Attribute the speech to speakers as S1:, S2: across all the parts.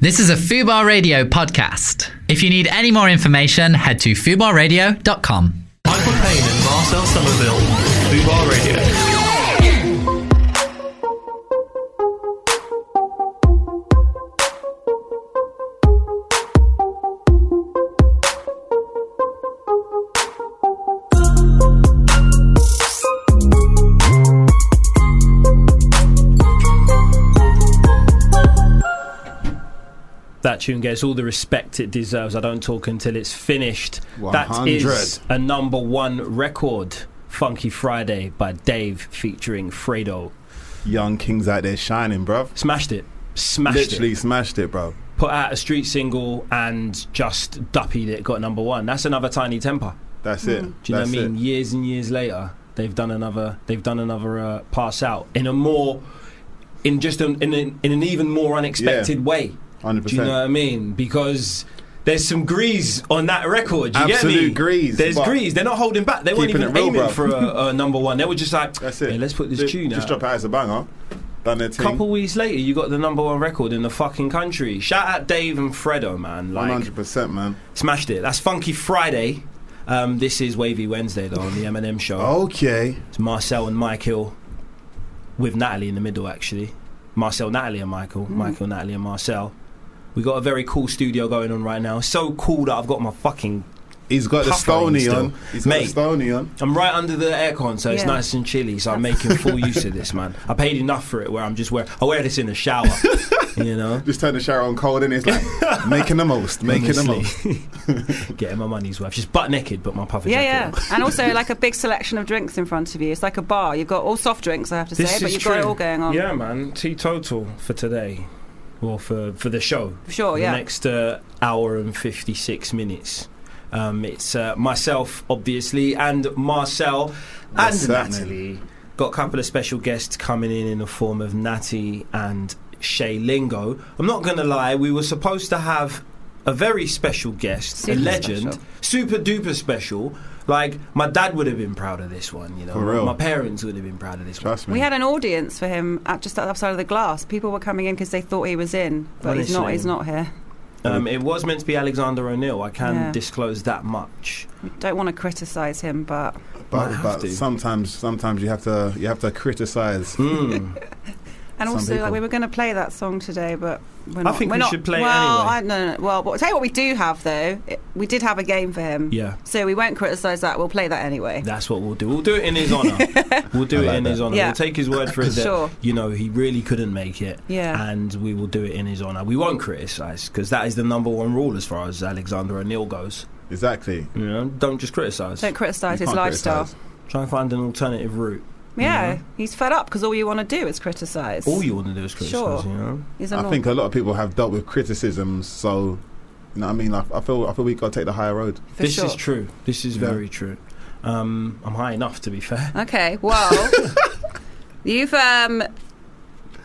S1: This is a Fubar Radio podcast. If you need any more information, head to fubarradio.com.
S2: Michael Payne and Marcel Somerville, Fubar Radio.
S3: that tune gets all the respect it deserves. I don't talk until it's finished. That
S4: 100.
S3: is a number one record, Funky Friday by Dave featuring Fredo.
S4: Young Kings out there shining, bruv.
S3: Smashed it. Smashed
S4: Literally
S3: it.
S4: smashed it, bro.
S3: Put out a street single and just duppied it, got number one. That's another tiny temper.
S4: That's it.
S3: Do you
S4: That's
S3: know what I mean?
S4: it.
S3: Years and years later, they've done another. They've done another uh, pass out in a more, in just an, in an, in an even more unexpected way.
S4: 100%.
S3: Do you know what I mean? Because there's some grease on that record. You get me?
S4: Absolute grease,
S3: There's
S4: but
S3: grease. They're not holding back. They weren't
S4: keeping
S3: even
S4: it real,
S3: aiming
S4: bruv.
S3: for a, a number one. They were just like,
S4: That's it.
S3: "Hey, let's put this
S4: Just-
S3: tune out.
S4: Just drop it out as a banger. Done their
S3: a
S4: thing.
S3: couple weeks later, you got the number one record in the fucking country. Shout out Dave and Fredo, man. Like,
S4: 100%, man.
S3: smashed it. That's Funky Friday. Um, this is Wavy Wednesday, though, on the Eminem Show.
S4: Oh, Okay.
S3: It's Marcel and Michael with Natalie in the middle, actually. Marcel, Natalie, and Michael.
S5: Mm.
S3: Michael, Natalie, and Marcel. We got a very cool studio going on right now. So cool that I've got my fucking.
S4: He's got the
S3: Puff running
S4: stony
S3: still.
S4: on. He's got
S3: Mate.
S4: the stony on.
S3: I'm right under the aircon, so it's
S5: Yeah.
S3: nice and chilly. So I'm making full use of this, man. I paid enough for it. Where I'm just wear. I wear this in the shower. you know,
S4: Just turn the shower on cold and it's like making the most, making the most.
S3: Honestly. getting my money's worth. She's butt naked, but my puffer
S5: Yeah,
S3: jacket.
S5: yeah. And also, like a big selection of drinks in front of you. It's like a bar. You've got all soft drinks, I have to say, but you've got it all going on.
S3: Yeah, man. Teetotal for today, or for for the show.
S5: For sure,
S3: the
S5: Oh, yeah.
S3: next uh, hour and fifty six minutes. Um, it's uh, myself, obviously, and Marcel
S4: What's
S3: and
S4: happening?
S3: Natalie. Got a couple of special guests coming in in the form of Natty and Shay Lingo. I'm not going to lie, we were supposed to have a very special guest,
S5: Super
S3: a legend,
S5: special.
S3: super duper special. Like, my dad would have been proud of this one, you know.
S4: For real.
S3: My parents would have been proud of this one.
S4: Trust me.
S5: We had an audience for him at just outside of the glass. People were coming in because they thought he was in, but he's not.
S3: Honestly.
S5: He's not here.
S3: Um, it was meant to be Alexander O'Neill. I can
S5: Yeah.
S3: disclose that much.
S5: We don't want to criticise him, but
S3: Might
S4: but
S3: have
S4: but
S3: to.
S4: sometimes sometimes you have to you have to criticize. Hmm.
S3: Mm.
S5: and
S4: Some
S5: also like
S4: people.
S5: we were going to play that song today, but we're not.
S3: think we
S5: we're not-
S3: should play it
S5: well,
S3: anyway.
S5: I, no, no, well, but tell you what, we do have though. It, we did have a game for him.
S3: yeah,
S5: So we won't criticise that. We'll play that anyway.
S3: that's what we'll do. We'll do it in his honour. We'll do
S4: I
S3: it
S4: like
S3: in his
S4: that.
S3: honour.
S5: Yeah.
S3: We'll take his word for it that,
S5: Sure.
S3: you know, he really couldn't make it.
S5: Yeah.
S3: And we will do it in his honour. We won't criticise, because that is the number one rule as far as Alexander O'Neill goes.
S4: Exactly.
S3: You know, don't just criticise.
S5: Don't criticise
S4: You
S5: his
S4: can't
S5: lifestyle.
S4: criticise.
S3: Try and find an alternative route.
S5: Yeah, he's fed up because all you want to do is criticise.
S3: All you want to do is criticise,
S5: Sure.
S3: you know?
S5: He's a
S4: I
S5: norm-
S4: think a lot of people have dealt with criticisms, so you know what I mean. I, I feel I feel we gotta take the higher road.
S5: for
S3: this
S5: sure.
S3: is true. This is
S4: Yeah.
S3: very true. Um, I'm high enough, to be fair.
S5: Okay, well, you've um,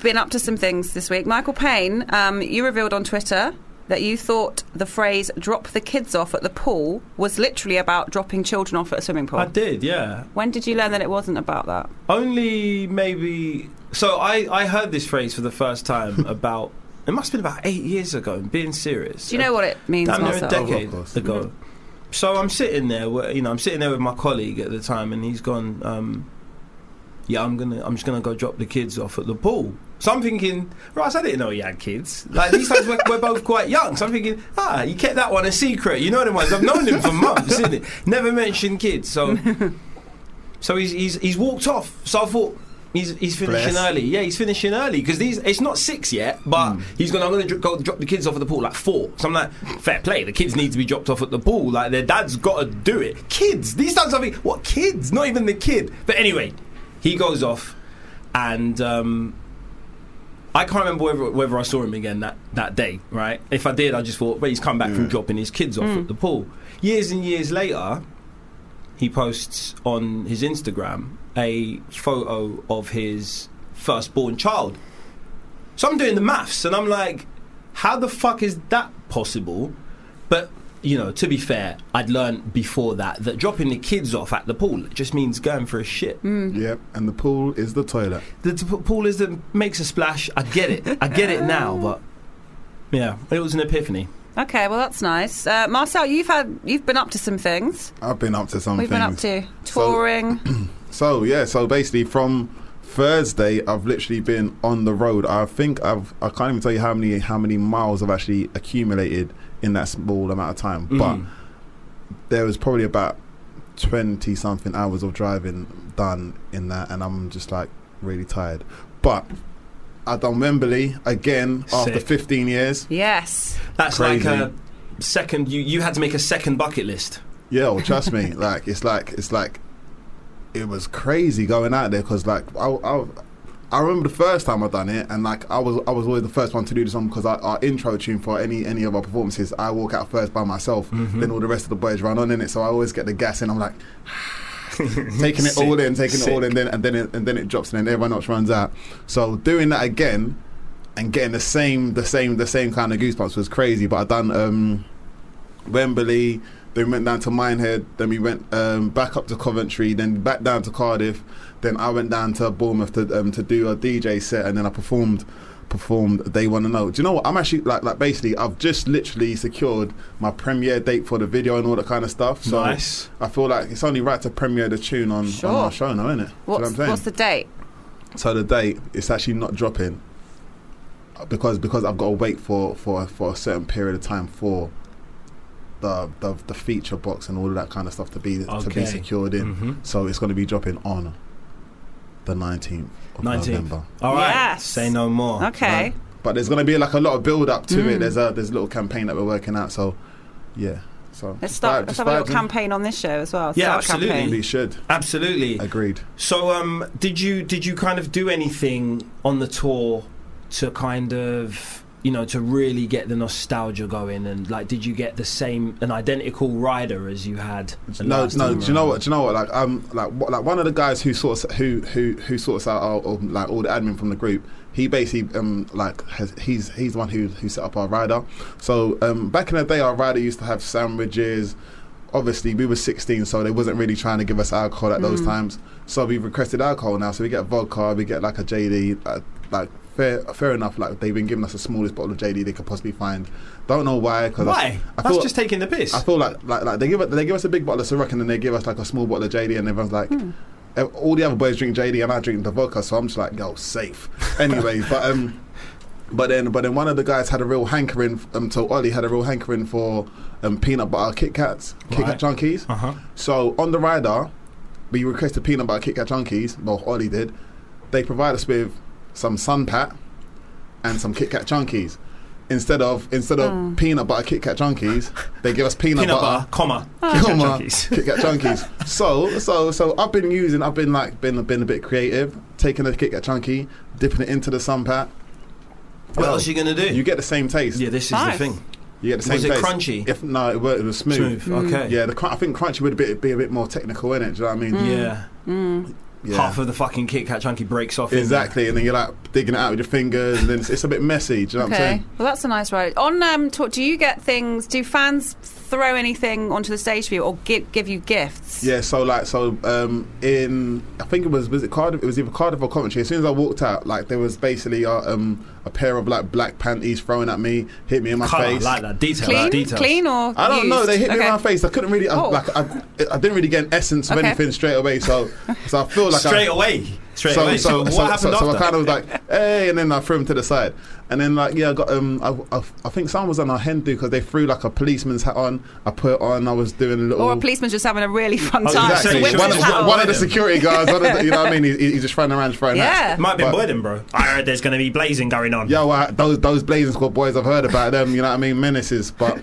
S5: been up to some things this week. Michael Payne, um, you revealed on Twitter that you thought the phrase drop the kids off at the pool was literally about dropping children off at a swimming pool.
S3: I did, yeah.
S5: when did you learn that it wasn't about that?
S3: Only maybe. So I, I heard this phrase for the first time about. It must have been about eight years ago, and being serious.
S5: Do you know what it means,
S3: Uh, Damn near a
S5: Marcel?
S3: decade
S4: Of course.
S3: ago. So I'm sitting there, where- you know, I'm sitting there with my colleague at the time, and he's gone, um, "Yeah, I'm gonna, I'm just gonna go drop the kids off at the pool." So I'm thinking, right, I didn't know you had kids. Like these times we're, we're both quite young. So I'm thinking, ah, you kept that one a secret. You know them ones. I've known him for months, isn't it? Never mentioned kids. So, so he's he's he's walked off. So I thought. He's, he's finishing
S4: Bless.
S3: early. Yeah, he's finishing early because these it's not six yet, but he's going. to I'm going to go drop the kids off at the pool like four. So I'm like, fair play. The kids need to be dropped off at the pool. Like their dad's got to do it. Kids. These times I think what kids? Not even the kid. But anyway, he goes off, and um, I can't remember whether, whether I saw him again that, that day. Right? If I did, I just thought, but he's come back from dropping his kids off at the pool. Years and years later, he posts on his Instagram a photo of his firstborn child. So I'm doing the maths and I'm like, how the fuck is that possible? But, you know, to be fair, I'd learned before that that dropping the kids off at the pool just means going for a shit.
S5: Mm-hmm.
S4: Yep. And the pool is the toilet.
S3: The t- pool is that makes a splash. I get it. I get it now, but
S6: Yeah, it was an epiphany.
S5: Okay, well that's nice. Uh, Marcel, you've had you've been up to some things.
S4: I've been up to some
S5: We've
S4: things.
S5: been up to
S4: So-
S5: touring.
S4: So yeah, so basically from Thursday, I've literally been on the road. I think I've I can't even tell you how many how many miles I've actually accumulated in that small amount of time.
S5: Mm-hmm.
S6: Mhm.
S4: But there was probably about twenty something hours of driving done in that, and I'm just like really tired. But I done Wembley again after
S6: Sick.
S4: 15 years.
S5: yes.
S6: That's
S4: Crazy.
S6: like a second. You you had to make a second bucket list.
S4: Yo, trust me. like it's like it's like it was crazy going out there because like I, I I remember the first time I done it and like I was I was always the first one to do this one because our, our intro tune for any any of our performances I walk out first by myself. Then all the rest of the boys run on in it, so I always get the gas in. I'm like. taking it all in, taking it all in, then and then it, and then it drops, and then everyone else runs out. So doing that again, and getting the same, the same, the same kind of goosebumps was crazy. But I done um, Wembley, then we went down to Minehead, then we went um, back up to Coventry, then back down to Cardiff, then I went down to Bournemouth to um, to do a DJ set, and then I performed performed They Wanna Know. Do you know what? I'm actually like like basically I've just literally secured my premiere date for the video and all that kind of stuff. So
S6: Nice.
S4: I feel like it's only right to premiere the tune on,
S5: Sure.
S4: on our show now, isn't it?
S5: What's
S4: what I'm saying?
S5: what's the date?
S4: so the date it's actually not dropping uh, because because I've got to wait for for for a certain period of time for the the, the feature box and all of that kind of stuff to be to
S6: Okay.
S4: be secured
S3: Mm.
S4: in.
S6: Mhm.
S4: So it's going to be dropping on the 19th of
S6: 19th.
S4: November.
S6: All right.
S5: Yes.
S6: Say no more.
S5: Okay.
S4: But there's going to be like a lot of build up to
S5: Mm.
S4: it. There's a there's a little campaign that we're working out. So yeah, so
S5: Let's
S4: just
S5: start
S4: vibe-
S5: let's
S4: just
S5: have a little
S4: vibing.
S5: campaign on this show as well.
S6: Yeah,
S5: Start a
S6: absolutely.
S5: campaign.
S4: We should
S6: Absolutely.
S4: agreed.
S6: So, um, did you did you kind of do anything on the tour to kind of you know to really get the nostalgia going and like did you get the same an identical rider as you had? the
S4: No,
S6: last
S4: no.
S6: time
S4: Do you know
S6: around?
S4: what? Do you know what? Like, um, like, what, like one of the guys who sorts who who who sorts out our, um, like all the admin from the group. He basically um like has he's he's the one who who set up our rider. So um back in the day, our rider used to have sandwiches. Obviously, we were 16, so they wasn't really trying to give us alcohol at
S6: Mm.
S4: those times. So we requested alcohol now. So we get vodka, we get like a JD, like, like fair fair enough. Like they've been giving us the smallest bottle of JD they could possibly find. Don't know why. Cause I-
S6: Why?
S4: I
S6: That's
S4: thought-
S6: just taking the piss.
S4: I feel like like like they give us, they give us a big bottle of Ciroc and then they give us like a small bottle of JD and everyone's like. ev- All the other boys drink JD and I drink the vodka, so I'm just like, yo, safe. Anyway, but um, but then but then one of the guys had a real hankering. Um, so Ollie had a real hankering for um peanut butter Kit Kats, Kit
S6: Right.
S4: Kat Junkies.
S6: Uh huh.
S4: So on the rider, we requested peanut butter Kit Kat Junkies. Well, Ollie did. They provide us with some Sun Pat and some Kit Kat Junkies. Instead of instead of peanut butter Kit Kat Junkies, they give us peanut,
S6: Peanut
S4: butter Ah.
S6: butter, comma. Kit Kat
S4: comma,
S6: Junkies.
S4: Kit Kat Chunkies. so, so, so I've been using, I've been like, been, been a bit creative, taking a Kit Kat Chunky, dipping it into the sun pat.
S6: What
S4: Yo,
S6: else are you gonna do?
S4: You get the same taste.
S6: yeah, this is
S5: Nice.
S6: the thing.
S4: You get the same
S6: Was it
S4: taste.
S6: crunchy?
S4: If no, it, were, it was smooth. Mm.
S6: Smooth. Okay. Mm.
S4: Yeah, the, cr- I think crunchy would be, be a bit more technical in it. Do you know what I mean? Mm.
S6: Yeah.
S4: Yeah.
S6: Half of the fucking Kit Kat chunky breaks off. in there.
S4: exactly, and then you're like digging it out with your fingers, and then it's, it's a bit messy. Do you know what I'm
S5: Okay.
S4: saying?
S5: Well, that's a nice ride. On um, talk, do you get things? Do fans throw anything onto the stage for you, or give give you gifts?
S4: Yeah, so like so um in I think it was was it Cardiff it was either Cardiff or Coventry. As soon as I walked out, like there was basically a, um a pair of like black panties thrown at me, hit me in my
S6: Colour,
S4: face.
S6: like that. Detail.
S5: Clean,
S6: Details.
S5: clean, or
S4: uh, I don't know.
S5: used?
S4: They hit me
S5: Oh, Okay.
S4: in my face. I couldn't really, I,
S5: Oh.
S4: like, I, I didn't really get an essence of
S5: Okay.
S4: anything straight away. So, so I feel like
S6: Straight
S4: I,
S6: away. Straight
S4: so,
S6: away. So,
S4: so,
S6: what
S4: so,
S6: happened
S4: so,
S6: after?
S4: so I kind of was like, hey, and then I threw him to the side. And then, like, yeah, I got, um, I, I, I think someone was on our hen because they threw like a policeman's hat on. I put it on, I was doing a little.
S5: Or Oh, a policeman's just having a really fun
S6: Oh,
S5: time.
S6: exactly.
S5: So whip
S6: Sure.
S4: One,
S5: his hat
S4: one,
S5: off.
S4: one of the security guards, one of the, you know what I mean? He, he's just running around throwing
S5: Yeah.
S4: hats.
S6: Might be
S4: But-
S6: boiling, bro. I heard there's gonna be blazing going on.
S4: Yo, I, those those Blazing Squad boys, I've heard about them. You know what I mean? Menaces, but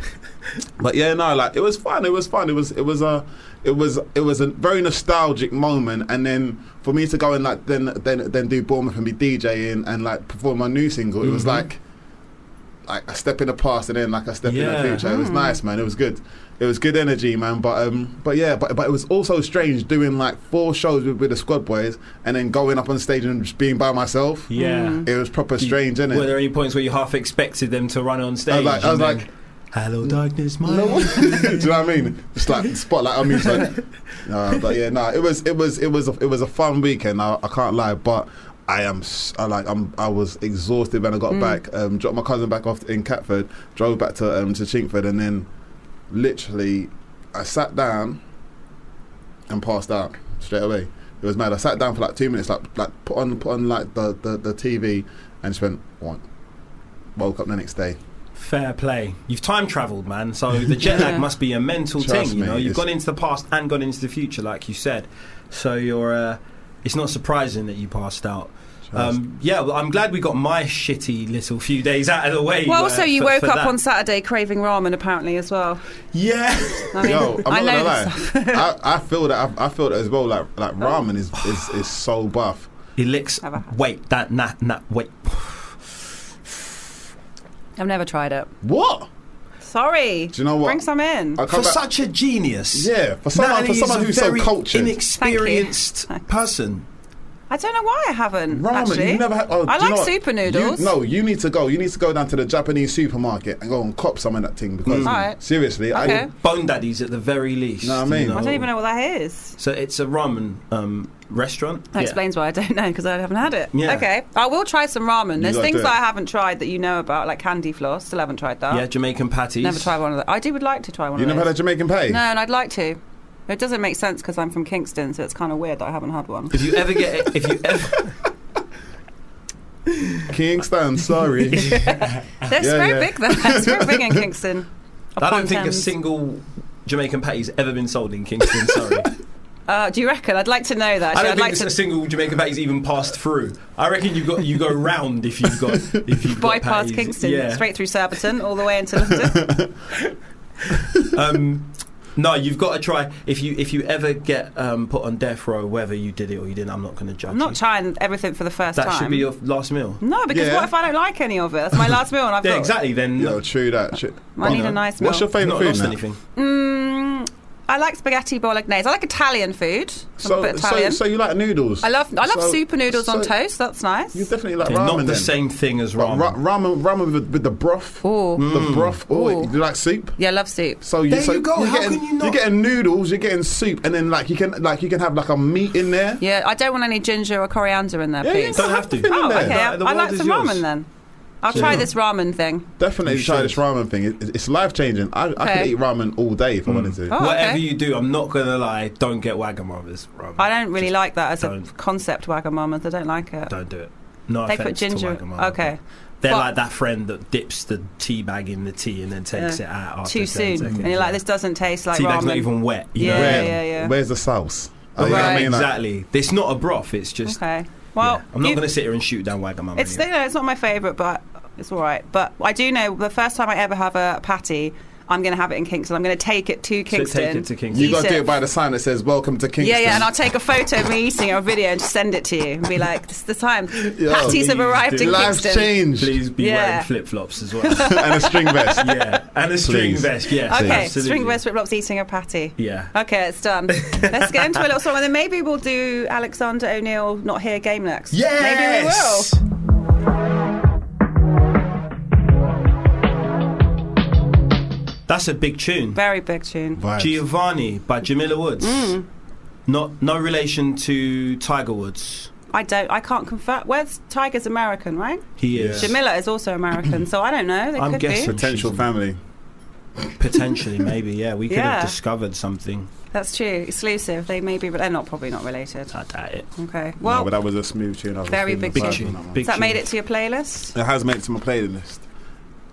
S4: but yeah, no, like it was fun. It was fun. It was it was a it was it was a very nostalgic moment. And then for me to go and like then then then do Bournemouth and be DJing and like perform my new single, it was
S6: Mm-hmm.
S4: like like a step in the past and then like a step in
S6: Yeah. Mm.
S4: the future. It was nice, man. It was good. It was good energy, man. But um, but yeah, but but it was also strange doing like four shows with, with the Squad Boys and then going up on stage and just being by myself.
S6: Yeah.
S4: It was proper strange, innit?
S6: Were there any points where you half expected them to run on stage?
S4: I was like, I was
S6: and then,
S4: like,
S6: "Hello, darkness, my."
S4: do you know what I mean? It's like spotlight on me. it's Like, no, but yeah, no, it was, it was, it was, a, it was a fun weekend. I, I can't lie, but I am s- I like I'm I was exhausted when I got back. Um, dropped my cousin back off in Catford, drove back to um, to Chingford, and then literally I sat down and passed out straight away. It was mad. I sat down for like two minutes, like like put on put on like the the, the TV, and just went one. Woke up the next day.
S3: Fair play. You've time travelled, man. So the jet lag
S5: Yeah.
S3: must be a mental
S4: Trust
S3: thing. You
S4: me,
S3: know, you've
S4: it's-
S3: gone into the past and gone into the future, like you said. So you're. Uh, it's not surprising that you passed out. Um, yeah, well, I'm glad we got my shitty little few days out of the way.
S5: Well,
S3: uh,
S5: also you
S3: for-
S5: woke
S3: for
S5: up
S3: that.
S5: on Saturday craving ramen, apparently as well.
S3: Yeah.
S5: I mean,
S4: Yo,
S5: I
S4: I'm not
S5: know
S4: gonna
S5: this
S4: lie. I, I feel that I, I feel that as well. Like like ramen is is, is so buff.
S3: He licks.
S5: Have a-
S3: Wait, that nah, nah, wait.
S5: I've never tried it.
S4: What?
S5: Sorry.
S4: Do you know what?
S5: Bring some in.
S4: I
S3: For
S4: come back-
S3: such a genius.
S4: Yeah, for someone, for
S3: Natalie
S4: someone
S3: is a
S4: who's so
S3: very
S4: cultured.
S3: inexperienced
S5: Thank you.
S3: person.
S5: I don't know why I haven't.
S4: ramen,
S5: actually.
S4: you never had. Oh,
S5: I
S4: do you
S5: like
S4: know what?
S5: super noodles.
S4: You, no, you need to go. You need to go down to the Japanese supermarket and go and cop some of that thing because
S5: Mm. Alright.
S4: seriously,
S5: Okay.
S4: I
S3: Bone daddies at the very least.
S4: Know what I mean?
S5: I don't even know what that is.
S3: So it's a ramen um, restaurant.
S5: That
S3: Yeah.
S5: explains why I don't know because I haven't had it.
S3: Yeah.
S5: Okay, I will try some ramen. There's
S4: gotta
S5: things
S4: do
S5: that
S4: it.
S5: I haven't tried that you know about, like candy floss. Still haven't tried that.
S3: Yeah, Jamaican patties.
S5: never tried one of those. I do would like to try one.
S4: you
S5: of
S4: never had a
S5: those.
S4: Jamaican patty.
S5: No, and I'd like to. It doesn't make sense because I'm from Kingston, so it's kind of weird that I haven't had one.
S3: If you ever get, if you ever,
S4: Kingston, sorry.
S5: That's
S4: Yeah,
S5: very
S4: yeah.
S5: big. Then that's very big in Kingston.
S3: I
S5: Upon
S3: don't think a
S5: Thames.
S3: single Jamaican patty's ever been sold in Kingston. Sorry,
S5: Uh, do you reckon? I'd like to know that.
S3: I
S5: Actually,
S3: don't
S5: I'd
S3: think
S5: like
S3: this-
S5: to
S3: a single Jamaican patty's even passed through. I reckon you got you go round if you've got if you've got
S5: bypass
S3: patties.
S5: Kingston
S3: Yeah.
S5: straight through Surbiton all the way into London.
S3: Um, no, you've got to try. If you if you ever get um, put on death row, whether you did it or you didn't, I'm not going to judge.
S5: I'm not
S3: you.
S5: trying everything for the first
S3: that
S5: time.
S3: should be your last meal.
S5: no, because
S4: Yeah.
S5: what if I don't like any of it? That's my last meal, and I've
S3: Yeah,
S5: got.
S3: exactly. Then
S4: Yo, true that. Shit.
S5: I need
S3: You know.
S5: a nice meal.
S4: What's your favourite
S3: not
S4: food?
S3: lost
S4: now?
S3: anything.
S5: Mm, I like spaghetti bolognese. I like Italian food. I'm a
S4: So,
S5: bit
S4: so,
S5: Italian.
S4: so you like noodles?
S5: I love I love
S4: so-
S5: super noodles on
S4: so
S5: toast. That's nice.
S4: You definitely like
S3: They're
S4: ramen.
S3: not the
S4: then.
S3: same thing as
S4: But
S3: ramen.
S4: ra- ramen, ramen with, with the broth.
S5: Ooh.
S3: Mm.
S4: The broth. Oh,
S5: Ooh.
S4: you like soup?
S5: Yeah, I love soup.
S4: So you,
S3: There
S4: so
S3: you go,
S4: You're
S3: how
S4: getting,
S3: can you not-
S4: are getting noodles. You're getting soup, and then like you can like you can have like a meat in there.
S5: Yeah, I don't want any ginger or coriander in there,
S4: Yeah, you
S5: please.
S4: can
S3: Don't have to.
S4: in
S5: Oh,
S4: there.
S5: okay.
S3: No, the
S5: I
S3: world
S5: like
S3: is
S5: some
S3: yours.
S5: ramen then. I'll
S3: Yeah.
S5: try this ramen thing.
S4: Definitely
S3: You
S4: try this
S3: should.
S4: ramen thing. It, it's life changing. I, I could
S5: Okay.
S4: eat ramen all day
S3: Mm.
S4: if I wanted to.
S5: Oh,
S3: Whatever
S5: okay.
S3: you do, I'm not going to lie. Don't get Wagamama's ramen.
S5: I don't really like that as a
S3: don't.
S5: concept, Wagamamas. I don't like it.
S3: Don't do it. No
S5: they put
S3: offense
S5: ginger.
S3: to Wagamama.
S5: Okay.
S3: They're
S5: But-
S3: like that friend that dips the tea bag in the tea and then takes it
S5: Yeah.
S3: out after
S5: Too
S3: 10
S5: soon.
S3: seconds.
S5: And you're like, this doesn't taste like
S3: tea bag's
S5: ramen.
S3: not even wet. You
S5: Yeah,
S3: know?
S4: Where-
S5: yeah, yeah.
S4: Where's the sauce? Oh,
S3: Right.
S4: you know what I mean? Like,
S3: Exactly. It's not a broth. It's just.
S5: okay. Well,
S3: yeah. I'm not
S5: you-
S3: going to sit here and shoot down Wagamama.
S5: It's
S3: anyway.
S5: you know, it's not my favourite, but it's all right. But I do know the first time I ever have a patty, I'm going to have it in Kingston. I'm going to take it to
S3: take
S5: Kingston.
S3: it to Kingston.
S4: you
S5: eat
S4: got to do it by the sign that says "Welcome to Kingston."
S5: yeah, yeah, and I'll take a photo of me eating or a video and just send it to you and be like, "This is the time patties have
S3: please
S5: arrived
S3: do.
S5: in
S4: Life
S5: Kingston."
S4: changed
S3: Please be
S5: Yeah.
S3: wearing flip flops as well.
S4: and a string vest.
S3: yeah. And a string
S4: Please.
S3: vest. Yeah.
S5: Okay,
S3: absolutely.
S5: string vest flip flops eating a patty.
S3: Yeah.
S5: Okay, it's done. Let's get into a little song, and then maybe we'll do Alexander O'Neill not here game next. maybe we will.
S3: Yes. That's a big tune.
S5: Very big tune.
S4: Vibes.
S3: Giovanni by Jamila Woods.
S5: Mm.
S3: Not no relation to Tiger Woods.
S5: I don't. I can't confirm. Where's Tiger's American, right?
S3: He is
S5: Jamila is also American, so I don't know. They
S3: I'm
S5: could
S3: guessing.
S5: be.
S4: Potential family.
S3: potentially maybe yeah. We could
S5: Yeah.
S3: have discovered something.
S5: That's true. Exclusive. They may be, but they're not probably not related.
S3: I doubt it.
S5: Okay.
S4: no,
S5: Well,
S4: but that was a smooth tune. I was
S5: very
S4: feeling
S5: big
S4: the vibe
S5: tune.
S4: on that one.
S3: Big
S5: has that
S3: tune.
S5: made it to your playlist?
S4: It has made it to my playlist.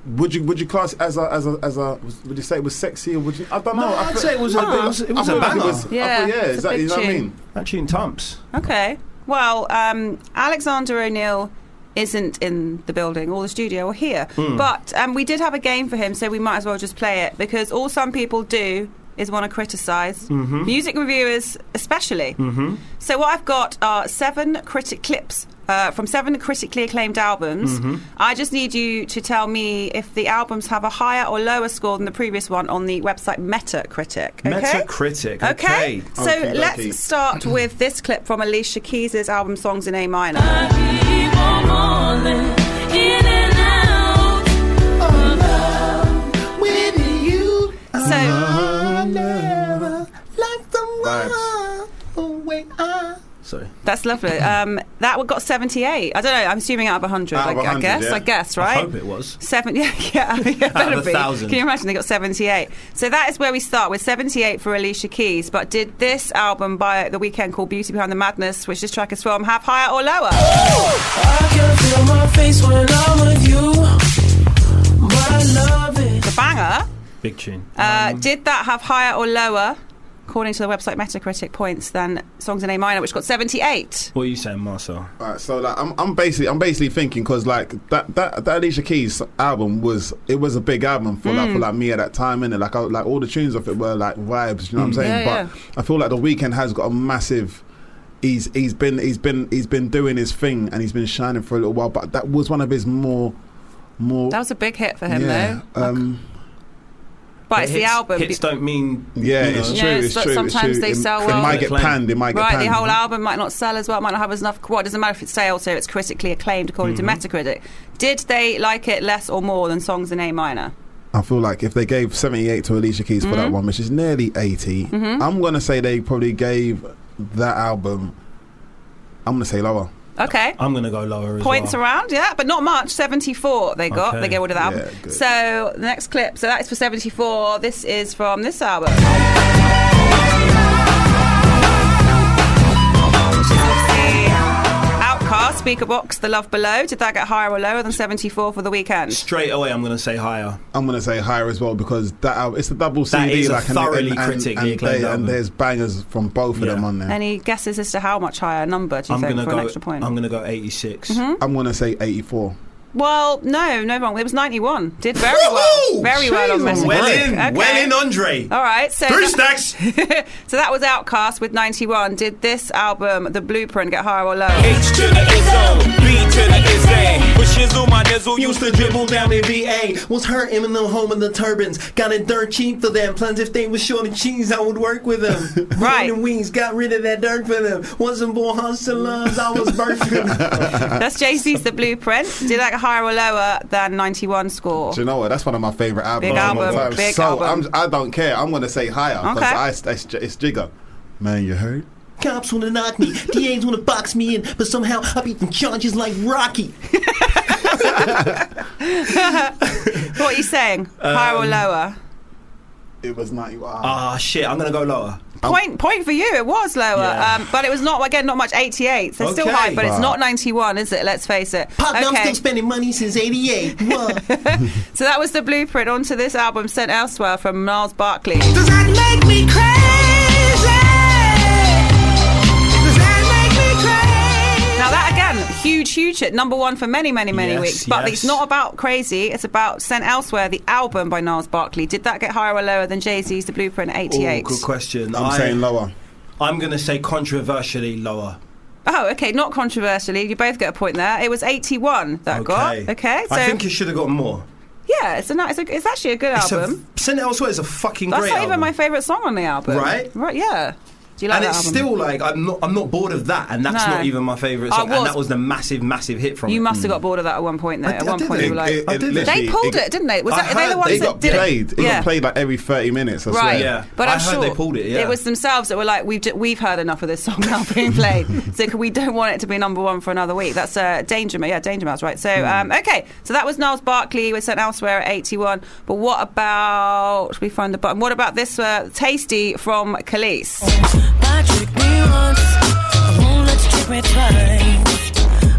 S4: Would you would you class it as a as a as a was- would you say it was sexy or would you I don't know
S3: No,
S4: I
S3: I'd
S4: feel-
S3: say it was a-
S4: I feel-
S3: it was- it was
S4: I
S3: a
S4: feel like
S3: banger.
S4: was- I feel-
S5: Yeah,
S4: yeah
S5: it's a
S4: exactly
S5: big
S4: you know what I
S5: tune.
S4: mean
S3: That tune tumps.
S5: Okay. Well, um, Alexander O'Neill isn't in the building or the studio or here, but um, we did have a game for him, so we might as well just play it because all some people do is want to criticize music reviewers, especially. Mm-hmm. So what I've got are seven critic clips. Uh, from seven critically acclaimed albums, I just need you to tell me if the albums have a higher or lower score than the previous one on the website Metacritic. Okay?
S3: Metacritic.
S5: Okay, so
S4: Okie dokie.
S5: let's start with this clip from Alicia Keys' album Songs in A Minor. So,
S6: Uh-huh.
S4: Vibes.
S6: So
S5: That's lovely. Um, that one got 78. I don't know. I'm assuming out of 100.
S4: Out of
S5: I, I
S4: 100,
S5: guess.
S4: yeah.
S5: I guess,
S6: I
S5: right?
S6: hope it was.
S5: Seven, yeah, yeah, yeah it better
S6: of a
S5: be.
S6: thousand.
S5: Can you imagine they got 78? So that is where we start with 78 for Alicia Keys. But did this album by The Weeknd called Beauty Behind the Madness, which this track is from, have higher or lower?
S7: I can feel my face when I'm with you. My love is.
S5: The banger.
S6: Big tune.
S5: Uh, did that have higher or lower, according to the website Metacritic points, than songs in A minor, which got 78?
S6: What are you saying, Marcel?
S4: Alright, so like I'm, I'm basically I'm basically thinking because like that, that that Alicia Keys album was it was a big album for
S5: Mm.
S4: like for like me at that time and like I, like all the tunes of it were like vibes you know what I'm saying
S5: Mm. Yeah,
S4: but I feel like the weekend has got a massive he's he's been he's been he's been doing his thing and he's been shining for a little while but that was one of his more more
S5: That was a big hit for him,
S4: yeah
S5: though.
S4: um,
S5: But it's the
S6: Hits-
S5: album.
S6: Hits don't mean
S4: yeah
S6: you know,
S4: it's
S5: Yeah,
S4: true
S5: it's
S4: it's,
S5: like
S4: true
S5: sometimes
S4: it's true.
S5: they
S4: it,
S5: sell
S4: it
S5: well.
S4: might get
S6: Claim.
S4: panned it might get
S5: Right,
S4: panned
S5: the whole album might not sell as well, might not have enough. Well, it doesn't matter if it sales here, it's critically acclaimed according to Metacritic. Did they like it less or more than songs in A minor?
S4: I feel like if they gave 78 to Alicia Keys for
S5: Mm-hmm.
S4: that one, which is nearly 80, I'm going to say they probably gave that album, I'm going to say lower.
S5: Okay.
S6: I'm gonna go lower as
S5: Points
S6: well.
S5: around, yeah, but not much. 74 they got.
S6: Okay.
S5: They get rid of the album.
S4: Yeah, good.
S5: so, the next clip. So, that is for 74. This is from this album. Outcast, Speaker Box, The Love Below. Did that get higher or lower than 74 for the weekend?
S6: Straight away, I'm gonna say higher.
S4: I'm going to say higher as well because that album, it's a double CD.
S6: That is a
S4: like,
S6: thoroughly
S4: and,
S6: critically
S4: and,
S6: acclaimed album.
S4: and there's bangers from both
S6: Yeah.
S4: of them on there.
S5: Any guesses as to how much higher a number do you
S6: I'm
S5: think
S6: gonna
S5: for
S6: go.
S5: an extra point? Mm-hmm.
S6: I'm gonna go 86.
S4: I'm going to say 84.
S5: well, no, no wrong. It was 91. Did very well.
S6: Woohoo!
S5: Very well on
S4: Jesus,
S5: Metacritic.
S4: well
S6: Well in,
S5: Okay.
S6: well in, Andre.
S5: All right, so
S6: Three
S5: that-
S6: stacks.
S5: so that was Outcast with 91. Did this album, The Blueprint, get higher or lower?
S8: H to the Izzo, B to the Izzy. With shizzle, my nizzle,
S2: Used to dribble down in VA. Was hurting in the home of the turbans. Got it dirt cheap for them. Plans if they were short of cheese, I would work with them.
S5: Right.
S2: Golden wings got rid of that dirt for them. Wasn't born hustlers, I was birthed for them.
S5: That's JC's The Blueprint. Did that get higher or lower than 91 score?
S4: Do you know what? That's one of my favorite albums.
S5: Oh. Big
S4: of all
S5: album,
S4: time.
S5: big
S4: so
S5: album.
S4: I'm, I don't care. I'm going to say higher because
S5: Okay.
S4: I it's, it's Jigger. Man, you heard?
S2: Cops wanna knock me. DAs wanna box me in. But somehow I beat them charges like Rocky.
S5: What are you saying? higher or lower?
S4: It was 91.
S6: Ah shit, I'm gonna go lower.
S5: Point point for you. It was lower,
S6: Yeah.
S5: um, but it was not again not much. 88, so still
S6: Okay.
S5: high, but it's
S4: Wow.
S5: not 91, is it? Let's face it.
S2: Pop, I'm
S5: okay,
S2: still spending money since 88. What?
S5: so that was the blueprint onto this album sent elsewhere from Miles Barkley.
S7: Does that make me crazy? Does that make me crazy?
S5: Now that again, huge, huge hit, number one for many, many, many
S6: Yes,
S5: weeks. But
S6: yes.
S5: it's not about crazy. It's about sent elsewhere. The album by Niles Barkley. Did that get higher or lower than Jay Z's The Blueprint
S6: Ooh,
S5: '88?
S6: good question.
S4: I'm
S6: I-
S4: saying lower.
S6: I'm gonna say controversially lower.
S5: oh, okay, not controversially. You both get a point there. It was 81 that got. Okay, so
S6: I think you should have got more.
S5: yeah, it's a nice. It's, a- it's actually a good
S6: It's a-
S5: album.
S6: Send It Elsewhere is a fucking
S5: That's
S6: great
S5: not even
S6: album.
S5: my favorite song on the album.
S6: Right?
S5: Right? Yeah. Do you like
S6: and
S5: that
S6: it's
S5: album?
S6: still like I'm not I'm not bored of that, and that's
S5: No.
S6: not even my favorite
S5: I
S6: song. And
S5: was-
S6: that was the massive, massive hit from
S5: You
S6: it.
S5: must have got bored of that at one point, though.
S6: Hmm. I-
S5: at
S6: I
S5: one
S6: did
S5: point,
S6: it.
S5: you were like, "Oh,
S6: I did it.
S5: they
S4: literally-
S5: pulled it, didn't they? Was
S6: I
S5: that, are they
S6: heard
S5: the ones
S4: It
S6: they
S5: that
S4: got
S5: did
S4: played.
S5: it?
S4: It got played like every 30 minutes. I
S5: Right.
S4: swear.
S6: Yeah.
S5: But
S6: I
S5: I'm
S6: heard
S5: sure
S6: they pulled it, yeah.
S5: was themselves that were like, we've, d- we've heard enough of this song now being played. so can- we don't want it to be number one for another week. That's uh, Danger Mouse. Yeah, Danger Mouse, right. So,
S6: Hmm.
S5: um, okay. So that was Niles Barkley. was sent elsewhere at 81. But what about, should we find the button? What about this uh, Tasty from Khalees?
S6: Oh,
S7: My trick me once, I won't let you trick me twice.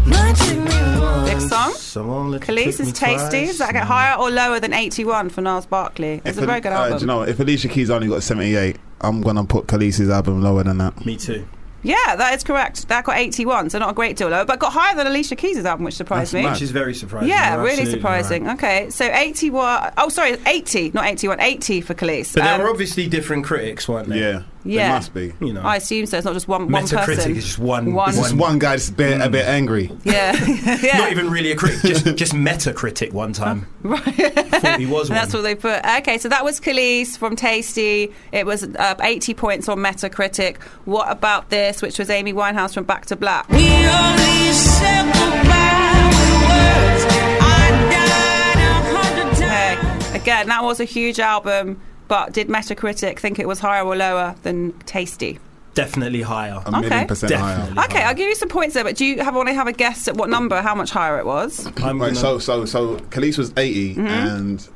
S7: My trick me once.
S5: Big song.
S6: Mm. Someone let
S5: Khalees
S6: me
S5: is tasty.
S6: twice.
S5: Does that get higher or lower than 81 for Niles Barkley?
S4: If
S5: It's a very
S4: Al-
S5: good
S4: uh,
S5: album.
S4: do you know what? if Alicia Keys only got 78, I'm gonna put Khaleesi's album lower than that.
S6: Me too.
S5: Yeah, that is correct. That got 81, so not a great deal lower, but got higher than Alicia Keys' album, which
S4: That's
S5: surprised me.
S4: mad.
S6: Which is very surprising.
S5: Yeah,
S6: You're
S5: really
S6: absolutely
S5: surprising.
S6: right.
S5: Okay, so 81. Oh, sorry, 80, not 81, 80 for Khalees.
S6: But
S5: Um,
S6: there were obviously different critics, weren't there?
S4: Yeah,
S5: Yeah.
S4: it must be.
S6: You know.
S5: I assume so. It's not just one, one
S6: Metacritic
S5: person.
S6: is just one-
S5: One.
S4: It's just one Mm. guy that's a bit, a bit angry.
S5: Yeah. yeah.
S6: Not even really a critic, just just Metacritic one time. right. Thought he was
S5: And
S6: one.
S5: that's what they put. Okay, so that was Khalees from Tasty. It was uh, 80 points on Metacritic. What about this, which was Amy Winehouse from Back to Black?
S7: We only said goodbye with words. I died a hundred
S5: Okay.
S7: times.
S5: Again, that was a huge album, but did Metacritic think it was higher or lower than Tasty?
S3: Definitely higher.
S4: A million
S5: Okay.
S4: percent
S3: Definitely.
S4: higher.
S5: Okay, I'll give you some points there, but do you have want to have a guess at what number, how much higher it was?
S3: I'm
S4: Right,
S3: gonna,
S4: so so so Khalees was 80
S5: Mm-hmm.
S4: and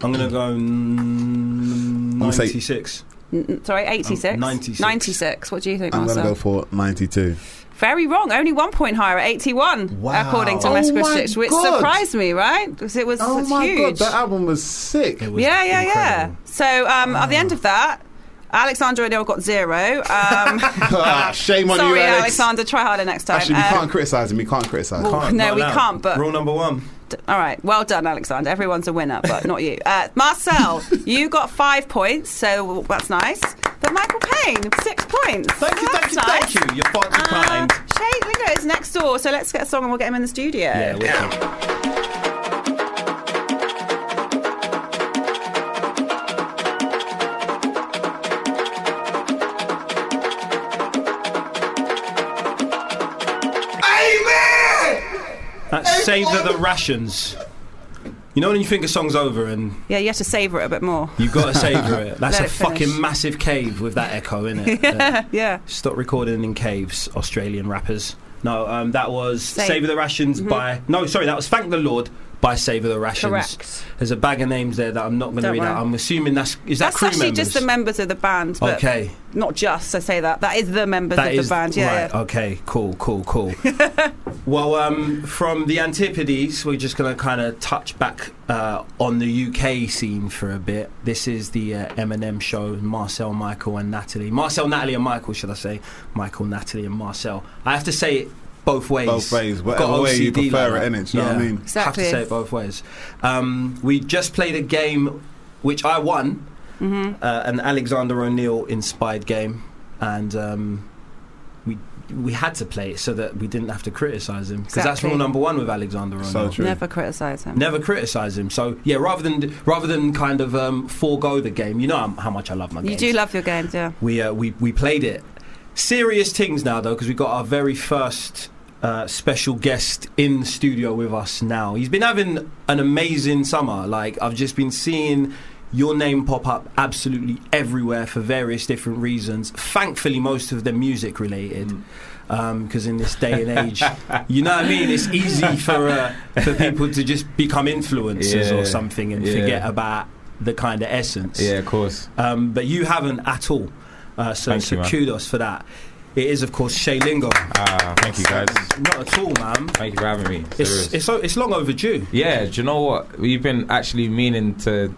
S3: I'm gonna go mm,
S4: gonna say-
S3: 96.
S5: N- n- Sorry, 86?
S3: Oh, 96.
S5: 96. What do you think,
S4: I'm gonna go
S5: Marcel?
S4: for 92.
S5: Very wrong. Only one point higher at 81,
S3: Wow.
S5: according to
S4: Oh
S5: Metacritic,
S4: my
S5: which
S4: God.
S5: surprised me, right? Because it was
S4: Oh
S5: it's
S4: my
S5: huge.
S4: god, that album was sick.
S3: It was
S5: yeah, yeah, yeah.
S3: incredible.
S5: So um, at the end of that, Alexandra O'Neill got zero. Um,
S4: Ah, Shame on
S5: sorry,
S4: you, Alex.
S5: Alexander. Try harder next time.
S4: Actually, we
S5: Um,
S4: can't criticize him. We can't criticize. him.
S5: well-
S3: Can't,
S5: No,
S3: not
S5: we
S3: allowed.
S5: can't, but-
S3: rule number one.
S5: All right. Well done, Alexander. Everyone's a winner, but not you. Uh, Marcel, you got five points, so that's nice. But Michael Payne, six points.
S3: Thank you,
S5: So
S3: thank
S5: that's
S3: you, thank
S5: nice.
S3: you. You're far too
S5: Uh,
S3: kind.
S5: Shay Lingo is next door, so let's get a song and we'll get him in the studio.
S3: Yeah, we're That's Savor the Rations. You know when you think a song's over and
S5: Yeah, you have to savour it a bit more.
S3: you've got to savour it. That's
S5: Let
S3: a
S5: it finish.
S3: fucking massive cave with that echo in it.
S5: Yeah.
S3: Stop recording in caves, Australian rappers. No, um, that was
S5: Save. Mm-hmm.
S3: Savour the Rations by. No, sorry, that was Thank the Lord by Savour the Rations.
S5: Correct.
S3: There's a bag of names there that I'm not going to
S5: Don't
S3: read out.
S5: worry.
S3: I'm assuming that's. Is that
S5: That's
S3: crew
S5: actually
S3: members?
S5: just the members of the band, but
S3: Okay.
S5: not just. I say that. That is the members
S3: That
S5: of
S3: is
S5: the band. Yeah,
S3: right. Oh,
S5: yeah.
S3: Okay, cool, cool, cool. well, um, from the Antipodes, we're just going to kind of touch back uh, on the UK scene for a bit. This is the uh, Eminem show. Marcel, Michael, and Natalie. Marcel, Natalie, and Michael. Should I say Michael, Natalie, and Marcel? I have to say it both ways.
S4: Both ways,
S3: Got
S4: whatever way you
S3: OCD
S4: prefer
S3: like
S4: it,
S3: that.
S4: innit? Do you know what I mean?
S5: Exactly.
S3: Have to say it both ways. Um, we just played a game which I won, uh, an Alexander O'Neill inspired game, and um, we we had to play it so that we didn't have to criticise him because that's
S5: Exactly.
S3: rule number one with Alexander O'Neill.
S4: So true.
S5: Never criticise him.
S3: Never criticise him. So yeah, rather than rather than kind of um, forego the game, you know how- how much I love my
S5: You
S3: games.
S5: do love your games, yeah.
S3: We uh, we we played it. Serious things now though, because we got our very first uh, special guest in the studio with us now. He's been having an amazing summer. Like I've just been seeing your name pop up absolutely everywhere for various different reasons. Thankfully, most of them music related.
S8: Mm.
S3: Because in this day and age, you know what I mean. It's easy for uh, for people to just become influencers
S8: Yeah.
S3: or something and
S8: Yeah.
S3: forget about the kind of essence
S8: Yeah, of course.
S3: um, but you haven't at all. Uh, so
S8: Thank
S3: so
S8: you, man.
S3: kudos for that. It is, of course, Shay Lingo.
S8: Ah, thank you guys.
S3: Not at all, man.
S8: Thank you for having me.
S3: It's,
S8: Serious.
S3: it's, so- it's long overdue.
S8: yeah, do you know what? We've been actually meaning to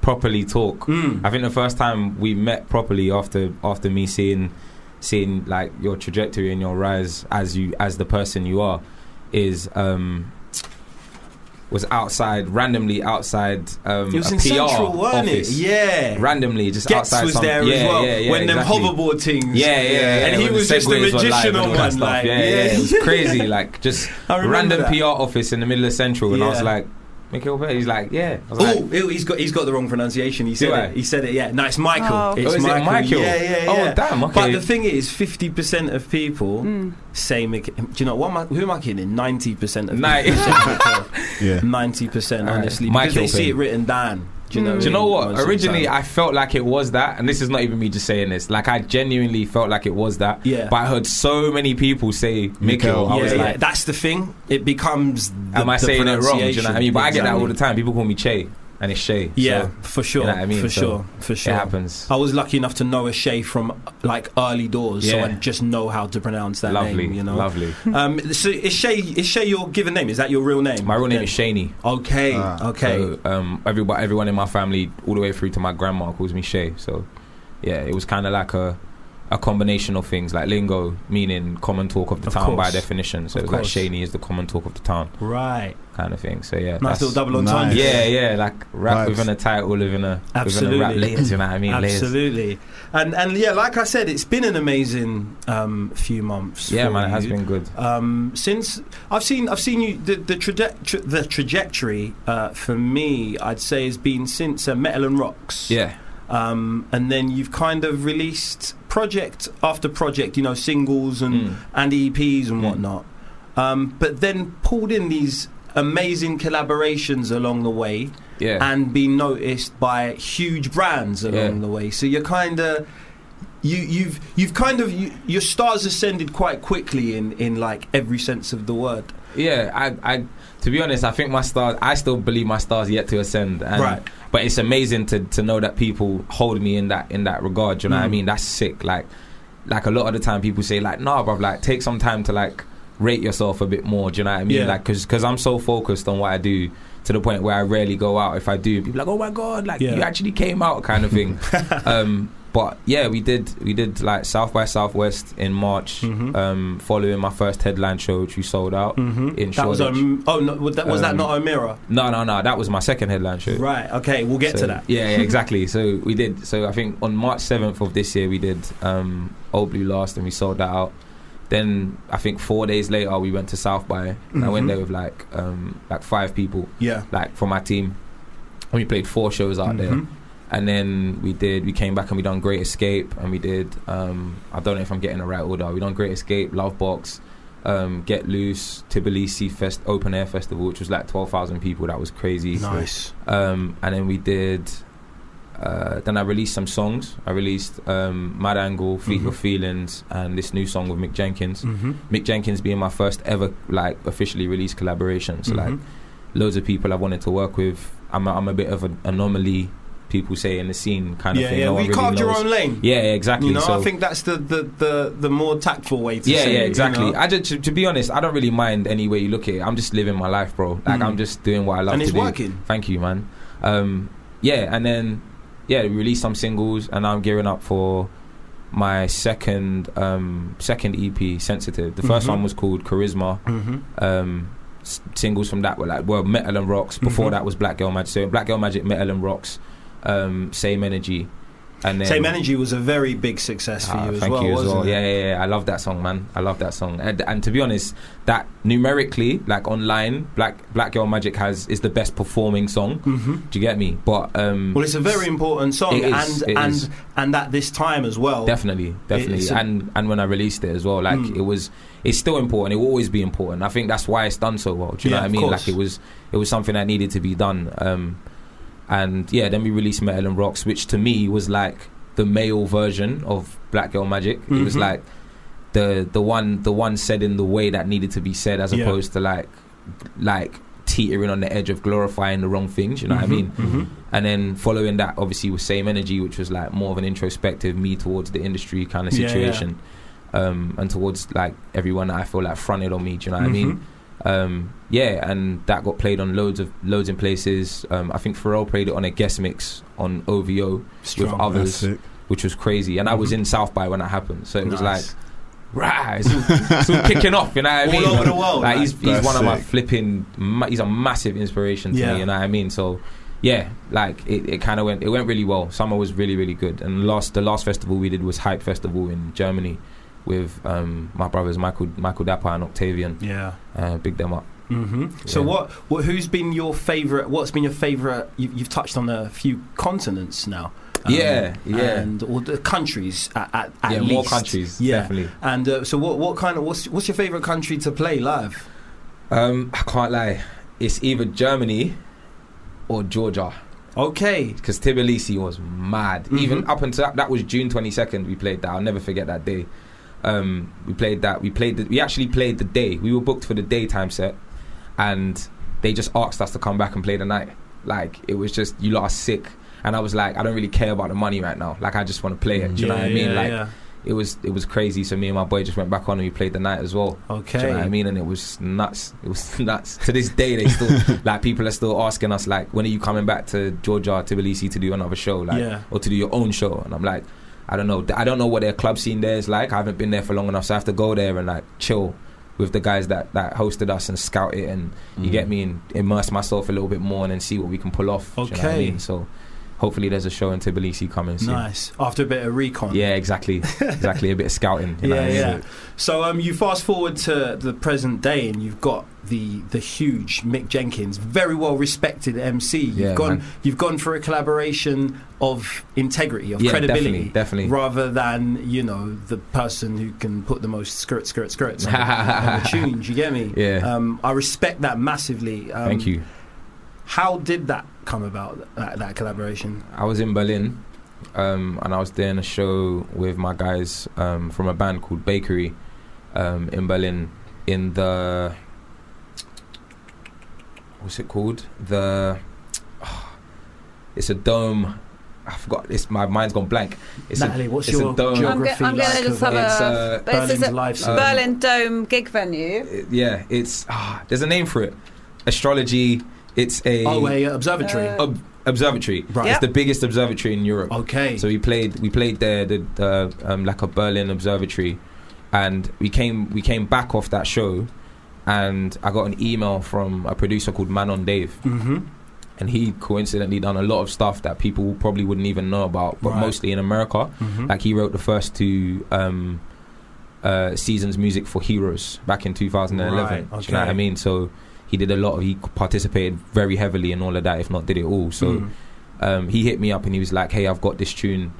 S8: properly talk.
S3: Mm.
S8: I think the first time we met properly after after me seeing seeing like your trajectory and your rise as you as the person you are is um was outside randomly outside um
S3: It was
S8: a
S3: in
S8: PR
S3: Central, weren't
S8: office.
S3: it? Yeah.
S8: Randomly just
S3: Getz
S8: outside
S3: was
S8: some-
S3: there
S8: yeah,
S3: as well.
S8: yeah, yeah,
S3: when
S8: exactly.
S3: them hoverboard things.
S8: Yeah, yeah, yeah.
S3: And he
S8: when
S3: was just the
S8: segues were live
S3: magician
S8: and all
S3: on
S8: that
S3: one.
S8: stuff.
S3: Like,
S8: yeah, yeah, it was crazy. Like just
S3: I remember
S8: random
S3: that.
S8: PR office in the middle of Central, and I was
S3: Yeah.
S8: like, Michael Bay. He's like, yeah. I was like,
S3: Oh, ew, he's got he's got the wrong pronunciation. He said
S8: I?
S3: it. He said it. Yeah, no, it's Michael.
S5: Oh.
S3: It's
S8: Oh, is it Michael?
S3: Yeah, yeah,
S8: Oh,
S3: yeah.
S8: damn,
S3: But
S8: okay.
S3: the thing is, fifty percent of people say Mc- Do you know what? Am I, who am I kidding? Ninety percent of
S8: Ni-
S3: people say Michael.
S4: Yeah.
S3: Ninety percent,
S8: Alright,
S3: honestly,
S8: Michael
S3: because they see it
S8: then.
S3: written down. Do you know?
S8: Do you know what?
S3: Most of the
S8: Originally,
S3: time.
S8: I felt like it was that, and this is not even me just saying this. Like, I genuinely felt like it was that.
S3: Yeah.
S8: But I heard so many people say Mikel.
S4: Mikel,
S8: I
S3: yeah,
S8: was
S3: yeah,
S8: like,
S3: that's the thing. It becomes. The,
S8: am I
S3: the
S8: saying it wrong? Do you know
S3: pronunciation.
S8: what I mean? But I get that all the
S3: Exactly.
S8: time. People call me Che, and it's Shay.
S3: Yeah,
S8: So
S3: for sure.
S8: you know what I mean?
S3: For
S8: So
S3: sure. For sure.
S8: It happens.
S3: I was lucky enough to know a Shay from like early doors, so
S8: Yeah.
S3: I just know how to pronounce that
S8: lovely,
S3: name. You know,
S8: lovely.
S3: Um, so is Shay is Shay your given name? Is that your real name?
S8: My real name
S3: Then-
S8: is Shaney.
S3: Okay,
S4: Ah,
S3: okay.
S8: So, um, everybody, everyone in my family, all the way through to my grandma, calls me Shay. So, yeah, it was kind of like a a combination of things, like lingo, meaning common talk of the
S3: Of
S8: town by
S3: course.
S8: definition. So
S3: Of
S8: it was like
S3: course.
S8: Shaney is the common talk of the town,
S3: right.
S8: kind of thing. So yeah,
S3: Nice
S8: that's-
S3: little double
S4: nice.
S3: entendre.
S8: Yeah, yeah, like rap
S4: Vibes.
S8: within a title, within a
S3: Absolutely.
S8: within a rap layers. You know what I mean? Layers.
S3: Absolutely. And and yeah, like I said, it's been an amazing um, few months.
S8: Yeah,
S3: for
S8: man, it has
S3: you.
S8: been good.
S3: Um, since I've seen, I've seen you. The the, traje- tra- the trajectory uh, for me, I'd say, has been since uh, Metal and Rocks.
S8: Yeah,
S3: Um, and then you've kind of released project after project, you know, singles and
S8: Mm.
S3: and EPs and
S8: Mm.
S3: whatnot. Um, but then pulled in these amazing collaborations along the way
S8: yeah.
S3: and been noticed by huge brands along
S8: Yeah.
S3: the way. So you're kind of you, you've you've kind of you, your stars ascended quite quickly in in like every sense of the word.
S8: Yeah, I, I, to be honest, I think my stars. I still believe my stars yet to ascend. And,
S3: Right.
S8: But it's amazing to to know that people hold me in that in that regard. do You know what I
S3: Mm.
S8: mean? That's sick. Like, like a lot of the time, people say like, "Nah, bruv, like take some time to like rate yourself a bit more." Do you know what I mean?
S3: Yeah.
S8: Like, cause cause I'm so focused on what I do to the point where I rarely go out. If I do, people are like, "Oh my god, like
S3: Yeah.
S8: you actually came out," kind of thing. um, but yeah, we did we did like South by Southwest in March,
S3: Mhm.
S8: um, following my first headline show, which we sold out.
S3: Mm-hmm.
S8: In
S3: that was
S8: Shoreditch.
S3: um, oh no, was that, was that
S8: Um,
S3: not O'Meara?
S8: No, no, no. That was my second headline show.
S3: Right. Okay, we'll get
S8: So-
S3: to that.
S8: Yeah, yeah, exactly. So we did. So I think on March 7th of this year, we did um, Old Blue Last and we sold that out. Then I think four days later, we went to South by. And I went
S3: Mhm.
S8: there with like um, like five people,
S3: Yeah.
S8: like from my team. And we played four shows out there.
S3: Mhm.
S8: And then we did, we came back and we done Great Escape and we did, um, I don't know if I'm getting the right order. We done Great Escape, Love Box, um, Get Loose, Tbilisi Fest, Open Air Festival, which was like 12,000 people. That was crazy.
S3: Nice.
S8: Um, and then we did, uh, then I released some songs. I released um, Mad Angle, Fleet Your
S3: Mhm.
S8: Feelings, and this new song with Mick Jenkins.
S3: Mm-hmm.
S8: Mick Jenkins being my first ever like officially released collaboration. So like
S3: Mm-hmm.
S8: loads of people I wanted to work with. I'm a, I'm a bit of an anomaly, people say in the scene kind of
S3: yeah,
S8: thing.
S3: yeah.
S8: No
S3: we
S8: one really
S3: carved your
S8: knows.
S3: own lane.
S8: Yeah, yeah, exactly.
S3: You know,
S8: so
S3: I think that's the, the, the, the more tactful way to
S8: yeah,
S3: say
S8: yeah,
S3: it, you
S8: exactly.
S3: know?
S8: I just, to, to be honest, I don't really mind any way you look at it. I'm just living my life, bro. Like
S3: Mm.
S8: I'm just doing what I love
S3: and
S8: to
S3: it's
S8: do.
S3: working.
S8: Thank you, man. Um, yeah, and then yeah, we released some singles, and I'm gearing up for my second um, second EP, Sensitive. The 1st
S3: Mhm.
S8: one was called Charisma.
S3: Mm-hmm.
S8: Um, s- singles from that were like well, Metal and Rocks. Before
S3: Mhm.
S8: that was Black Girl Magic. So Black Girl Magic, Metal and Rocks, um, same energy, and then
S3: Same Energy was a very big success for
S8: Ah,
S3: you as
S8: thank
S3: well,
S8: you as
S3: wasn't
S8: well.
S3: it?
S8: Yeah, yeah, yeah. I love that song, man. I love that song. And, and to be honest, that numerically, like online, Black Black Girl Magic has is the best performing song.
S3: Mm-hmm.
S8: Do you get me? But um,
S3: Well, it's a very important song,
S8: It is,
S3: and
S8: it
S3: and
S8: is.
S3: and at this time as well.
S8: definitely, definitely,
S3: it's a-
S8: and and when I released it as well, like
S3: Mm.
S8: it was, it's still important. It will always be important. I think that's why it's done so well. Do you
S3: Yeah,
S8: know what I
S3: of
S8: mean?
S3: course.
S8: Like it was, it was something that needed to be done. Um, and yeah, then we released Metal and Rocks, which to me was like the male version of Black Girl Magic. It was
S3: Mhm.
S8: like the the one the one said in the way that needed to be said, as
S3: Yeah.
S8: opposed to like like teetering on the edge of glorifying the wrong things. You know what I
S3: Mhm,
S8: mean?
S3: mhm.
S8: And then following that, obviously, was Same Energy, which was like more of an introspective me towards the industry kind of
S3: Yeah, yeah.
S8: situation, Um, and towards like everyone that I feel like fronted on me. Do you know what I
S3: Mhm.
S8: mean? Um, yeah, and that got played on loads of loads in places. Um, I think Pharrell played it on a guest mix on OVO,
S3: Strong.
S4: That's
S8: other- Others.
S4: sick.
S8: which was crazy. And I was
S3: Mhm.
S8: in South by when that happened, so it was like,
S3: Nice.
S8: rah, it's all, it's all kicking off. You know what I
S3: all
S8: mean?
S3: over the world.
S8: Like
S3: man.
S8: he's he's
S4: That's
S8: one of my
S4: sick.
S8: flipping. ma- He's a massive inspiration to
S3: Yeah.
S8: me. You know what I mean? So yeah, like it, it kind of went it went really well. Summer was really really good. And last the last festival we did was Hype Festival in Germany with um, my brothers Michael Michael Dapper and Octavian.
S3: yeah.
S8: Uh, big them up.
S3: hmm So
S8: Yeah.
S3: what, what? Who's been your favorite? What's been your favorite? You, you've touched on a few continents now. Um,
S8: Yeah, yeah.
S3: And or the countries at, at, at
S8: yeah,
S3: least.
S8: more countries.
S3: Yeah.
S8: definitely.
S3: And uh, so what? What kind of? What's what's your favorite country to play live?
S8: Um, I can't lie. It's either Germany or Georgia.
S3: Okay.
S8: because Tbilisi was mad. Even
S3: Mhm.
S8: up until that, that was June twenty second. We played that. I'll never forget that day. Um, we played that. We played. The, we actually played the day. We were booked for the daytime set, and they just asked us to come back and play the night. Like it was just you lot are sick, and I was like, I don't really care about the money right now. Like I just want to play it. Do you know what I mean? like it was it was crazy. So me and my boy just went back on and we played the night as well.
S3: okay.
S8: Do you know what I mean? And it was nuts. It was nuts. To this day, they still like people are still asking us like, when are you coming back to Georgia, Tbilisi to do another show, like,
S3: yeah.
S8: or to do your own show? And I'm like, I don't know. I don't know what their club scene there is like. I haven't been there for long enough, so I have to go there and like chill with the guys that that hosted us and scout it and you
S3: Mm.
S8: get me and immerse myself a little bit more and then see what we can pull off. Do you know what I
S3: Okay.
S8: mean? So hopefully there's a show in Tbilisi coming soon.
S3: Nice. After a bit of recon.
S8: Yeah, exactly, exactly. a bit of scouting. You know
S3: yeah,
S8: what I mean?
S3: yeah. So um, you fast forward to the present day, and you've got the the huge Mick Jenkins, very well respected MC. You've
S8: Yeah,
S3: gone,
S8: man.
S3: you've gone for a collaboration of integrity, of
S8: Yeah,
S3: credibility,
S8: definitely, definitely.
S3: rather than you know the person who can put the most skirt, skirt, skirts on, on the tunes. You get me?
S8: Yeah.
S3: Um, I respect that massively. Um,
S8: Thank you.
S3: How did that come about? That, that collaboration?
S8: I was in Berlin um, and I was doing a show with my guys um, from a band called Bakery um, in Berlin in the what's it called the it's a dome. I forgot. It's my mind's gone blank. It's a
S3: Natalie, what's
S8: it's a
S3: your
S8: dome.
S3: geography
S5: I'm gonna
S3: like
S5: just
S3: of
S5: have a-
S8: it's uh,
S5: But this is
S3: Berlin's
S5: a
S3: lifestyle?
S8: Um,
S5: Berlin Dome gig venue.
S8: it- yeah, it's ah, there's a name for it. Astrology. It's a
S3: oh, a observatory.
S5: Uh,
S8: ob- observatory.
S3: Right.
S8: It's the biggest observatory in Europe.
S3: okay.
S8: So we played we played there the, the um, like a Berlin observatory, and we came we came back off that show, and I got an email from a producer called Manon Dave,
S3: hmm
S8: and he coincidentally done a lot of stuff that people probably wouldn't even know about, but
S3: Right.
S8: mostly in America.
S3: hmm
S8: Like he wrote the first two um, uh, seasons music for Heroes back in 2011.
S3: Right,
S8: Do you know what I
S3: okay.
S8: mean? So he did a lot of he participated very heavily in all of that, if not did it all. So
S3: Mm.
S8: um, he hit me up and he was like, "Hey, I've got this tune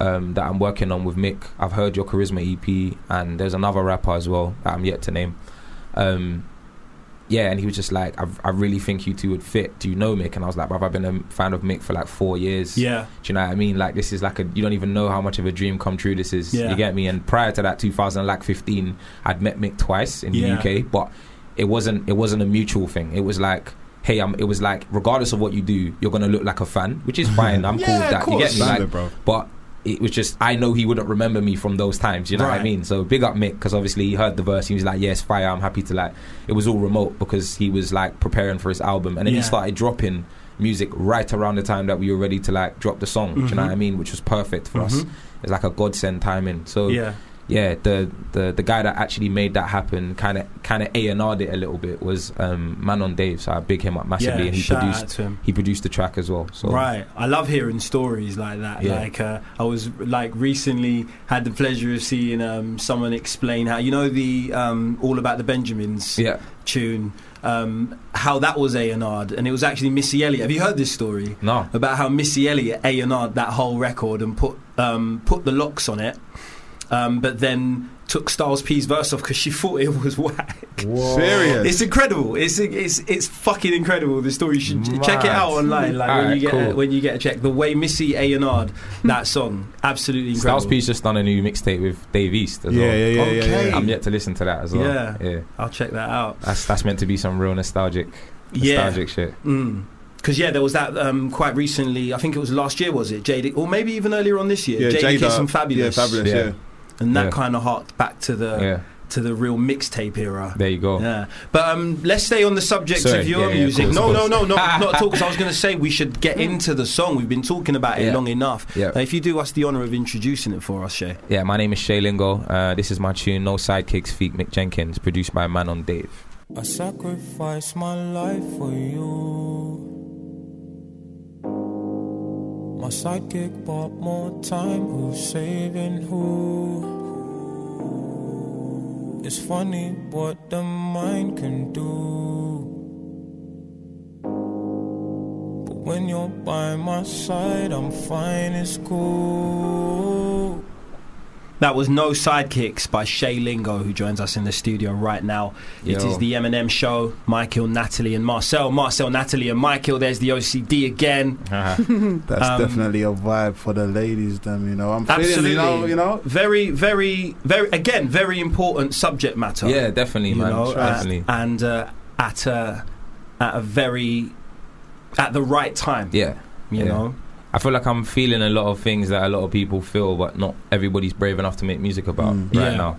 S8: um, that I'm working on with Mick. I've heard your Charisma EP, and there's another rapper as well that I'm yet to name." Um, yeah, and he was just like, I, "I really think you two would fit. Do you know Mick?" And I was like, "Bruv, I've been a fan of Mick for like four years.
S3: yeah,
S8: Do you know what I mean? Like, this is like a you don't even know how much of a dream come true this is.
S3: Yeah.
S8: You get me? And prior to that, 2015, I'd met Mick twice in
S3: Yeah.
S8: the UK, but it wasn't it wasn't a mutual thing. It was like. Hey, um, it was like regardless of what you do, you're gonna look like a fan, which is fine. I'm cool with
S6: Yeah,
S8: that.
S6: of
S8: You get
S6: course.
S8: me? Like,
S4: Standard, bro.
S8: but it was just I know he wouldn't remember me from those times. You know what
S3: Right.
S8: I mean? So big up Mick because obviously he heard the verse. He was like, "Yes, fire! I'm happy to like." It was all remote because he was like preparing for his album, and then he
S3: Yeah.
S8: started dropping music right around the time that we were ready to like drop the song. Do you know what I
S3: Mm-hmm.
S8: mean? Which was perfect for us.
S3: Mhm.
S8: It's like a godsend timing. So yeah,
S3: yeah.
S8: the, the the guy that actually made that happen, kind of kind of a and r'd it a little bit was um, Manon Dave. So I big him up massively,
S3: yeah,
S8: and he
S3: shout
S8: produced
S3: out to him.
S8: he produced the track as well. So
S3: Right, I love hearing stories like that.
S8: Yeah.
S3: Like uh, I was like recently had the pleasure of seeing um, someone explain how you know the um, all about the Benjamins
S8: yeah,
S3: tune, um, how that was A and R, and it was actually Missy Elliott. Have you heard this story
S8: no,
S3: about how Missy Elliott A and R that whole record and put um, put the locks on it, um, but then took Styles P's verse off because she thought it was whack.
S4: Serious.
S3: It's incredible. It's it's it's fucking incredible. The story. You should ch- check it out
S8: Mad.
S3: online. Like when
S8: Alright,
S3: you get a,
S8: cool. Hmm.
S3: when you get a check. The way Missy A and R that song, absolutely incredible.
S8: Styles P's just done a new mixtape with Dave East as
S4: yeah,
S8: well.
S4: yeah, yeah, yeah,
S3: Okay.
S4: yeah.
S8: I'm yet to listen to that as well.
S3: Yeah.
S8: yeah.
S3: I'll check that out.
S8: That's that's meant to be some real nostalgic,
S3: Yeah.
S8: nostalgic shit.
S3: Mm. Cause yeah, there was that um, quite recently. I think it was last year, was it? Jada, or maybe even earlier on this year.
S4: Yeah,
S3: Jada,
S4: Jada-
S3: Kiss and Fabulous.
S4: Yeah, fabulous.
S8: Yeah.
S4: Yeah.
S3: And that
S8: Yeah.
S3: kind of harked back to the
S8: yeah,
S3: to the real mixtape era.
S8: there you go.
S3: Uh, Yeah, but um, let's stay on the subject
S8: Sorry,
S3: of your
S8: yeah, yeah, of
S3: music.
S8: course,
S3: no,
S8: of
S3: no,
S8: course.
S3: no, no, not at all. Because I was going to say we should get into the song. We've been talking about it
S8: Yeah.
S3: long enough.
S8: Yeah.
S3: Uh, if you do us the honour of introducing it for us, Shay.
S8: Yeah, my name is Shay Lingo. Uh, this is my tune, No Sidekicks, Feet Mick Jenkins, produced by Man on Dave.
S7: I sacrifice my life for you. My sidekick bought more time. Who's saving who? It's funny what the mind can do. But when you're by my side, I'm fine, it's cool.
S3: That was No Sidekicks by Shay Lingo, who joins us in the studio right now. It
S8: Yo.
S3: is the Eminem Show. Michael, Natalie, and Marcel. Marcel, Natalie, and Michael. There's the OCD again.
S4: That's
S3: Um,
S4: definitely a vibe for the ladies, them. You know, I'm feeling. You know,
S3: Absolutely.
S4: you know.
S3: Very, very, very. Again, very important subject matter.
S8: yeah, definitely, man.
S3: uh,
S8: definitely.
S3: and uh, at a at a very at the right time.
S8: yeah,
S3: you
S8: yeah.
S3: know.
S8: I feel like I'm feeling a lot of things that a lot of people feel, but not everybody's brave enough to make music about
S4: Mm.
S8: right
S3: Yeah.
S8: now.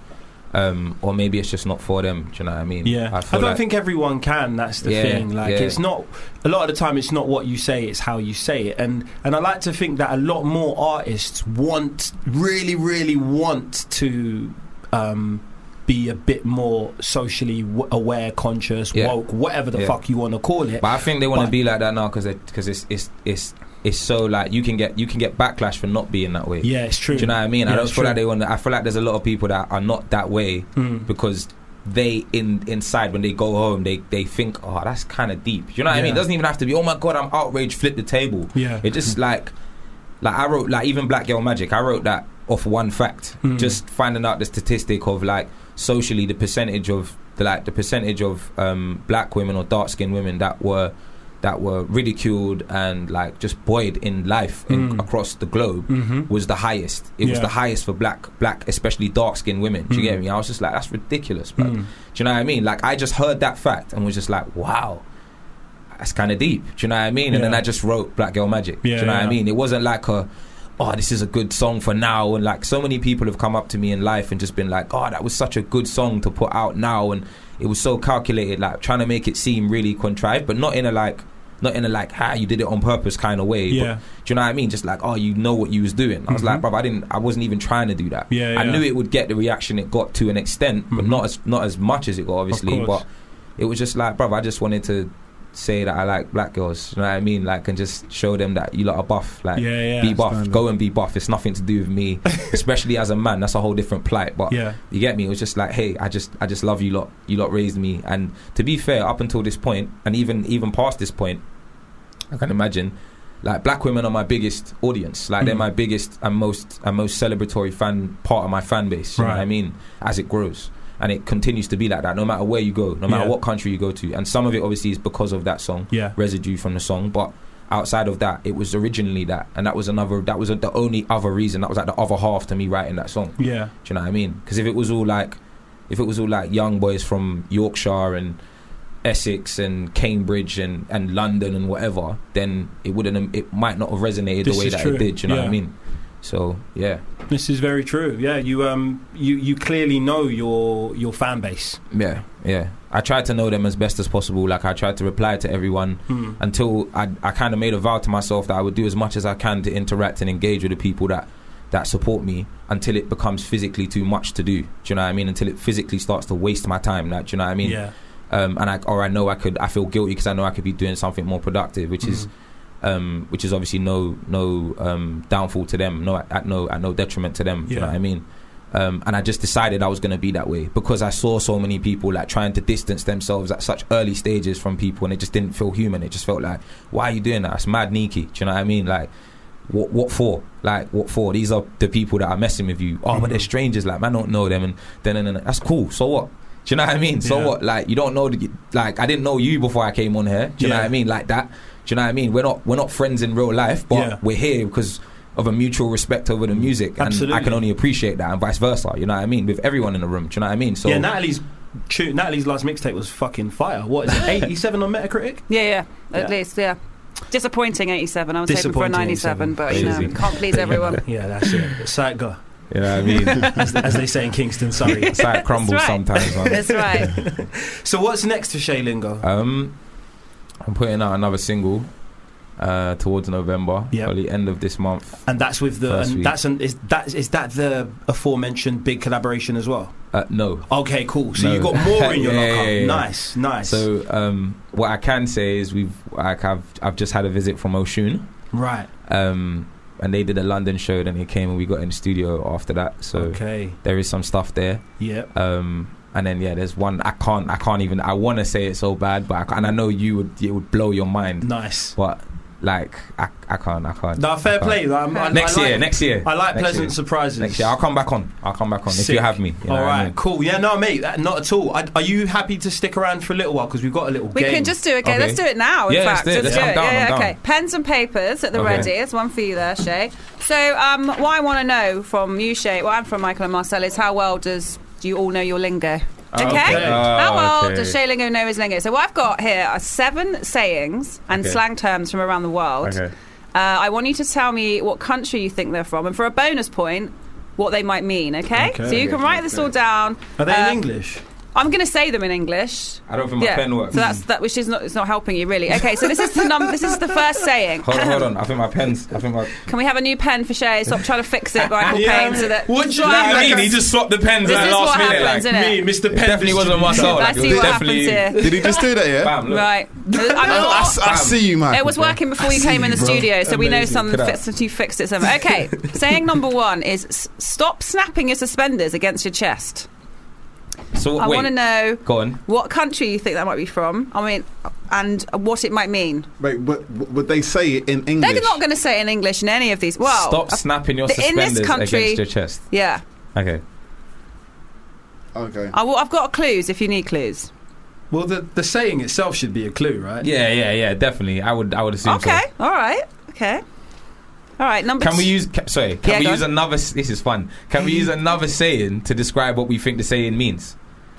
S8: Um, or maybe it's just not for them. Do you know what I mean?
S3: Yeah, I,
S8: I feel
S3: don't
S8: like,
S3: think everyone can. That's the
S8: Yeah,
S3: thing. Like
S8: yeah.
S3: it's not a lot of the time. It's not what you say. It's how you say it. And and I like to think that a lot more artists want, really, really want to. Um, be a bit more socially w- aware, conscious,
S8: Yeah.
S3: woke, whatever the
S8: Yeah.
S3: fuck you want to call it.
S8: But I think they want
S3: But-
S8: to be like that now because because it's it's it's it's so like you can get you can get backlash for not being that way.
S3: yeah, it's true.
S8: Do you know what I mean?
S3: Yeah,
S8: I don't
S3: it's
S8: feel like
S3: true.
S8: they want. I feel like there's a lot of people that are not that way
S3: Mm.
S8: because they in inside when they go home they they think oh that's kind of deep. Do you know what I mean?
S3: Yeah.
S8: It doesn't even have to be oh my god I'm outraged flip the table.
S3: Yeah,
S8: It just like like I wrote like even Black Girl Magic I wrote that off one fact
S3: Mm.
S8: just finding out the statistic of like socially the percentage of the like the percentage of um, black women or dark skinned women that were that were ridiculed and like just buoyed in life in,
S3: Mm.
S8: across the globe
S3: Mm-hmm.
S8: was the highest. It was
S3: Yeah.
S8: the highest for black, black, especially dark skinned women. Do you
S3: Mm.
S8: get me? I was just like, that's ridiculous, bro.
S3: Mm.
S8: Do you know what I mean? Like I just heard that fact and was just like, wow, that's kind of deep. Do you know what I mean? And then
S3: Yeah.
S8: I just wrote Black Girl Magic. do
S3: Yeah,
S8: you know what I
S3: yeah.
S8: mean? It wasn't like a, oh, this is a good song for now. And like so many people have come up to me in life and just been like, oh, that was such a good song to put out now. And it was so calculated, like trying to make it seem really contrived, but not in a like, not in a like, ah, you did it on purpose kind of way. but
S3: Yeah.
S8: do you know what I mean? Just like, oh, you know what you was doing. I was
S3: Mhm.
S8: like, bruv, I didn't, I wasn't even trying to do that.
S3: Yeah,
S8: I
S3: yeah.
S8: knew it would get the reaction it got to an extent, but
S3: Mhm.
S8: not as not as much as it got, obviously.
S3: course.
S8: But it was just like, bruv, I just wanted to say that I like black girls. You know what I mean? Like, and just show them that you lot are buff. Like,
S3: yeah, yeah.
S8: be buff,
S4: standard.
S8: go and be buff. It's nothing to do with me, especially as a man. That's a whole different plight. But
S3: yeah.
S8: you get me? It was just like, hey, I just, I just love you lot. You lot raised me, and to be fair, up until this point, and even, even past this point, I can imagine, like, black women are my biggest audience. Like, they're
S3: Mm.
S8: my biggest and most, and most celebratory fan part of my fan base. You know what I
S3: Right.
S8: mean? As it grows, and it continues to be like that, no matter where you go, no matter
S3: Yeah.
S8: what country you go to, and some of it obviously is because of that song
S3: Yeah.
S8: residue from the song, but outside of that, it was originally that, and that was another. That was the only other reason. That was like the other half to me writing that song.
S3: Yeah.
S8: Do you know what I mean? Because if it was all like, if it was all like young boys from Yorkshire and Essex and Cambridge and, and London and whatever, then it wouldn't. have- It might not have resonated
S3: This
S8: the way
S3: is
S8: that
S3: true,
S8: it did. Do you know what I
S3: yeah.
S8: mean? So yeah,
S3: This is very true. Yeah, you um you, you clearly know your your fan base.
S8: yeah, yeah. I tried to know them as best as possible. Like I tried to reply to everyone.
S3: Mm.
S8: until I, I kind of made a vow to myself that I would do as much as I can to interact and engage with the people that that support me until it becomes physically too much to do. Do you know what I mean? Until it physically starts to waste my time. Like, do you know what I mean?
S3: yeah.
S8: Um, and I or I know I could I feel guilty because I know I could be doing something more productive, which is um, which is obviously no no um, downfall to them, no at no at no detriment to them. Do you know
S3: Yeah.
S8: what I mean? Um, and I just decided I was going to be that way because I saw so many people like trying to distance themselves at such early stages from people, and it just didn't feel human. It just felt like, why are you doing that? It's mad neaky. Do you know what I mean? Like, what what for? Like, what for? These are the people that are messing with you. Oh,
S3: Mm.
S8: but they're strangers. Like, man, I don't know them, and then and, and that's cool. So what? Do you know what I mean? So
S3: Yeah.
S8: what? Like, you don't know. the- Like, I didn't know you before I came on here. Do you know
S3: Yeah.
S8: what I mean? Like that. Do you know what I mean? We're not we're not friends in real life, but
S3: Yeah.
S8: we're here because of a mutual respect over the music, and I
S3: Absolutely.
S8: can only appreciate that, and vice versa. You know what I mean? With everyone in the room, do you know what I mean? So
S3: yeah, Natalie's tune, Natalie's last mixtape was fucking fire. What is it? 87 on Metacritic?
S5: Yeah, yeah. At
S3: Yeah.
S5: least, yeah. Disappointing 87. I was hoping for a
S3: Disappointing
S5: 97, but you know,
S8: Crazy.
S5: can't please everyone.
S3: Yeah, that's it. Psycho,
S8: you know what I mean?
S3: as, as they say in Kingston, sorry.
S8: it's like crumbles
S5: right.
S8: sometimes. Man.
S5: That's right.
S3: so what's next for Shay Lingo?
S8: Um, I'm putting out another single uh, towards November,
S3: Yep.
S8: probably end of this month.
S3: And that's with the
S8: First
S3: and
S8: week.
S3: that's an, is that is that the aforementioned big collaboration as well?
S8: Uh, no.
S3: Okay, cool. So
S8: No.
S3: you got more in your
S8: Yeah,
S3: locker.
S8: yeah, yeah.
S3: Nice, nice.
S8: So um, what I can say is we've like I've I've just had a visit from Oshun.
S3: right.
S8: Um, and they did a London show, then they came and we got in the studio after that. So
S3: Okay.
S8: there is some stuff there.
S3: Yeah.
S8: Um, and then yeah, there's one I can't I can't even I want to say it so bad, but I can't, and I know you would it would blow your mind,
S3: Nice.
S8: but like I, I can't I can't.
S3: No, fair
S8: I can't.
S3: play. I'm- I,
S8: Next
S3: I like,
S8: year, next year,
S3: I like
S8: next
S3: pleasant
S8: Year.
S3: surprises.
S8: Next year, I'll come back on. I'll come back on if
S3: Sick.
S8: you have me. You know
S3: All
S8: what I
S3: right,
S8: mean?
S3: cool. Yeah, no, mate, that, not at all. I, are you happy to stick around for a little while? Because we've got a little
S5: We
S3: game.
S5: can just do it. Okay,
S8: Okay.
S5: let's do it now. In
S8: Yeah, let's
S5: fact,
S8: do it.
S5: Let's
S8: Yeah, I'm
S5: it.
S8: down,
S5: yeah,
S8: I'm
S5: okay.
S8: down.
S5: Pens and papers at the
S8: Okay.
S5: ready. It's one for you there, Shay. So, um, what I want to know from you, Shay, well, and from Michael and Marcel, is how well does do you all know your lingo? Okay.
S3: Okay.
S5: How
S8: Oh,
S5: well
S8: okay.
S5: does Shay Lingo know his lingo? So, what I've got here are seven sayings and
S8: Okay.
S5: slang terms from around the world.
S8: Okay.
S5: Uh, I want you to tell me what country you think they're from, and for a bonus point, what they might mean. Okay.
S3: Okay.
S5: So you can write this all down.
S3: Are they
S5: Uh,
S3: in English?
S5: I'm going to say them in English.
S8: I don't think my pen works.
S5: So that's that, which is not it's not helping you really. Okay, so this is the num- this is the first saying.
S8: hold, hold on, I think my pen's. I think my.
S5: Can we have a new pen for Shay? Stop trying to fix it, Michael
S3: Yeah.
S5: Payne, so that.
S3: What do you
S5: Right,
S3: mean?
S5: right,
S3: I mean,
S5: right.
S3: he
S8: just swapped the pens
S5: This at is last what minute, happens, like, innit?
S3: Me, Mr. Pen.
S8: definitely wasn't myself.
S5: I
S8: Like, it
S5: see
S8: was
S5: what
S8: definitely-
S5: happens here.
S4: Did he just do that? Yeah.
S8: Bam, look.
S5: Right. I'm
S4: I, I
S5: not,
S4: s- I see you, man.
S5: it was working before you came in the studio, so we know
S8: Amazing.
S5: some
S8: Cut out.
S5: fits that you fixed it. Some okay. saying number one is s- stop snapping your suspenders against your chest.
S8: So
S5: I
S8: wait,
S5: want to know
S8: go on.
S5: what country you think that might be from. I mean, and what it might mean.
S4: Wait, but would they say it in English?
S5: They're not going to say it in English in any of these. Well,
S8: Stop
S5: uh,
S8: snapping your
S5: in this
S8: suspenders
S5: country-
S8: against your chest.
S5: yeah.
S8: Okay.
S4: Okay.
S5: I will, I've got clues if you need clues.
S3: Well, the, the saying itself should be a clue, right?
S8: Yeah, yeah, yeah. Definitely. I would. I would assume. so.
S5: Okay. All right. Okay. All right. Number.
S8: Can we
S5: t-
S8: use? Ca- sorry. Can
S5: Yeah,
S8: we
S5: go
S8: use
S5: on.
S8: another? s- This is fun. Can we use another saying to describe what we think the saying means?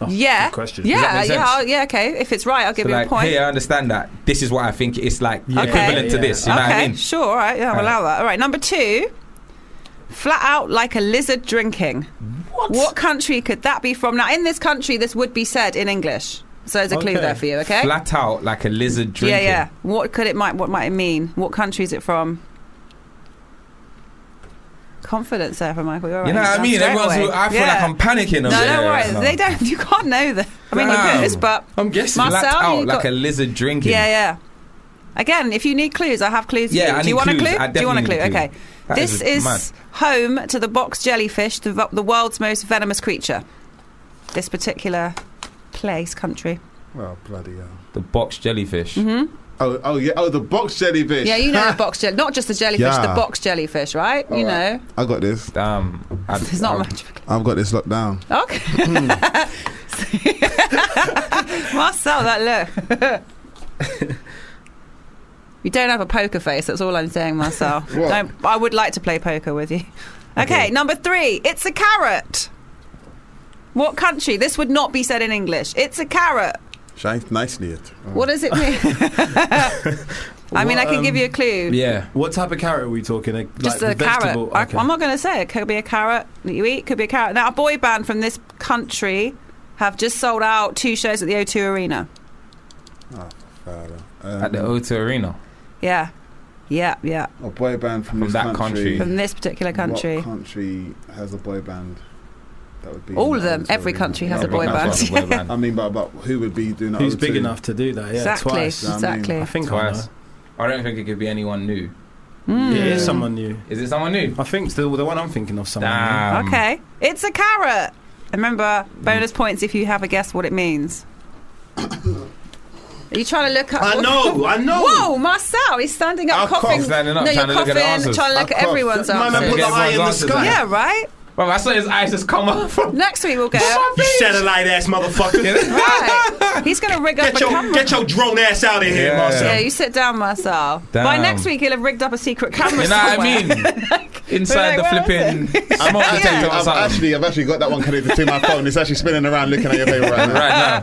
S5: yeah.
S3: Oh, Good question.
S8: Does that
S5: Yeah.
S8: make
S5: Yeah.
S8: sense?
S5: I'll- yeah. Okay. If it's right, I'll give
S8: So
S5: you
S8: like,
S5: a point.
S8: hey, I understand that. This is what I think. It's like
S3: Yeah,
S8: equivalent to
S3: yeah.
S8: this. You know
S5: okay.
S8: what I mean?
S5: Sure. All right. Yeah. I'll
S8: All right.
S5: allow that. All right. Number two. Flat out like a lizard drinking. What? What country could that be from? Now, in this country, this would be said in English. So there's a clue
S3: Okay.
S5: there for you. Okay.
S8: Flat out like a lizard
S5: yeah.
S8: drinking.
S5: Yeah. What could it might? What might it mean? What country is it from? Confidence there for Michael. You're all right.
S8: You know what I
S5: That's
S8: mean?
S5: straight
S8: Everyone's.
S5: away.
S8: I feel
S5: Yeah.
S8: like I'm panicking.
S5: No,
S8: over
S5: don't
S8: here
S5: worry.
S8: right now.
S5: They don't. You can't know that. I mean,
S8: Damn.
S5: you could, but
S3: I'm guessing.
S5: Marcel,
S8: Flat out
S5: you
S8: like
S5: got-
S8: a lizard drinking.
S5: yeah, yeah. Again, if you need clues, I have clues. for
S8: Yeah,
S5: you.
S8: I
S5: Do you
S8: need
S5: want
S8: clues.
S5: a
S8: I
S5: clue? Do you want a clue?
S8: definitely need
S5: Okay.
S8: That
S5: this is,
S8: mad.
S5: home to the box jellyfish, the, vo- the world's most venomous creature. This particular place, country.
S4: Well, bloody hell.
S8: the box jellyfish.
S5: Mm-hmm.
S4: Oh, oh yeah. Oh, the box jellyfish.
S5: Yeah, you know the box jellyfish. Not just the jellyfish,
S4: Yeah.
S5: the box jellyfish, right? you
S4: Alright.
S5: know.
S4: I got this.
S8: Damn. I-
S5: There's not
S8: I-
S5: much.
S4: I've got this locked down.
S5: Okay. Marcel, that look. you don't have a poker face. That's all I'm saying, Marcel.
S4: What?
S5: Don't, I would like to play poker with you. Okay, number three. It's a carrot. What country? This would not be said in English. It's a carrot.
S4: Shanked nicely it. Oh.
S5: What does it mean? I mean, I can give you a clue.
S8: Yeah.
S3: What type of carrot are we talking? Like
S5: Just a carrot.
S3: vegetable?
S5: I,
S3: Okay.
S5: I'm not going to say it. Could be a carrot that you eat. Could be a carrot. Now, a boy band from this country have just sold out two shows at the O2 Arena.
S4: Oh, Father.
S8: At the
S4: Um,
S8: O2 Arena.
S5: Yeah, yeah, yeah.
S4: a boy band from,
S8: From
S4: this
S8: that country.
S4: country.
S5: From this particular country,
S4: What country has a boy band? That would be
S5: All
S4: in
S5: of them.
S4: O2
S5: Every
S4: Arena?
S5: country has a
S4: Every
S5: boy
S4: country.
S5: band.
S8: Boy band.
S4: I mean, but, but who would be doing that?
S3: Who's big enough to do that? Yeah,
S5: exactly,
S3: twice. Um,
S4: Yeah, I mean,
S5: exactly.
S3: I think I know.
S8: Twice. I don't think it could be anyone new.
S5: Mm.
S3: Yeah,
S4: Yeah.
S3: someone new.
S8: Is it someone new?
S3: I think it's the, the one I'm thinking of. Someone new.
S8: Damn.
S5: okay, it's a carrot. Remember, bonus points if you have a guess what it means. Are you trying to look up?
S3: I know, I know.
S5: Whoa, Marcel, he's standing up,
S4: I'll cough.
S5: coughing.
S8: Standing up,
S5: no,
S8: trying
S5: you're
S8: to look at the
S5: coughing,
S8: answers.
S5: trying to look
S4: I'll
S5: at
S4: cough.
S5: everyone's
S4: My man
S5: answers.
S8: Get
S3: Put the eye in the
S8: everyone's
S3: sky.
S8: answers
S5: Yeah, right.
S8: Bro, I saw his eyes just come up. from-
S5: Next week we'll get.
S3: You satellite ass motherfucker.
S5: right. He's going to rig up
S3: get
S5: a
S3: your
S5: camera.
S3: get your drone ass out of here,
S8: Yeah.
S3: Marcel.
S5: yeah, you sit down, Marcel. By
S8: Damn.
S5: next week, he'll have rigged up a secret camera.
S8: You know what I
S5: somewhere.
S8: mean? Inside
S5: We're like, where
S8: the flipping smoke detector or
S4: I've
S8: something.
S4: actually, I've actually got that one connected to my phone. It's actually spinning around looking at your paper right now.
S8: Right now.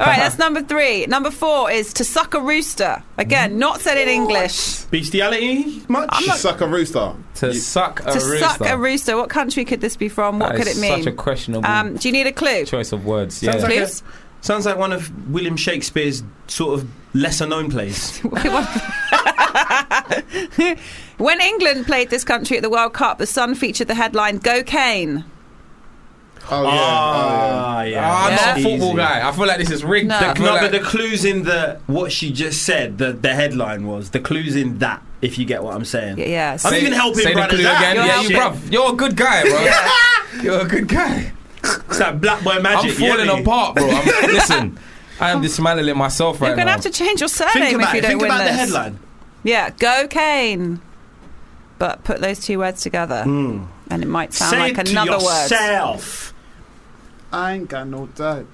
S5: All right, that's number three. Number four is to suck a rooster. Again, not said in English.
S3: Bestiality much?
S4: She suck a rooster. Oh,
S8: To suck a
S5: to
S8: rooster.
S5: suck a rooster. What country could this be from? What
S8: That
S5: could
S8: is
S5: it mean?
S8: Such a questionable
S5: um, do you need a clue?
S8: choice of words. Yeah.
S3: Sounds like
S5: Please?
S3: a, sounds like one of William Shakespeare's sort of lesser known plays.
S5: when England played this country at the World Cup, the Sun featured the headline "Go Kane."
S4: Oh yeah.
S3: Ah,
S8: Oh, I'm not a
S3: Easy.
S8: football guy. I feel like this is rigged.
S5: No.
S8: I
S3: The,
S8: feel
S3: no,
S8: like-
S3: but the clues in the what she just said, the the headline was the clues in that. If you get what I'm saying,
S5: Yeah, yeah.
S3: I'm
S5: So,
S8: Say-
S3: even helping
S8: say the
S3: brothers
S8: clue
S3: out.
S8: again.
S5: You're
S8: Yeah, you,
S3: helping.
S8: bruv. You're a good guy, bro. You're a good guy.
S3: It's like black boy
S8: I'm
S3: magic. you
S8: falling
S3: hear me?
S8: apart, bro. I'm, listen, I am dismantling myself right
S5: you're going to
S8: now.
S5: have to change your
S3: Think
S5: surname if
S3: about
S5: you
S3: it.
S5: don't
S3: Think
S5: win
S3: about
S5: this.
S3: the headline.
S5: Yeah, "Go Kane." But put those two words together,
S8: Hmm.
S5: and it might sound
S3: Say
S5: like
S3: it to
S5: another word.
S3: yourself.
S4: I ain't got no time.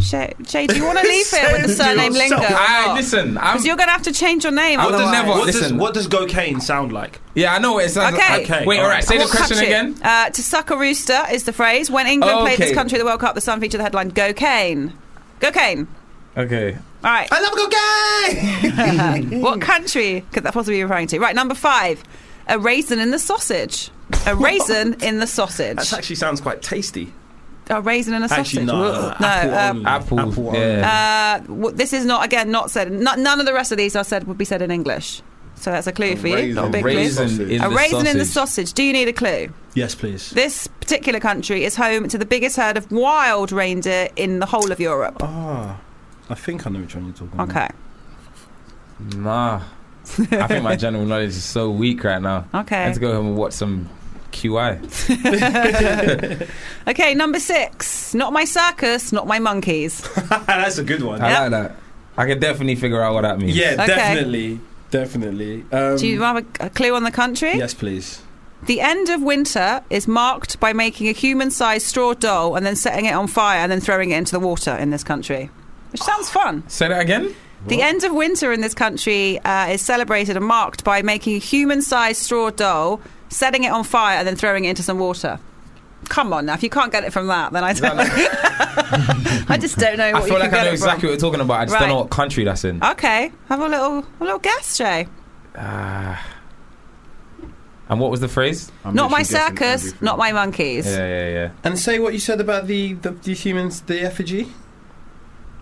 S5: Shay, Shay, do you want to leave here with the
S3: Say it to
S5: surname Lingo?
S3: yourself.
S5: or
S8: I
S5: not?
S8: listen. I'm,
S5: Because you're going to have to change your name.
S8: I would have
S5: otherwise.
S8: never-
S3: What does
S8: Listen.
S3: what does cocaine sound like?
S8: yeah, I know what it sounds.
S5: Okay.
S8: Like.
S3: Okay,
S8: Wait, all right. Say the
S5: What
S8: question
S5: country?
S8: again.
S5: Uh, to suck a rooster is the phrase. When England played this
S8: Okay.
S5: country at the World Cup, the Sun featured the headline "Go Kane." Go Kane.
S8: Okay.
S5: All right.
S3: I love cocaine.
S5: what country could that possibly be referring to? Right. Number five. A raisin in the sausage. A raisin in the
S3: That
S5: sausage.
S3: actually sounds quite tasty.
S5: A raisin in a sausage.
S3: Actually, no.
S5: Ugh.
S3: no, apple
S5: um,
S3: only.
S8: Apple.
S3: Apple only.
S8: yeah.
S5: uh, w- this is not again not said. Not, none of the rest of these are said would be said in English. So that's a clue for you.
S4: raisin.
S5: Not a Uh, big clue.
S8: raisin
S4: sausage.
S8: in
S5: A
S8: the
S5: raisin
S8: sausage.
S5: in the sausage. Do you need a clue?
S3: Yes, please.
S5: This particular country is home to the biggest herd of wild reindeer in the whole of Europe.
S3: Ah, I think I know which one you're talking about.
S5: Okay.
S8: Nah. I think my general knowledge is so weak right now. I
S5: Okay.
S8: have to go home and watch some QI.
S5: Okay, number six. Not my circus, not my monkeys.
S3: That's a good one.
S8: I
S5: Yep.
S8: like that. I can definitely figure out what that means.
S3: Yeah,
S5: Okay.
S3: definitely, definitely. Um,
S5: Do you have a, a clue on the country?
S3: Yes, please.
S5: The end of winter is marked by making a human sized straw doll and then setting it on fire and then throwing it into the water in this country. which sounds fun.
S8: Say that again.
S5: The end of winter in this country uh, is celebrated and marked by making a human sized straw doll, setting it on fire, and then throwing it into some water. Come on now, if you can't get it from that, then I don't. I just don't know.
S8: I
S5: What
S8: feel
S5: you
S8: like
S5: can get it
S8: I know
S5: from.
S8: exactly what you're talking about. I just don't know
S5: Right. Ah.
S8: what country that's in.
S5: Okay, have a little a little guess, Jay.
S8: Ah. and what was the phrase?
S4: I'm
S5: not my
S4: literally guessing
S5: circus,
S4: everything.
S5: not my monkeys.
S8: Yeah, yeah, yeah.
S3: And say what you said about the, the, the humans, the effigy.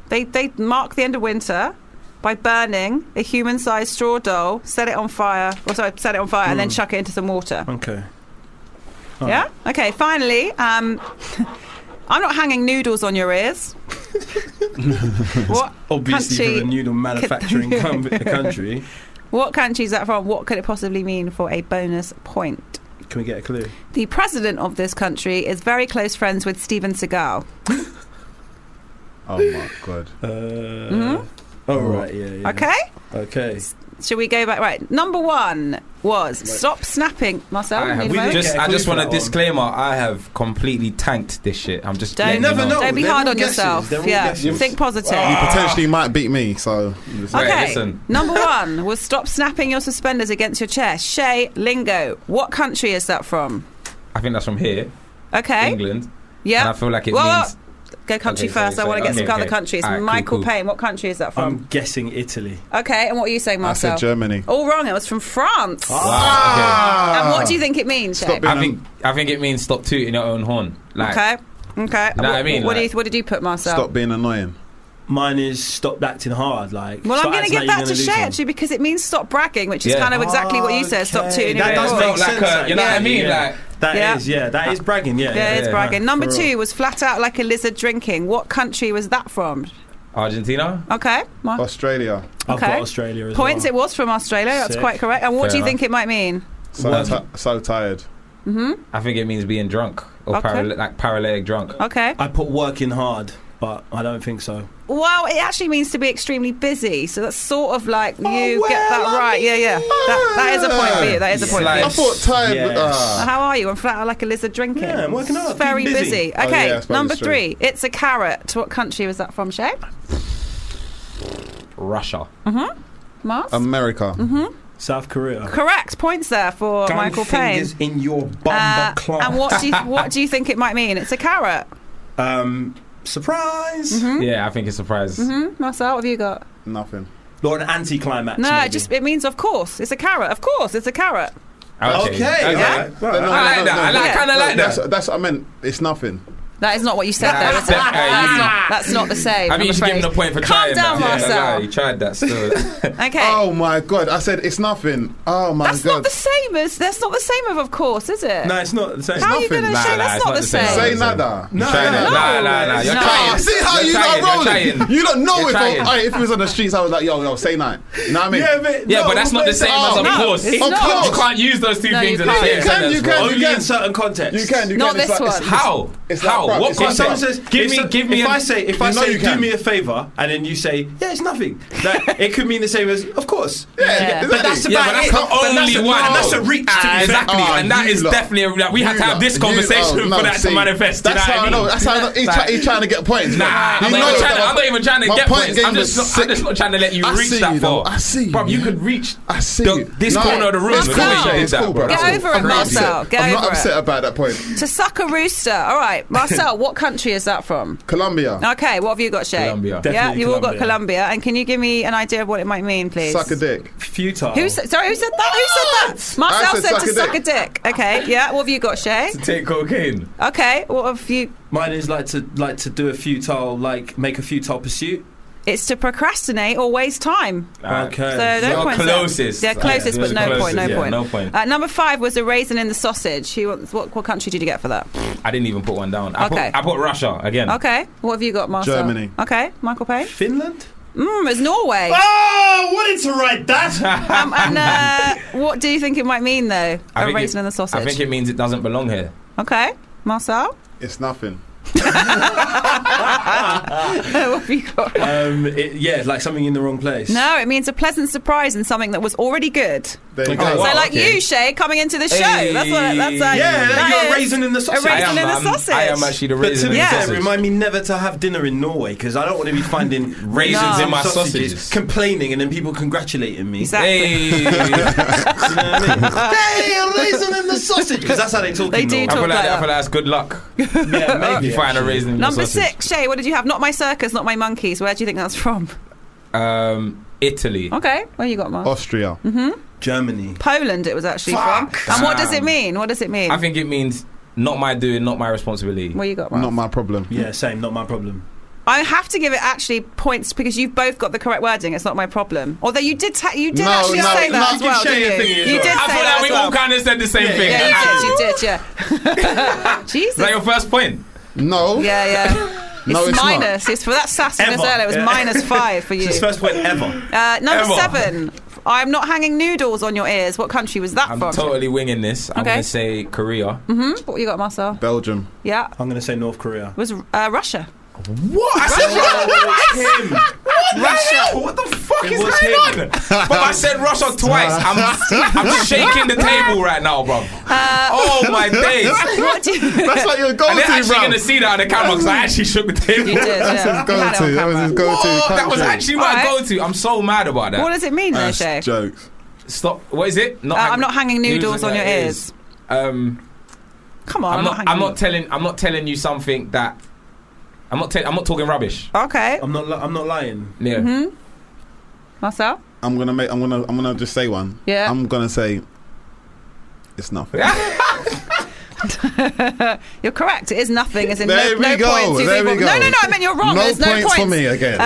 S5: They they mark the end of winter by burning a human-sized straw doll, set it on fire, or sorry, set it on fire, and
S8: Hmm.
S5: then chuck it into some water.
S3: Okay.
S5: Yeah. Okay. Finally, um, I'm not hanging noodles on your ears. what
S3: Obviously,
S5: Country-
S3: for a noodle manufacturing com- country.
S5: what country is that from? What could it possibly mean for a bonus point?
S3: Can we get a clue?
S5: The president of this country is very close friends with Steven Seagal.
S4: Oh my god.
S3: Uh,
S5: Mhm.
S3: Oh, right, yeah, yeah.
S5: Okay.
S3: Okay.
S5: Should we go back? Right. Number one was stop snapping, Marcel.
S8: I,
S5: you
S8: have
S5: need a vote?
S3: didn't
S8: just,
S3: get a
S8: I
S3: clue
S8: just
S3: for
S8: want
S3: that
S8: a
S3: one.
S8: disclaimer. I have completely tanked this shit. I'm just.
S5: Don't-
S8: letting
S5: You
S3: never know.
S5: Don't be
S3: They're
S5: hard
S3: all
S5: on
S3: guesses.
S5: yourself.
S3: They're all
S5: Yeah.
S3: guesses.
S5: Think positive.
S4: You potentially might beat me, so.
S8: Right,
S5: Okay.
S8: listen.
S5: Number one was stop snapping your suspenders against your chair. Shay Lingo. What country is that from?
S8: I think that's from here,
S5: Okay.
S8: England. And I
S5: Eh? Yeah.
S8: feel like it
S5: Well,
S8: means.
S5: Go country
S8: Okay,
S5: first.
S8: sorry,
S5: I want to
S8: sorry.
S5: get some
S8: Okay,
S5: other
S8: okay.
S5: countries.
S8: All right, cool,
S5: Michael
S8: cool.
S5: Payne. What country is that
S3: I'm
S5: from?
S3: guessing Italy.
S5: okay. And what are you saying,
S4: I
S5: Marcel?
S4: said Germany.
S5: All wrong. It was from France.
S8: Ah. Wow.
S5: Oh. And what
S4: Ah.
S5: do you think it means, Shay?
S4: Stop
S8: Okay.
S4: being
S8: I think I think it means stop tooting your own horn. Like,
S5: okay. Okay.
S8: Know what I
S5: What-
S8: mean?
S5: What, do
S8: Like-
S5: you, what did you put, Marcel?
S4: Stop being annoying.
S3: Mine is stop acting hard. Like,
S5: Well, I'm
S3: stop
S5: going to
S3: acting
S5: give
S3: like
S5: that to
S3: you're
S5: Shay
S3: gonna do
S5: actually because it means stop bragging, which is
S8: Yeah.
S5: kind of exactly what you said. Stop
S3: Okay,
S5: tuning
S3: that
S5: your
S3: does
S5: own
S3: make
S5: horn.
S8: Like,
S3: sense,
S8: uh, you know what I
S3: actually.
S8: mean?
S3: Yeah.
S8: Like,
S3: That
S5: Yeah.
S3: is, yeah, that is bragging. Yeah,
S5: Yeah, it's
S8: yeah,
S5: bragging.
S3: no,
S5: Number
S3: for
S5: two
S3: real.
S5: was flat out like a lizard drinking. What country was that from?
S8: Argentina.
S5: Okay, my
S4: Australia.
S3: I've
S5: Okay.
S3: got Australia as
S5: points.
S3: well.
S5: It was from Australia. That's
S3: Sick.
S5: quite correct. And what
S8: Fair
S5: do you
S8: enough.
S5: think it might mean?
S4: So,
S3: What?
S4: ti so tired.
S8: I think it means being drunk or
S5: Okay.
S8: paral- like paralytic drunk.
S5: Okay.
S3: I put working hard, but I don't think so.
S5: Well, it actually means to be extremely busy. So that's sort of like you
S4: well,
S5: get that
S4: I
S5: right. Yeah, yeah. That, that is a point for you. That is a
S8: It's
S5: point.
S8: like-
S5: for
S4: I
S5: you.
S4: thought tired.
S3: Yes.
S4: ah.
S5: How are you? I'm flat out like a lizard drinking.
S3: Yeah, I'm working hard,
S5: Very
S3: being
S5: busy.
S3: busy.
S4: Oh, yeah, I
S5: Okay,
S4: suppose
S5: number
S4: it's true.
S5: three. It's a carrot. What country was that from, Shay?
S8: Russia.
S5: Mars?
S4: Um, America.
S5: Mm-hmm.
S3: South Korea.
S5: correct. Points there for
S3: Gun
S5: Michael Payne.
S3: fingers in your
S5: Uh,
S3: bumper clock.
S5: and what do you, what do you think it might mean? It's a carrot.
S3: Um, surprise!
S5: Mm-hmm.
S8: Yeah, I think it's a surprise.
S5: Hmm, Marcel, what have you got?
S4: Nothing.
S3: Or an anticlimax.
S5: No,
S3: maybe.
S5: it just it means of course. It's a carrot. Of course, it's a carrot.
S8: Okay.
S3: Okay.
S8: Okay.
S5: Yeah.
S4: No, no, no,
S8: I like
S4: no,
S8: that. I
S4: no.
S8: like, kind of like
S4: That's,
S8: that.
S4: that's what I meant. It's nothing.
S5: That is not what you said
S8: Nah,
S5: though. is it?
S8: that's- hey,
S5: that's,
S8: you-
S5: not, that's not the same.
S8: I mean,
S5: I'm
S8: you should give him
S5: afraid.
S8: a point for
S5: Calm
S8: trying
S5: down,
S8: that. Yeah,
S5: Marcel.
S8: nah, you tried that still.
S5: Okay.
S8: Eh.
S4: Oh my god! I said it's nothing. Oh my
S5: that's not
S4: god!
S5: the same as that's not the same as of course, is it?
S3: No, it's not. It's,
S5: How are
S4: nothing.
S5: you going to
S4: Nah,
S5: say that's not the same?
S4: Say nada.
S3: No,
S8: Nah,
S3: no,
S8: nah,
S3: no.
S8: nah, nah. You're
S5: No.
S4: Ah,
S8: trying.
S4: see how
S8: You're
S4: you
S8: trying,
S4: are
S8: you're
S4: rolling.
S8: trying.
S4: You don't know
S8: You're
S4: if
S8: trying.
S4: I, Aye, if it was on the streets, I was like, yo, yo, say nine. You know what I mean?
S3: yeah, but,
S8: Yeah,
S3: no,
S8: but that's not the same
S4: it's
S8: as of
S4: not.
S8: course.
S5: It's
S4: Of
S5: not.
S4: course.
S8: You can't use those two
S5: No,
S8: things
S5: you
S8: in the
S5: can't.
S8: same
S5: You
S4: can,
S8: sentence.
S4: you
S8: bro.
S4: can.
S3: Only in certain
S4: You
S3: contexts.
S4: can, you
S5: Not
S4: can.
S5: this
S4: it's like,
S5: one.
S4: It's,
S8: How?
S4: It's like
S8: How?
S4: crap.
S8: What
S4: It's like
S3: If someone
S4: crap.
S8: context?
S3: says,
S8: give
S3: if
S8: me,
S3: so-
S8: give me.
S3: If
S8: an-
S3: I say, if
S4: You
S3: I
S4: know
S3: say,
S4: you
S3: do
S4: can.
S3: me a favor, and then you say, yeah, it's nothing. That it could mean the same as, of course.
S5: Yeah.
S3: But that's about
S8: yeah, but that's
S3: it.
S8: the
S4: But
S8: only
S4: that's a-
S8: one.
S4: and that's
S3: a reach, to
S8: Ah,
S3: be fair.
S8: exactly,
S4: Ah,
S8: and that
S4: you
S8: is
S4: lot.
S8: definitely a, that we had
S4: You
S8: to have
S4: lot.
S8: this
S4: You-
S8: conversation
S4: oh, no,
S8: for that
S4: see,
S8: to manifest.
S4: That's
S8: you know
S4: how I
S8: what
S4: know. That's how I know. He's, try, he's trying to get points.
S8: Nah, I'm
S4: You
S8: not,
S4: know
S8: trying to,
S4: that
S8: I'm not even trying to
S4: my
S8: get
S4: point
S8: points.
S4: game
S8: I'm
S4: was
S8: just, not,
S4: sick.
S8: I'm just not trying to let you
S4: I
S8: reach
S4: see
S8: that
S4: you,
S8: far.
S4: though. I see you.
S8: Bruv, you could reach
S4: I see
S8: the-
S4: you.
S8: this
S4: No,
S8: corner of the room.
S4: it's
S5: Marcel.
S8: Don't
S4: cool, bro.
S8: change
S4: It's
S8: that,
S4: cool, bro.
S5: Get
S4: That's cool.
S5: over it,
S4: I'm not upset.
S5: Marcel. Get
S4: I'm not
S5: over it.
S4: upset about that point.
S5: To suck a rooster. All right, Marcel. what country is that from?
S4: Colombia,
S5: Okay, what have you got, Shay?
S8: Colombia.
S5: Yeah,
S3: Definitely
S5: you've all got
S3: Colombia.
S5: Colombia. And can you give me an idea of what it might mean, please?
S4: suck a dick.
S3: Futile.
S5: Who said, sorry, who said that? Who said that? Marcel
S4: I
S5: said,
S4: said
S5: to suck
S4: suck
S5: a
S4: a
S5: dick. Okay, yeah. What have you got, Shay?
S8: Take cocaine.
S5: Okay, what have you?
S3: Mine is like to like to do a futile, like make a futile pursuit.
S5: It's to procrastinate or waste time. So no
S8: Your
S5: points there.
S8: closest.
S5: Yeah, closest,
S8: Yeah,
S5: but no
S8: closest,
S5: point, no
S8: yeah,
S5: point.
S8: no point.
S5: Uh, number five was a raisin in the sausage. He wants, what, what country did you get for that?
S8: I didn't even put one down. I,
S5: Okay.
S8: put, I put Russia again.
S5: Okay, what have you got, Marcel?
S4: Germany.
S5: Okay, Michael Payne.
S3: Finland.
S5: Mmm, it's Norway.
S3: Oh, wanted to write that.
S5: Um, and uh, what do you think it might mean, though?
S8: I
S5: A
S8: think
S5: raisin
S8: it-
S5: in the sausage.
S8: I think it means it doesn't belong here.
S5: okay, Marcel.
S4: It's nothing.
S5: what have you got?
S3: Um, it, yeah, like something in the wrong place.
S5: No, it means a pleasant surprise in something that was already good.
S4: There you
S3: Okay.
S4: go.
S3: Wow,
S5: so, like
S8: okay.
S5: you, Shay, coming into the show. That's what. That's
S8: Hey.
S5: a,
S3: Yeah,
S5: that
S3: you're
S5: is-
S3: a raisin in the
S5: a
S3: sausage.
S5: raisin
S8: I am,
S5: in the
S8: I'm-
S5: sausage.
S8: I am actually the
S3: But to
S8: raisin
S3: be
S5: be
S8: in the
S5: Yeah.
S3: fair,
S8: sausage.
S3: remind me never to have dinner in Norway because I don't want to be finding raisins
S5: No.
S3: in my sausages,
S8: Sausages.
S3: complaining, and then people congratulating me.
S5: Exactly.
S8: Hey.
S3: You know what I mean? hey, a raisin in the sausage because that's how they talk.
S5: They
S3: in Norway.
S5: do
S8: I
S5: talk
S8: feel like
S5: like
S8: I
S5: that.
S8: feel like that's good luck.
S3: Yeah,
S8: If
S3: maybe.
S8: you find a raisin in the
S5: Number
S8: sausage.
S5: six, Shay, what did you have? Not my circus, not my monkeys. Where do you think that's from?
S8: Um, Italy.
S5: Okay, where you got mine?
S4: Austria.
S3: Germany.
S5: Poland, it was actually from. And what does it
S8: Damn.
S5: mean? What does it mean?
S8: I think it means not my doing, not my responsibility.
S5: where you got mine?
S4: Not my problem.
S3: Yeah, same. Not my problem.
S5: I have to give it actually points because you've both got the correct wording. It's not my problem. Although you did, ta- you did
S4: No,
S5: actually
S4: no,
S5: say
S4: no,
S5: that as
S4: give
S5: well.
S3: Shay a
S5: Didn't you?
S3: thingy as
S5: you
S3: well.
S5: did
S8: I
S5: say
S8: feel
S5: that
S8: like
S5: as
S8: we
S5: well.
S8: all kind of said the same thing.
S5: Yeah,
S8: Is
S5: you did. You did. Yeah. Jesus.
S8: that your first point?
S4: No.
S5: yeah, yeah.
S4: No, it's not.
S5: minus. It's for that sassiness
S3: Ever.
S5: earlier. It was
S3: Yeah.
S5: minus five for you.
S3: It's his first point ever.
S5: Uh, number
S8: Ever.
S5: seven. I'm not hanging noodles on your ears. What country was that
S8: I'm
S5: from?
S8: totally winging this. I'm
S5: Okay.
S8: gonna say Korea.
S5: Mhm. What you got, Marcel?
S4: Belgium.
S5: Yeah.
S3: I'm gonna say North Korea.
S5: It was uh, Russia.
S8: What? I
S3: What?
S8: said
S3: Him.
S8: Russia. What the fuck
S3: It
S8: is
S3: was
S8: going
S3: him.
S8: on? But I said Russia twice. I'm, I'm shaking the table right now, bro.
S5: Uh,
S8: oh my days.
S5: What do you?
S4: That's like your
S8: And they're
S4: go-to,
S8: actually
S4: bro.
S8: gonna see that on the camera because I actually shook the table.
S5: You did.
S4: That's
S5: yeah.
S4: his
S5: You had it on
S4: go-to. That was
S5: camera.
S4: his go-to.
S8: Whoa, that was
S4: country.
S8: actually my
S5: Alright.
S8: go-to. I'm so mad about that.
S5: What does it mean, though,
S4: That's
S5: Shay?
S4: jokes.
S8: Stop. What is it? Not
S5: Uh, I'm not hanging noodles on your ears.
S8: Um,
S5: Come on,
S8: I'm not.
S5: hanging
S8: I'm not
S5: noodles.
S8: telling. I'm not telling you something that. I'm not. Te- I'm not talking rubbish.
S5: okay,
S3: I'm not. Li- I'm not lying.
S8: Yeah.
S5: Mm-hmm. Marcel.
S4: I'm gonna make. I'm gonna. I'm gonna just say one.
S5: Yeah.
S4: I'm gonna say. It's nothing.
S5: You're correct. It is nothing. As in
S4: There
S5: no,
S4: we
S5: no
S4: go,
S5: points. You
S4: there
S5: people-
S4: we go.
S5: No, no, Uh, no. I meant you're wrong.
S4: No
S5: There's
S4: points for me again.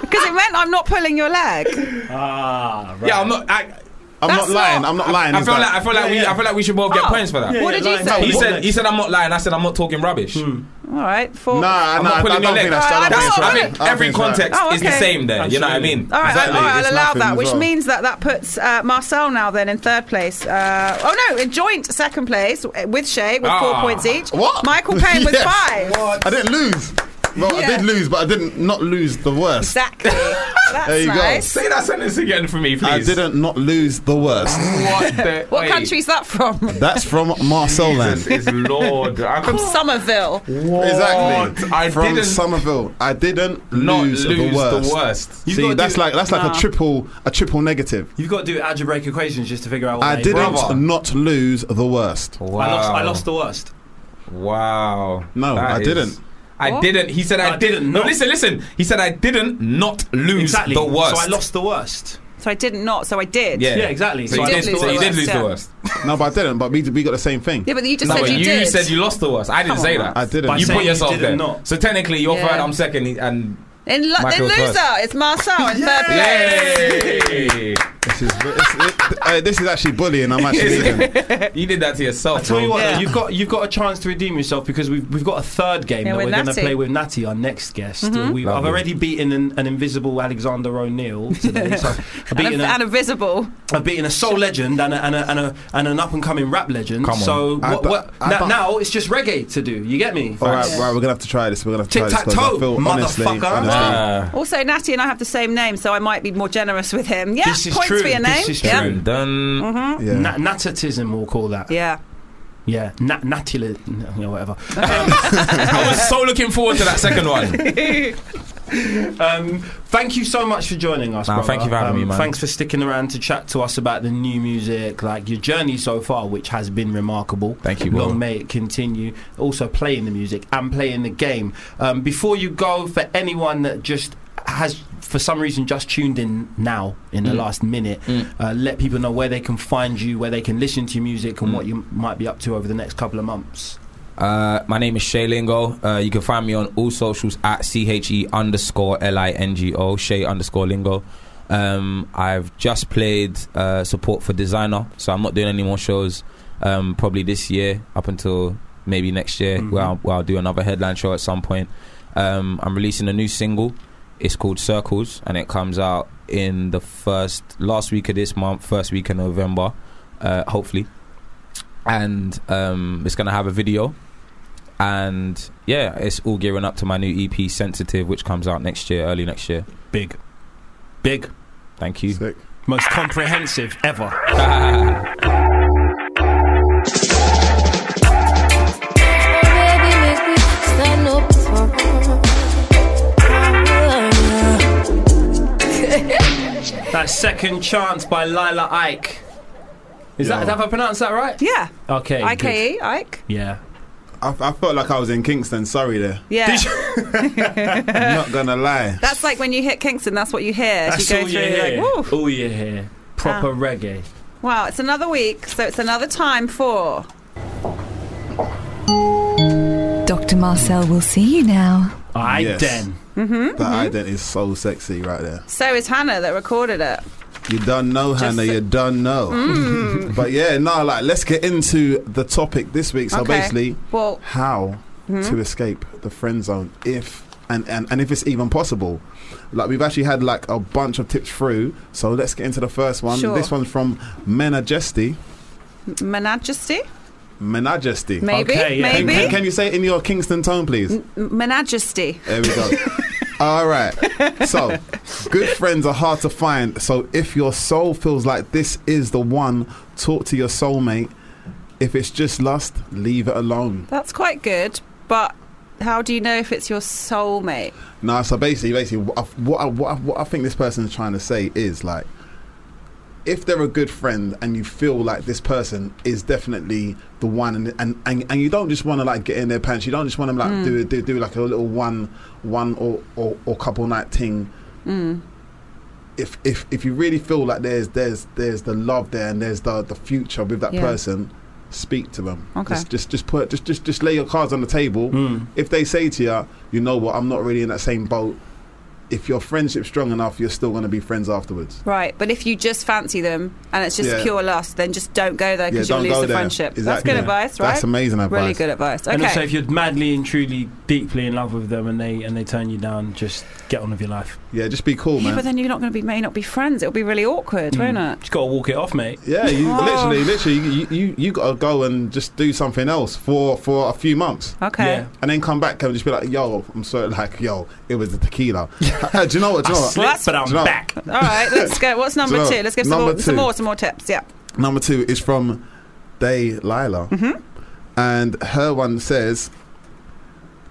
S5: Because it meant I'm not pulling your leg.
S3: Ah, right.
S8: Yeah. I'm not. I,
S4: I'm
S5: that's
S4: not lying.
S5: not-
S4: I'm not lying.
S8: I
S4: It's
S8: feel like. I feel like
S3: Yeah,
S8: we.
S3: yeah.
S8: I feel like we should both get
S5: Oh.
S8: points for that.
S5: Yeah. What did you
S3: lying.
S5: say?
S8: He
S3: What
S8: said.
S3: next? Hmm.
S8: He said. I'm not lying. I said. I'm not talking rubbish.
S5: All right.
S4: Nah,
S5: Four.
S4: nah,
S8: I'm
S4: I
S8: not pulling
S4: don't
S8: your leg.
S4: think that's.
S5: Oh,
S4: I don't
S5: that's
S4: think
S8: That's.
S4: so.
S8: I
S5: alright.
S8: think
S4: I don't
S8: every
S4: think so.
S8: context
S5: Oh,
S8: is the
S5: okay.
S8: same. There. You know what I
S3: Absolutely.
S8: mean.
S5: All right,
S4: Exactly.
S5: all right, I'll
S4: It's
S5: allow
S4: nothing
S5: that,
S4: as
S5: which
S4: well.
S5: means that that puts uh, Marcel now then in third place. Uh, oh no, in joint second place uh, with Shay with
S8: Ah.
S5: four points each.
S4: What?
S5: Michael Payne with
S4: Yes.
S5: five.
S4: I didn't lose. Well, I
S5: Yeah.
S4: did lose, but I didn't not lose the worst.
S5: Exactly. That's
S4: There you go.
S5: nice.
S8: Say that sentence again for me,
S4: I
S8: please.
S4: didn't not lose the worst.
S8: What? The,
S5: What
S8: wait.
S5: country's that from?
S4: That's from Marcel
S8: Jesus
S4: land.
S8: is Lord. I
S5: from
S8: could
S5: Somerville.
S4: Exactly.
S8: I
S4: from
S8: didn't
S4: Somerville. I didn't
S8: not
S4: lose, the worst.
S3: You've
S4: See,
S3: gotta
S4: that's
S3: do-
S4: like that's like
S5: Nah.
S4: a triple a triple negative.
S3: You've got to do algebraic equations just to figure out. What
S4: I
S3: they-
S4: didn't
S8: brother.
S4: not lose the worst.
S8: Wow.
S3: I lost. I lost the worst.
S8: Wow.
S4: No,
S8: That
S4: I
S8: is-
S4: didn't.
S8: I
S5: What?
S8: didn't. He said I,
S3: I
S8: didn't.
S3: didn't
S8: No,
S3: not.
S8: listen, listen. He said I didn't not lose
S3: Exactly.
S8: the worst.
S3: So I lost the worst.
S5: So I didn't not. So I did.
S8: Yeah.
S3: Yeah, exactly.
S8: So,
S3: So
S8: you,
S3: I
S8: did,
S3: lost the
S8: so you
S3: worst,
S8: did lose
S5: yeah.
S8: the worst.
S4: No, but I didn't. But we we got the same thing.
S5: Yeah, but you just
S8: no,
S5: said
S8: but
S5: you,
S8: you,
S5: did.
S8: said you lost the worst. I didn't
S5: Come
S8: say
S5: on.
S8: that.
S4: I didn't.
S3: By
S8: You
S3: saying
S8: put
S3: you
S8: yourself
S3: didn't
S8: there.
S3: not.
S8: So technically, you're
S5: Yeah.
S8: third. I'm second. And
S5: in, lo- in
S8: Michael was
S5: loser,
S8: first.
S5: it's Marcel in third place.
S8: yay!
S4: This is it's, it, uh, this is actually bullying. I'm actually leaving.
S8: you did that to yourself.
S3: Tell you
S8: bro.
S3: what,
S5: Yeah.
S3: though, you've got you've got a chance to redeem yourself because we've we've got a third game
S5: Yeah,
S3: that
S5: with Mm-hmm.
S3: we're going to
S5: Natty.
S3: play with Natty, our next guest. We, I've
S8: Lovely.
S3: already beaten an, an invisible Alexander O'Neill today. so I've
S5: And,
S3: beaten
S5: a, and
S3: a,
S5: a visible.
S3: I've beaten a soul legend and a, and, a, and, a, and an up and coming rap legend.
S8: Come on.
S3: So
S4: I
S3: what,
S4: don't-
S3: what,
S4: I
S3: now,
S4: don't-
S3: now it's just reggae to do. You get me?
S4: All right, right, we're gonna have to try this. We're gonna have to try this. 'cause I
S3: Tic-tac-toe,
S4: feel honestly,
S3: motherfucker.
S4: honestly,
S8: Ah.
S5: Also, Natty and I have the same name, so I might be more generous with him. Yeah,
S3: This is
S5: points
S3: true.
S5: for your name.
S3: This is
S5: yeah.
S3: true.
S8: Dun, dun.
S3: Mm-hmm.
S4: yeah.
S3: Na- natatism, we'll call that.
S5: Yeah.
S3: Yeah, nat- natula, you know, whatever.
S8: I was so looking forward to that second one.
S3: Um, thank you so much for joining us.
S8: Nah,
S3: brother.
S8: thank you for having
S3: Um,
S8: me, man.
S3: Thanks for sticking around to chat to us about the new music, like your journey so far, which has been remarkable.
S8: Thank you, bro.
S3: Long may it continue. Also playing the music and playing the game. Um, before you go, for anyone that just has for some reason just tuned in now in the
S8: Mm.
S3: last minute,
S8: Mm.
S3: uh, let people know where they can find you, where they can listen to your music, and
S8: Mm.
S3: what you might be up to over the next couple of months.
S8: Uh, my name is Shay Lingo. Uh, you can find me on all socials at C H E underscore L I N G O, Shay underscore Lingo. Um, I've just played uh, support for Designer, so I'm not doing any more shows um, probably this year up until maybe next year,
S3: Mhm.
S8: where, I'll, where I'll do another headline show at some point. Um, I'm releasing a new single. It's called Circles, and it comes out in the first last week of this month, first week of November, uh, hopefully. And um, it's gonna have a video and yeah, it's all gearing up to my new EP, Sensitive, which comes out next year, early next year.
S3: Big. Big.
S8: Thank you.
S4: Sick.
S3: Most comprehensive ever.
S7: Baby, make me stand up for
S3: That second chance by Lila Ike. Is that,
S4: Yo.
S3: have I pronounced that right?
S5: Yeah.
S3: Okay.
S5: I
S3: good.
S5: K E Ike.
S3: Yeah.
S4: I, I felt like I was in Kingston. Sorry, there.
S5: Yeah.
S4: I'm not gonna lie.
S5: That's like when you hit Kingston, that's what you hear. as
S3: That's
S5: you go
S3: all
S5: through
S3: you hear.
S5: like, woo.
S3: all you hear.
S5: Ah.
S3: Proper reggae.
S5: Wow, it's another week, so it's another time for
S9: Dr. Marcel will see you now.
S3: I
S4: Yes.
S3: den.
S4: That
S5: mm-hmm.
S4: ident is so sexy right there.
S5: So is Hannah that recorded it.
S4: You don't know, Hannah. You don't know.
S5: Mm.
S4: but yeah, no, like let's get into the topic this week. So
S5: Okay. Hmm?
S4: basically,
S5: Well,
S4: how to escape the friend zone if and, and and if it's even possible. Like we've actually had like a bunch of tips through. So let's get into the first one.
S5: Sure.
S4: This one's from Menagesty.
S5: Menagesty?
S4: Menagesty.
S5: Maybe,
S3: Okay, yeah.
S4: Can,
S5: maybe.
S4: can, can you say it in your Kingston tone, please?
S5: Menagesty.
S4: There we go. All right. So, good friends are hard to find. So, if your soul feels like this is the one, talk to your soulmate. If it's just lust, leave it alone.
S5: That's quite good, but how do you know if it's your soulmate?
S4: Nah. So basically, basically, what I, what I, what I, what I think this person is trying to say is like, if they're a good friend and you feel like this person is definitely the one, and and, and, and you don't just want to like get in their pants, you don't just want to like
S5: Mm.
S4: do, do do like a little one one or or, or couple night thing.
S5: Mm.
S4: If, if if you really feel like there's there's there's the love there and there's the the future with that
S5: Yeah.
S4: person, speak to them.
S5: Okay.
S4: Just just just put just just just lay your cards on the table.
S5: Mm.
S4: If they say to you, you know what, I'm not really in that same boat. If your friendship's strong enough, you're still going to be friends afterwards.
S5: Right, but if you just fancy them and it's just
S4: Yeah.
S5: pure lust, then just don't go there because
S4: don't
S5: you'll lose
S4: go
S5: the
S4: there.
S5: friendship. That's
S4: Exactly.
S5: good advice, right?
S4: That's amazing advice.
S5: Really good advice.
S3: And also,
S5: Okay.
S3: if you're madly and truly, deeply in love with them, and they and they turn you down, just get on with your life.
S4: Yeah, just be cool,
S5: Yeah,
S4: man. Hmm.
S5: but then you're not going to be may not be friends. It'll be really awkward, won't it?
S3: Just gotta walk it off, mate.
S4: yeah, you
S5: Oh.
S4: literally, literally, you, you you gotta go and just do something else for for a few months,
S5: Okay.
S4: and then come back and just be like, "Yo, I'm sorry, like, yo, it was the tequila." Uh, do you know what? Do you know what?
S3: Slip,
S5: that's-
S3: but I'm
S4: Do you know-
S3: back.
S5: All right, let's go. What's number
S4: So,
S5: two? Let's give some
S4: number
S5: more, some
S4: two.
S5: more, some more tips. Yeah.
S4: Number two is from Day Lila. And her one says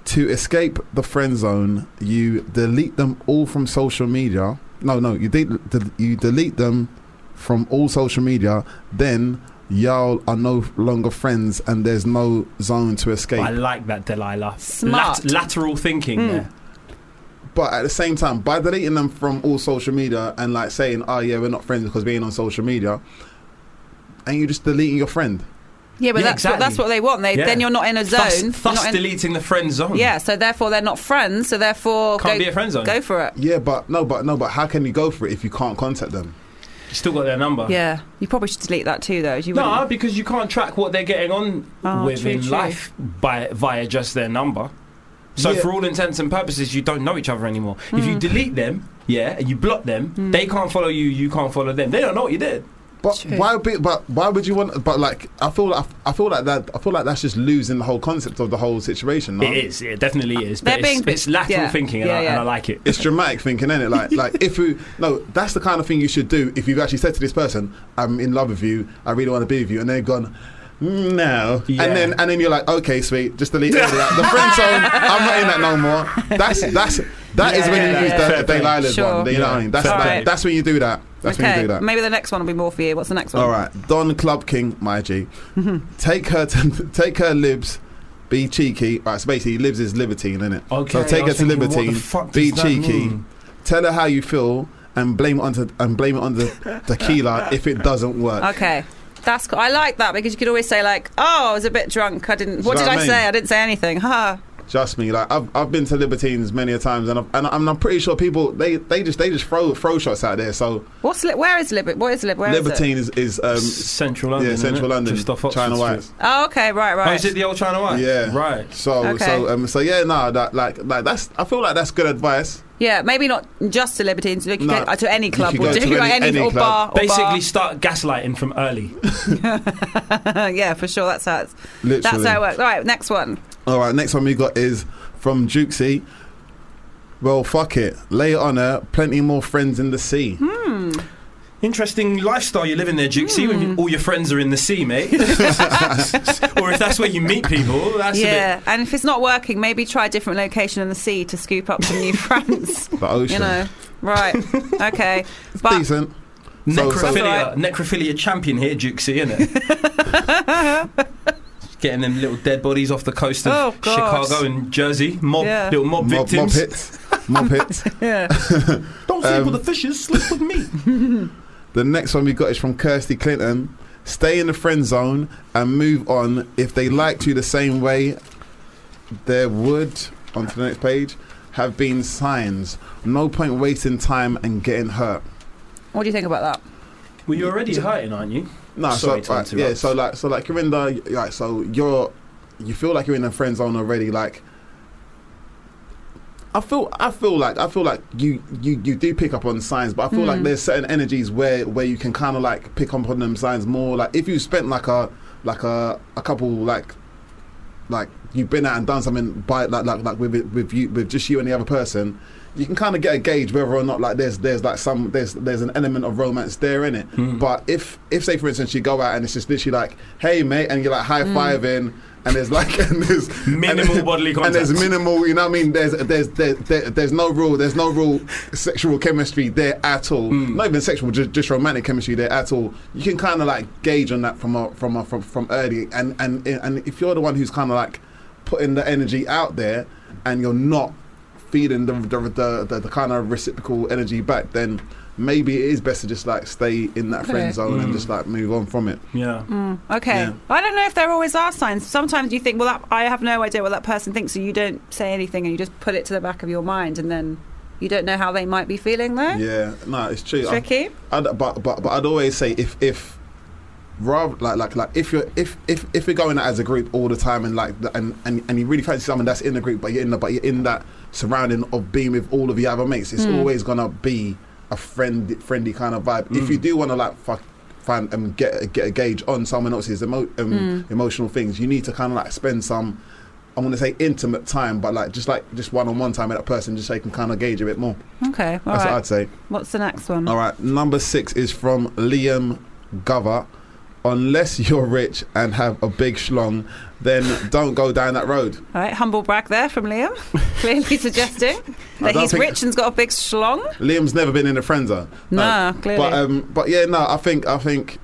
S4: To escape the friend zone, you delete them all from social media. No, no, you, de- de- you delete them from all social media. Then y'all are no longer friends and there's no zone to escape.
S3: I like that, Delilah.
S5: Smart. Mm.
S3: lateral thinking there.
S4: But at the same time, by deleting them from all social media and like saying, oh yeah, we're not friends because being on social media, and you're just deleting your friend.
S5: Yeah, but
S3: Yeah,
S5: that's what,
S3: exactly.
S5: that's what they want. They,
S3: Yeah.
S5: Then you're not in a zone.
S3: Thus,
S5: You're
S3: thus
S5: not in-
S3: deleting the friend zone.
S5: yeah, so therefore they're not friends. So therefore,
S3: Can't
S5: go,
S3: be a friend zone.
S5: Go for it.
S4: Yeah, but no, but no, but how can you go for it if you can't contact them?
S3: You still got their
S4: Oh.
S3: number.
S5: Yeah, you probably should delete that too, though. You
S3: No,
S5: wouldn't.
S3: because you can't track what they're getting on
S5: Ah,
S3: with
S5: true,
S3: in
S5: true.
S3: life by via just their number. So
S4: Yeah.
S3: for all intents and purposes, you don't know each other anymore. If
S5: Hmm.
S3: you delete them, yeah, and you block them, they can't follow you. You can't follow them. They don't know what you did.
S4: But
S5: True.
S4: why? Be, but why would you want? But like, I feel like I feel like that. I feel like that's just losing the whole concept of the whole situation. No?
S3: It is. It definitely is.
S5: They're
S3: But it's,
S5: being-
S3: it's lateral
S5: yeah,
S3: thinking, and,
S5: yeah,
S3: I, and
S5: yeah.
S3: I like it.
S4: It's dramatic thinking, is it? Like, like if you no, that's the kind of thing you should do if you've actually said to this person, "I'm in love with you. I really want to be with you," and they've gone. "Mm, No,
S3: Yeah.
S4: and then and then you're like, okay, sweet, just delete all of that. The friend zone, I'm not in that no more. That's that's that is
S5: Yeah,
S4: when
S5: yeah,
S4: you use
S5: yeah.
S4: the Delilah's
S5: Sure.
S4: one. You know what I mean? That's
S3: Fair
S4: that-
S3: play.
S4: that's when you do that. That's when you
S5: okay,
S4: do that.
S5: maybe the next one will be more for you. What's the next one?
S4: All right, Don Club King, my G. take her, to, take her libs, be cheeky. All right, so basically, libs is libertine, isn't it?
S3: Okay.
S4: So take
S3: I
S4: her
S3: was
S4: to
S3: thinking, what the
S4: libertine,
S3: fuck
S4: be
S3: does that
S4: cheeky.
S3: mean?
S4: Tell her how you feel and blame it onto and blame it on the tequila if it doesn't work.
S5: Okay. That's cool. I like that because you could always say like, "Oh, I was a bit drunk. I didn't. What
S4: Do you
S5: did
S4: know what
S5: I
S4: I mean?
S5: say? I didn't say anything." Ha.
S4: Trust me, like I've, I've been to libertines many a times, and, I've, and I'm, I'm pretty sure people they, they just they just throw throw shots out there. So
S5: What's li- where is Libet? What is Libet? Where is it?
S4: libertine is is,
S3: S-
S4: um,
S3: Central London.
S4: yeah
S3: isn't
S4: central
S3: it?
S4: London,
S3: Just off Oxford
S4: China White.
S3: Street.
S5: Oh, okay, right, right.
S3: Oh, is it the old China White?
S4: Yeah.
S3: Right.
S4: So
S5: Okay.
S4: so um, so yeah, no, that like like that's I feel like that's good advice.
S5: yeah, maybe not just to Libertines. You
S4: No.
S5: could go to any
S4: You
S5: club
S4: could
S5: will
S4: go
S5: do,
S4: to
S5: right?
S4: any-
S5: Any,
S4: any
S5: or
S4: club.
S5: bar. Or
S3: Basically, start gaslighting from early.
S5: bar. yeah, for sure. That's how it's,
S4: Literally,
S5: that's how it works. All right, next one.
S4: All right, next one we got is from Jukesy. Well, fuck it. Lay it on her. Plenty more friends in the sea.
S5: Hmm?
S3: Interesting lifestyle you live in there, Jukesy, when you, all your friends are in the sea, mate. or if that's where you meet people, that's a
S5: yeah, and if it's not working, maybe try a different location in the sea to scoop up some new friends.
S4: The ocean.
S5: You know, right? Okay, but
S4: Decent.
S3: bit
S4: So- so-
S3: necrophilia, necrophilia champion here, Jukesy, isn't it? Getting them little dead bodies off the coast of
S5: Oh, God.
S3: Chicago and Jersey, mob,
S5: Yeah.
S3: little mob,
S4: Mob, mob
S3: victims.
S4: hits. Mob hits.
S5: yeah,
S3: Don't sleep
S4: Um,
S3: with the fishes, sleep with me.
S4: The next one we got is from Kirsty Clinton. Stay in the friend zone and move on. If they liked you the same way, there would, on to the next page, have been signs. No point wasting time and getting hurt.
S5: what do you think about that?
S3: Well, you're already hurting, aren't you?
S4: No,
S3: Sorry to
S4: so right, yeah,
S3: interrupt.
S4: so like, so like, Corinda, y- like, so you're, you feel like you're in a friend zone already. Like, I feel, I feel like, I feel like you, you, you do pick up on signs, but I feel
S3: Hmm.
S4: like there's certain energies where, where you can kind of like pick up on them signs more. Like, if you spent like a, like a, a couple like, like you've been out and done something by like, like, like with, with you, with just you and the other person. You can kind of get a gauge whether or not like there's there's like some there's there's an element of romance there in it.
S3: Hmm.
S4: But if if say for instance you go out and it's just literally like, hey mate, and you're like high fiving, and there's like and there's
S3: Hmm. Minimal
S4: and,
S3: bodily
S4: and there's
S3: contact.
S4: minimal. You know what I mean? There's there's there, there, there's no real there's no real sexual chemistry there at all. Not even sexual, just, just romantic chemistry there at all. You can kind of like gauge on that from a, from a, from from early, and and and if you're the one who's kind of like putting the energy out there, and you're not feeding the the, the, the, the kind of reciprocal energy back, then maybe it is best to just like stay in that
S5: Okay.
S4: friend zone and just like move on from it.
S3: Yeah.
S5: Okay,
S4: Yeah.
S5: I don't know if there always are signs. Sometimes you think, well, that, I have no idea what that person thinks, so you don't say anything, and you just put it to the back of your mind, and then you don't know how they might be feeling though.
S4: Yeah, no, it's true. I-
S5: Tricky.
S4: I'd, but but but I'd always say if if rather like like like if you're if if if you're going out as a group all the time and like the- and and, and you really fancy someone that's in the group but you're in the but you're in that surrounding of being with all of your other mates, it's always gonna be a friend friendly kind of vibe. If you do want to like fuck. Find and get a- get a gauge on someone else's emo- um, emotional things. You need to kind of like spend some, I want to say intimate time, but like just like just one on one time with that person, just so you can kind of gauge a bit more.
S5: Okay, all
S4: That's what
S5: right.
S4: I'd say.
S5: What's the next one?
S4: All right, number six is from Liam Gover. Unless you're rich and have a big schlong, then don't go down that road.
S5: All right, humble brag there from Liam, clearly suggesting that
S4: don't
S5: he's
S4: think-
S5: rich and's got a big schlong.
S4: Liam's never been in a friend zone.
S5: Nah, clearly.
S4: But um, but yeah, no, I think I think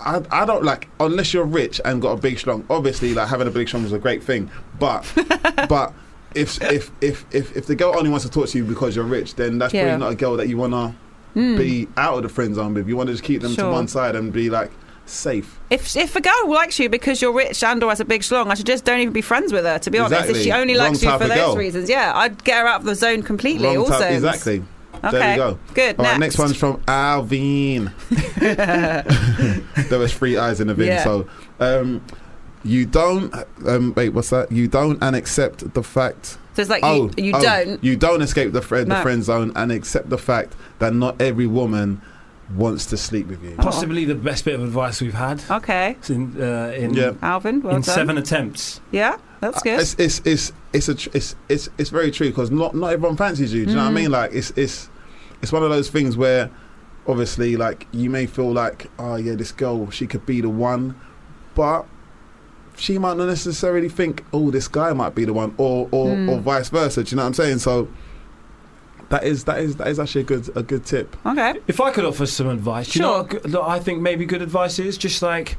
S4: I, I don't like unless you're rich and got a big schlong. Obviously, like having a big schlong is a great thing, but but if if if if if the girl only wants to talk to you because you're rich, then that's
S5: Yeah. Hmm.
S4: probably not a girl that you wanna be out of the friend zone with. You want to just keep them
S5: Sure.
S4: to one side and be like safe.
S5: If if a girl likes you because you're rich and or has a big schlong, I should just don't even be friends with her. To be honest, if
S4: Exactly.
S5: she only
S4: Wrong
S5: likes you
S4: type
S5: for
S4: of
S5: those
S4: girl.
S5: reasons, yeah, I'd get her out of the zone completely.
S4: Wrong
S5: also,
S4: type- exactly.
S5: Okay,
S4: There you go.
S5: good.
S4: All
S5: next.
S4: right, next one's from Alvin. there was three eyes in the bin,
S5: Yeah.
S4: so um, you don't. Um, wait, what's that? You don't and accept the fact.
S5: So it's like
S4: oh,
S5: you, you
S4: oh,
S5: don't.
S4: You don't escape the friend,
S5: No.
S4: the friend zone, and accept the fact that not every woman wants to sleep with you.
S3: Possibly the best bit of advice we've had
S5: Okay,
S3: in, uh, in,
S4: Yeah.
S5: Alvin, well
S3: in
S5: done.
S3: seven attempts.
S5: Yeah, that's good.
S4: It's it's it's it's a tr- it's it's, it's very true because not not everyone fancies you. Do you
S5: Mm.
S4: know what I mean? Like it's it's it's one of those things where obviously like you may feel like oh yeah this girl she could be the one, but she might not necessarily think oh this guy might be the one or or,
S5: Mm.
S4: or vice versa. Do you know what I'm saying? So that is that is that is actually a good a good tip.
S5: okay,
S3: If I could offer some advice, do you know
S5: Sure.
S3: what good- that I think maybe good advice is just like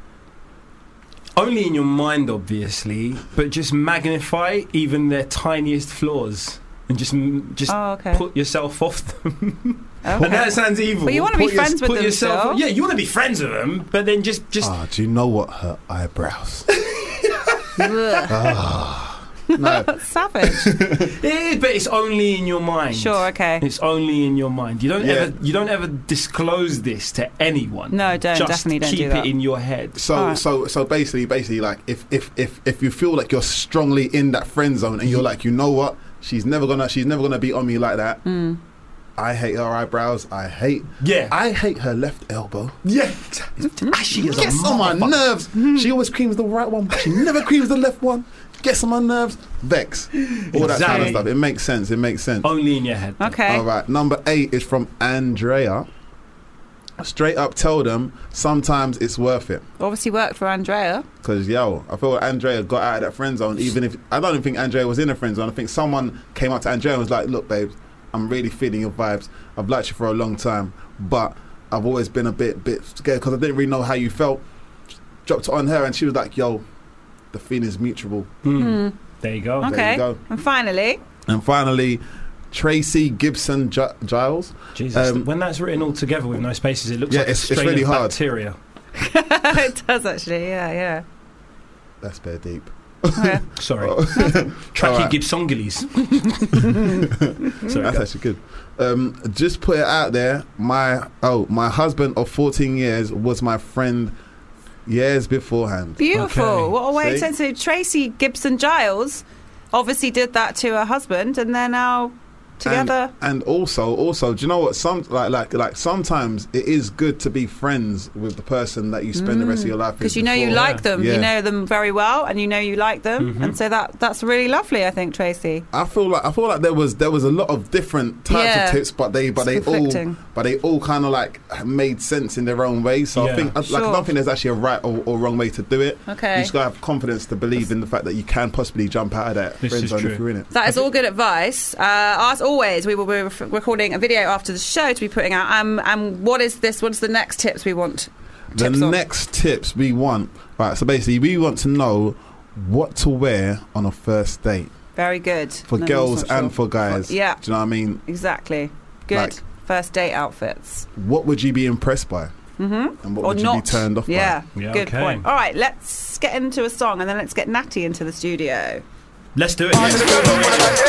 S3: only in your mind, obviously, but just magnify even their tiniest flaws and just m- just
S5: oh okay.
S3: put yourself off them.
S5: okay.
S3: I know that sounds evil.
S5: But you wanna be
S3: Put your-
S5: friends with
S3: put
S5: them
S3: yourself-
S5: still.
S3: Yeah, you want to be friends with them, but then just just
S4: Ah, do you know what her eyebrows?
S5: Ugh,
S4: no,
S5: Savage.
S3: it is, but it's only in your mind.
S5: Sure. Okay.
S3: It's only in your mind. You don't
S4: Yeah.
S3: ever you don't ever disclose this to anyone.
S5: No, don't,
S3: Just
S5: definitely don't
S3: keep
S5: do that.
S3: it in your head.
S4: So
S5: Alright.
S4: so so basically basically like if if if if you feel like you're strongly in that friend zone and you're like you know what she's never gonna she's never gonna be on me like that I hate her eyebrows. I hate.
S3: Yeah.
S4: I hate her left elbow.
S3: Yeah.
S4: She is Gets on my nerves. She always creams the right one. She never creams the left one. Gets on my nerves. Vex. All that kind of
S3: Exactly.
S4: stuff. It makes sense. It makes sense.
S3: Only in your head.
S5: Okay.
S4: All right. Number eight is from Andrea. Straight up tell them sometimes it's worth it.
S5: Obviously worked for Andrea.
S4: Because, yo, I feel like Andrea got out of that friend zone, even if I don't even think Andrea was in a friend zone. I think someone came up to Andrea and was like, Look, babe, I'm really feeling your vibes. I've liked you for a long time, but I've always been a bit bit scared because I didn't really know how you felt. Dropped it on her, and she was like, Yo, the feeling's mutual.
S3: Mm.
S5: Hmm.
S3: There you go.
S5: Okay.
S4: Oh, There you go.
S5: And finally,
S4: And finally, Tracy Gibson Gi- Giles.
S3: Jesus.
S4: Um,
S3: when that's written all together with no spaces, it looks
S4: Yeah,
S3: like
S4: it's-
S3: a
S4: it's
S3: strain
S4: really
S3: of
S4: hard.
S3: bacteria.
S5: it does actually. Yeah,
S4: That's bare deep.
S5: yeah. yeah.
S3: Sorry.
S4: Oh.
S3: Tracky
S4: Alright.
S3: Gibsongeles. Sorry.
S4: That's
S3: go.
S4: actually good. Um, just put it out there. My oh, my husband of 14 years was my friend years beforehand.
S5: Beautiful.
S3: Okay.
S5: What a way
S4: See?
S5: to so Tracy Gibson Giles obviously did that to her husband and they're now together.
S4: And, and also, also, do you know what? Some like like like sometimes it is good to be friends with the person that you spend the rest of your life with.
S5: Because Mm. you know you
S3: before,
S5: like
S3: yeah.
S5: them,
S4: Yeah. Mm-hmm.
S5: you know them very well, and you know you like them, and so that that's really lovely. I think Tracy.
S4: I feel like I feel like there was there was a lot of different types
S5: Yeah.
S4: of tips, but they but
S5: It's
S4: they all
S5: conflicting.
S4: but they all kind of like made sense in their own way. So I
S3: Yeah.
S4: think I- like I
S5: Sure.
S4: don't think there's actually a right or, or wrong way to do it.
S5: Okay.
S4: You just gotta have confidence to believe in the fact that you can possibly jump out of that
S3: This
S4: friend
S3: is
S4: zone
S3: true.
S4: if you're in it.
S5: That is all good advice. Uh, as always, we will be ref- recording a video after the show to be putting out. Um, and what is this? What's the next tips we want?
S4: The
S5: Tips on-
S4: next tips we want, right? So basically, we want to know what to wear on a first date
S5: Very good
S4: for
S5: No,
S4: girls
S5: that's not
S4: and
S5: sure.
S4: for guys.
S5: yeah.
S4: Do you know what I mean?
S5: exactly good
S4: Like-
S5: first date outfits
S4: What would you be impressed by,
S5: mm-hmm.
S4: and what
S5: or
S4: would you
S5: not
S4: be turned off by?
S5: Yeah,
S3: Yeah,
S5: good
S3: okay.
S5: point. All right, let's get into a song and then let's get Natty into the studio.
S3: Let's do it.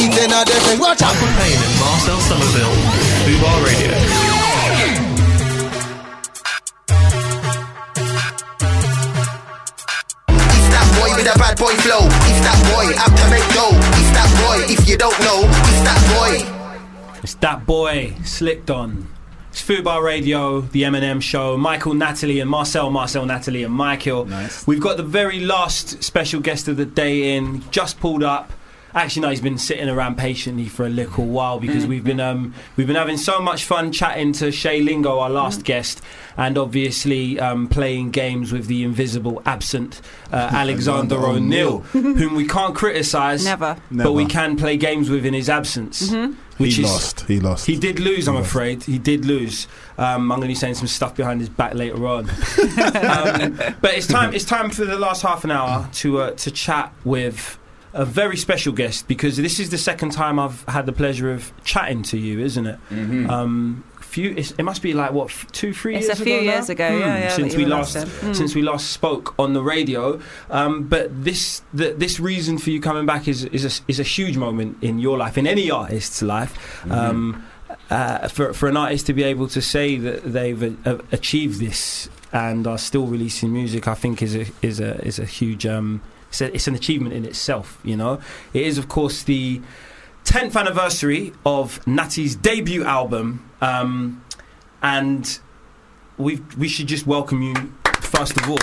S2: Michael Payne and Marcel Somerville, Fubar Radio.
S10: If that boy with a bad boy flow, if that boy up to make go, if that boy, if you don't know, if that boy.
S3: It's that boy, Slicked On. It's Fubar Radio, the Eminem Show, Michael Natalie and Marcel, Marcel Natalie and Michael.
S4: Nice.
S3: We've got the very last special guest of the day in, just pulled up. Actually, no, he's been sitting around patiently for a little while because
S4: Mm.
S3: we've been um, we've been having so much fun chatting to Shay Lingo, our
S4: Mm.
S3: last guest, and obviously um, playing games with the invisible absent uh, Alexander
S4: Alexander
S3: O'Neill,
S4: O'Neill.
S3: whom we can't criticise,
S5: Never.
S3: but we
S4: Never. Mm-hmm.
S3: can play games with in his absence, which
S4: he
S3: is
S4: lost. He lost.
S3: he did lose, I'm
S4: Yes.
S3: afraid. He did lose. Um, I'm going to be saying some stuff behind his back later on. um, but it's time. It's time for the last half an hour to uh, to chat with a very special guest because this is the second time I've had the pleasure of chatting to you, isn't it?
S4: Mm-hmm.
S3: Um, few. It's, it must be like what f- two, three
S5: It's a
S3: years
S5: few
S3: ago now?
S5: years ago,
S3: Hmm,
S5: yeah, yeah.
S3: since
S5: that
S3: we
S5: you were
S3: last
S5: in. Mm.
S3: since we last spoke on the radio. Um, but this the, this reason for you coming back is is a, is a huge moment in your life, in any artist's life. Um, uh, for for an artist to be able to say that they've a, a- achieved this and are still releasing music, I think is a is a is a huge um, it's, a, it's an achievement in itself. You know, it is of course the 10th anniversary of Natty's debut album, um, and we we should just welcome you first of all.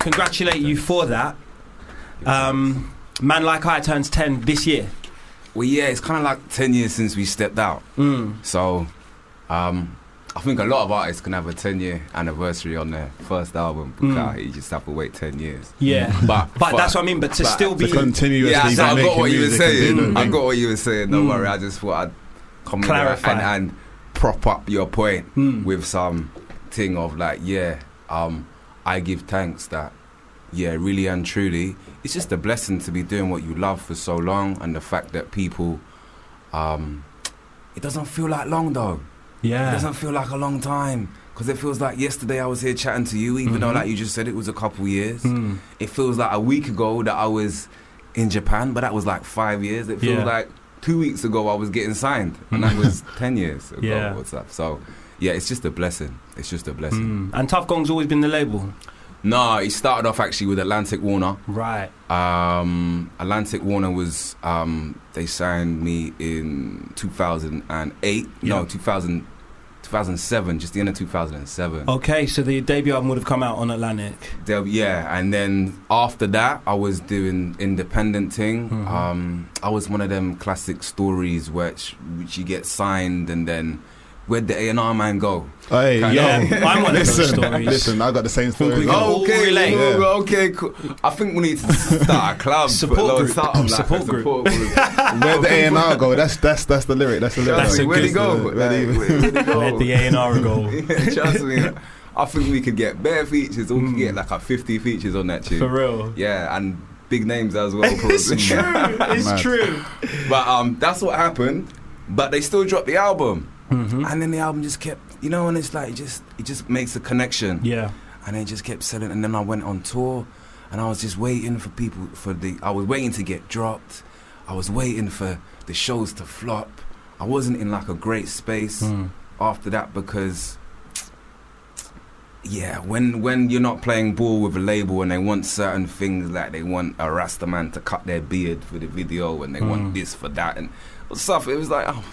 S3: Congratulate you for that. Um, Man Like I turns 10 this year.
S11: Well, yeah, it's kind of like 10 years since we stepped out.
S3: Mm.
S11: So um, I think a lot of artists can have a 10 year anniversary on their first album.
S3: Mm.
S11: because You just have to wait 10 years.
S3: Yeah.
S11: But,
S3: But that's what I mean, but to
S11: but-
S3: still
S4: to
S3: be.
S4: continuously
S11: yeah, so I
S4: making
S11: got what you were
S4: music and doing
S11: saying.
S4: the
S11: I
S4: thing.
S11: got what you were saying. Don't
S3: Mm.
S11: worry. I just thought I'd come with
S3: Clarify.
S11: that and, and prop up your point
S3: Mm.
S11: with some thing of like, yeah, um, I give thanks that, yeah, really and truly, it's just a blessing to be doing what you love for so long, and the fact that people, um, it doesn't feel like long though. It
S3: Yeah.
S11: doesn't feel like a long time because it feels like yesterday I was here chatting to you, even though
S3: Mhm.
S11: like you just said it was a couple years.
S3: Mm.
S11: It feels like a week ago that I was in Japan, but that was like five years. It feels
S3: Yeah.
S11: like two weeks ago I was getting signed, and that was ten years ago.
S3: Yeah. Mm.
S11: What's up? So yeah, it's just a blessing. It's just a blessing.
S6: Mm. And Tough Gong's always been the label.
S11: No, he started off actually with Atlantic Warner.
S6: Right.
S11: Um, Atlantic Warner was um, they signed me in 2008. No,
S6: Yeah.
S11: 2000, 2007, just the end of 2007.
S6: Okay, so the debut album would have come out on Atlantic.
S11: There- yeah, and then after that, I was doing independent thing.
S6: Mhm.
S11: Um, I was one of them classic stories which which you get signed and then where'd the A and R man go?
S4: Hey,
S11: Kind
S4: yo,
S11: of-
S4: listen, Listen, I got the same story.
S11: okay, cool, okay, cool. I think we need to start a club.
S4: Support
S11: but, like,
S4: group.
S11: Start like
S4: Support
S11: a support group.
S4: Where'd the A and R go? That's that's that's the lyric. That's the lyric.
S11: That's a Where'd he good- go?
S4: Where'd he-
S11: Let
S6: the A&R go.
S11: Trust me. I think we could get bare features. or We could get like a 50 features on that tune.
S6: For real.
S11: Yeah, and big names as well.
S6: It's
S11: probably.
S6: true, it's Mad. true.
S11: But um, that's what happened. But they still dropped the album, and then the album just kept, you know, and it's like it just it just makes a connection.
S6: Yeah.
S11: And it just kept selling, and then I went on tour, and I was just waiting for people for the. I was waiting to get dropped. I was waiting for the shows to flop. I wasn't in like a great space
S6: Mm.
S11: after that because yeah, when when you're not playing ball with a label and they want certain things, like they want a Rasta man to cut their beard for the video, and they
S6: Mm.
S11: want this for that and stuff. It was like, oh,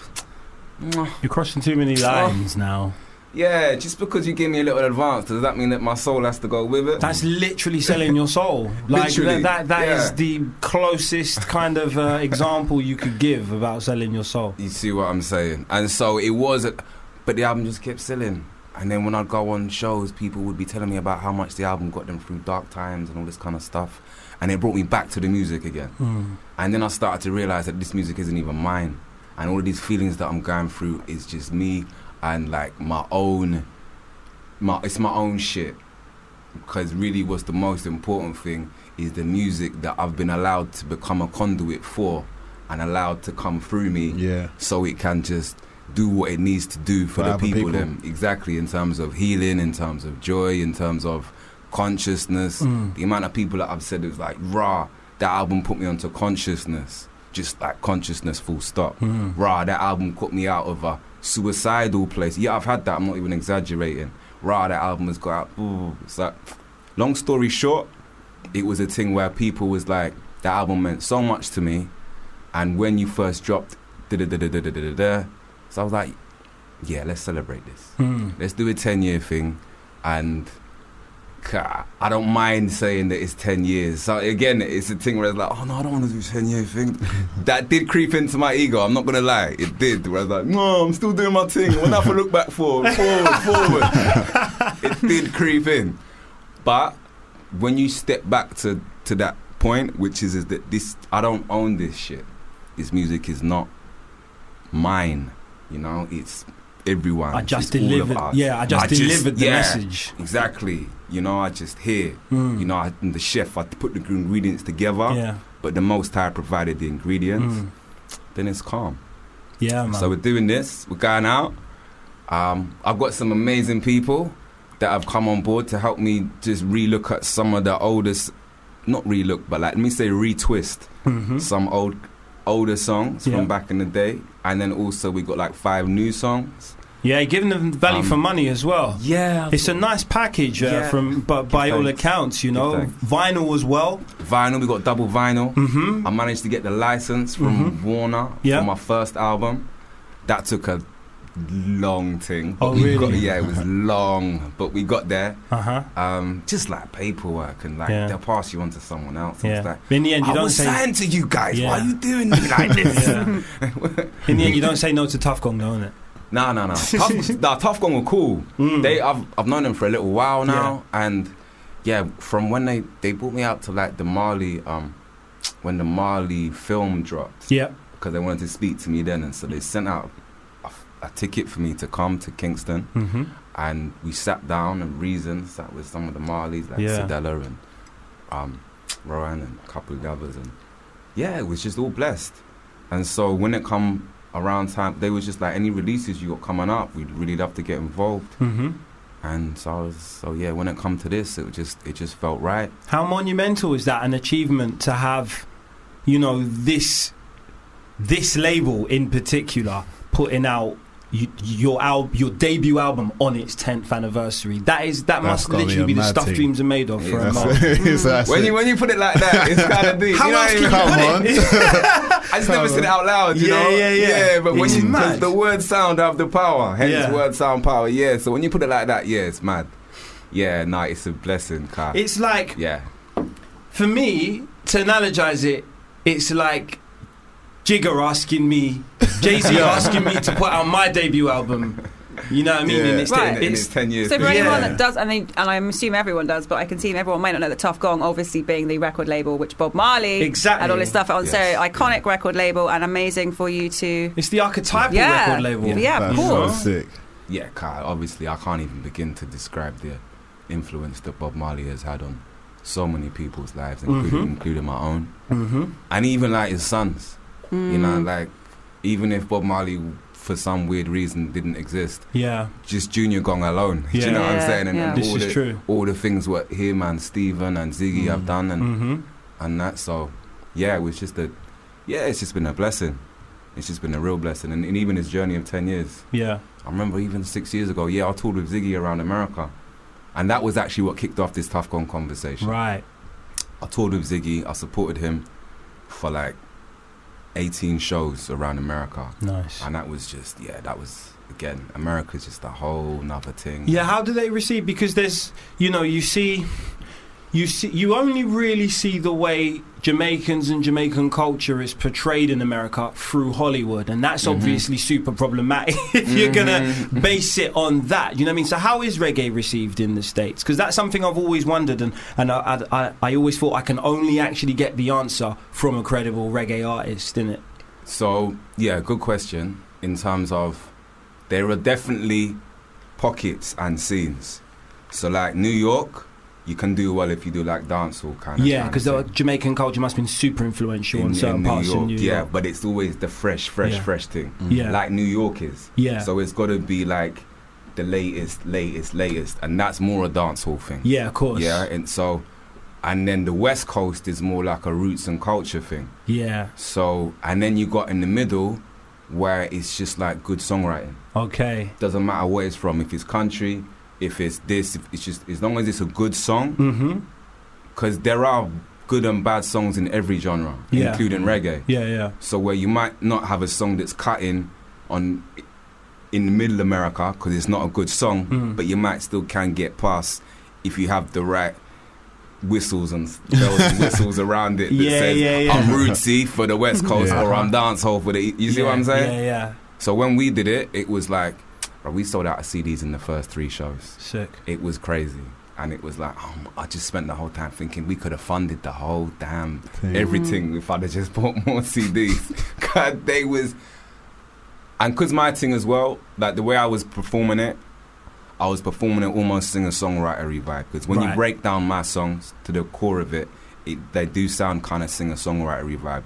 S6: You're crossing too many lines now.
S11: yeah, just because you gave me a little advance, does that mean that my soul has to go with it?
S6: That's literally selling your soul. Like
S11: Literally,
S6: that, that, that is
S11: yeah.
S6: the closest kind of uh, example you could give about selling your soul.
S11: You see what I'm saying? And so it was, a, but the album just kept selling. And then when I'd go on shows, people would be telling me about how much the album got them through dark times and all this kind of stuff. And it brought me back to the music again.
S6: Mm.
S11: And then I started to realize that this music isn't even mine. And all of these feelings that I'm going through is just me and like my own, my, it's my own shit. Because really, what's the most important thing is the music that I've been allowed to become a conduit for and allowed to come through me
S4: Yeah.
S11: so it can just do what it needs to do for
S4: For
S11: the
S4: other
S11: people,
S4: people.
S11: them exactly in terms of healing in terms of joy in terms of consciousness
S6: Mm.
S11: the amount of people that i've said is like rah that album put me onto consciousness just like consciousness full stop
S6: Mm.
S11: rah that album cut me out of a suicidal place yeah i've had that i'm not even exaggerating rah that album has got out ooh, it's like long story short it was a thing where people was like that album meant so much to me and when you first dropped da da da da da da da da so i was like yeah let's celebrate this
S6: Mm.
S11: let's do a 10 year thing and ca- I don't mind saying that it's 10 years. So again, it's a thing where it's like, oh no, I don't want to do 10 year thing. that did creep into my ego, I'm not going to lie. It did. Where I was like, no, I'm still doing my thing. What have I look back for? Forward, forward. it did creep in. But when you step back to, to that point, which is, is that this, I don't own this shit. This music is not mine. You know, it's everyone.
S6: I just
S11: It's all of
S6: delivered-
S11: us.
S6: yeah, I just delivered the
S11: yeah,
S6: message.
S11: Exactly. You know, I just hear.
S6: Mm.
S11: You know, I, am the chef. I put the ingredients together.
S6: Yeah.
S11: But the Most High provided the ingredients.
S6: Mm.
S11: Then it's calm.
S6: Yeah, man.
S11: So we're doing this. We're going out. Um, I've got some amazing people that have come on board to help me just relook at some of the oldest, not relook, but like let me say retwist
S6: Mhm.
S11: some old older songs
S6: Yeah.
S11: from back in the day, and then also we got like five new songs.
S6: Yeah, giving them value for
S11: Um,
S6: money as well.
S11: Yeah,
S6: it's a nice package uh,
S11: Yeah.
S6: from, but by all
S11: thanks.
S6: accounts, you know,
S11: thanks.
S6: vinyl as well.
S11: Vinyl, we got double vinyl.
S6: Mm-hmm.
S11: I managed to get the license from Warner
S6: Yeah.
S11: for my first album. That took a long thing.
S6: Oh,
S11: But we got-
S6: really?
S11: yeah, it was long, but we got there.
S6: Uh huh.
S11: Um, just like paperwork and like
S6: Yeah.
S11: they'll pass you on to someone else. It's
S6: Yeah.
S11: like,
S6: In the end, you
S11: I
S6: don't
S11: was
S6: say-
S11: signed to you guys. Why
S6: Yeah.
S11: are you doing me like this?
S6: In the end, you don't say no to Tough Gong, though, innit?
S11: No, no, no. Tough, nah, Tough Gong were cool.
S6: Mm.
S11: They, I've, I've known them for a little while now, and yeah, from when they they brought me out to like the Mali, um, when the Mali film dropped.
S6: Yeah.
S11: Because they wanted to speak to me then, and so they sent out a, a ticket for me to come to Kingston,
S6: Mm-hmm.
S11: and we sat down and reasoned. Sat with some of the Marleys like
S6: Yeah.
S11: Sidella and um, Rowan and a couple of others, and yeah, it was just all blessed. And so when it come around time, they was just like, any releases you got coming up, we'd really love to get involved.
S6: Mm-hmm.
S11: And so I was, so yeah, when it come to this, it was just, it just felt right.
S6: How monumental is that an achievement to have, you know, this this label in particular putting out
S3: you, your al- your debut album on its 10th anniversary. That is that must
S4: That's gotta be
S3: literally
S4: a
S3: be, the
S4: mad
S3: stuff
S4: thing.
S3: dreams are made of for a
S4: That's
S3: month.
S4: it. It's- that's
S11: when
S4: it.
S11: you when you put it like that, it's kind of deep.
S3: How
S11: you know
S3: else
S11: what I mean?
S3: can you put it?
S11: I just never
S3: Come
S11: said it out loud, you
S3: Yeah,
S11: know?
S3: yeah, yeah.
S11: but when
S3: It's
S11: you,
S3: mad.
S11: 'cause the word sound have the power, hence
S3: Yeah.
S11: word sound power, yeah. So when you put it like that, yeah, it's mad. Yeah, nah, it's a blessing, car.
S3: It's like
S11: yeah.
S3: for me to analogize it, it's like Jigger asking me, Jay Z
S11: Yeah.
S3: asking me to put out my debut album. You know what I mean?
S11: Yeah,
S3: And it's,
S5: Right.
S11: in, in its 10 years.
S5: So for
S11: yeah.
S5: anyone that does, and, they, and I assume everyone does, but I can see everyone might not know that Tough Gong, obviously being the record label which Bob Marley
S3: Exactly.
S5: and all this stuff on, so
S11: Yes.
S5: iconic record label and amazing for you to.
S3: it's the archetypal
S5: Yeah.
S3: record label.
S5: Yeah, of
S4: That's so
S5: course.
S4: sick.
S11: Yeah, car, obviously, I can't even begin to describe the influence that Bob Marley has had on so many people's lives, including,
S3: Mhm.
S11: including my own.
S3: Mm-hmm.
S11: And even like his sons. You know,
S5: Mm.
S11: like even if Bob Marley, for some weird reason, didn't exist,
S3: Yeah,
S11: just Junior Gong alone. Do
S3: Yeah.
S11: you know what
S5: Yeah,
S11: I'm saying? And,
S5: yeah.
S11: and
S3: this
S11: all,
S3: is
S11: the,
S3: true.
S11: all the things what him and Steven and Ziggy have done and,
S3: Mm-hmm.
S11: and that. So, yeah, it was just a, yeah, it's just been a blessing. It's just been a real blessing. And, and even his journey of 10 years.
S3: Yeah.
S11: I remember even six years ago, yeah, I toured with Ziggy around America. And that was actually what kicked off this Tough Gong conversation.
S3: Right.
S11: I toured with Ziggy. I supported him for like 18 shows around America.
S3: Nice.
S11: And that was just, yeah, that was, again, America's just a whole nother thing.
S3: Yeah, how do they receive? Because there's, you know, you see, you see, you only really see the way Jamaicans and Jamaican culture is portrayed in America through Hollywood, and that's
S11: Mhm.
S3: obviously super problematic if you're gonna
S11: Mhm.
S3: base it on that. You know what I mean? So how is reggae received in the states? Because that's something I've always wondered, and and I, I I- I always thought I can only actually get the answer from a credible reggae artist, in it.
S11: So, yeah, good question. In terms of, there are definitely pockets and scenes. So, like New York, you can do well if you do like dancehall kind of.
S3: Yeah,
S11: kind of
S3: because
S11: thing.
S3: the Jamaican culture must have been super influential in, certain parts of New
S11: yeah,
S3: York.
S11: but it's always the fresh, fresh,
S3: Yeah. Mm.
S11: fresh thing,
S3: Yeah.
S11: like New York is.
S3: Yeah.
S11: So it's got to be like the latest, latest, latest, and that's more a dancehall thing.
S3: yeah, of course.
S11: Yeah, and so, and then the West Coast is more like a roots and culture thing.
S3: Yeah.
S11: So, and then you got in the middle where it's just like good songwriting.
S3: Okay.
S11: Doesn't matter where it's from, if it's country, if it's this, if it's just as long as it's a good song,
S3: Mm-hmm.
S11: because there are good and bad songs in every genre,
S3: Yeah.
S11: including reggae.
S3: Yeah, yeah.
S11: So where you might not have a song that's cutting on in the middle America because it's not a good song,
S3: Mm.
S11: but you might still can get past if you have the right whistles and s- bells and whistles around it that
S3: Yeah,
S11: says
S3: yeah, yeah.
S11: I'm rootsy for the West Coast
S4: Yeah.
S11: or I'm dancehall for the E-" you see
S3: Yeah,
S11: what I'm saying?
S3: Yeah, yeah.
S11: So when we did it, it was like bro, we sold out of CDs in the first three shows.
S3: Sick.
S11: It was crazy. And it was like, oh, m- I just spent the whole time thinking we could have funded the whole damn
S4: Thing.
S11: everything
S3: Mm.
S11: if I'd have just bought more CDs. God, they was, and cause my thing as well, like the way I was performing it, I was performing it almost singer songwritery vibe. Because when you
S3: Right.
S11: break down my songs to the core of it, it they do sound kind of singer songwritery vibe.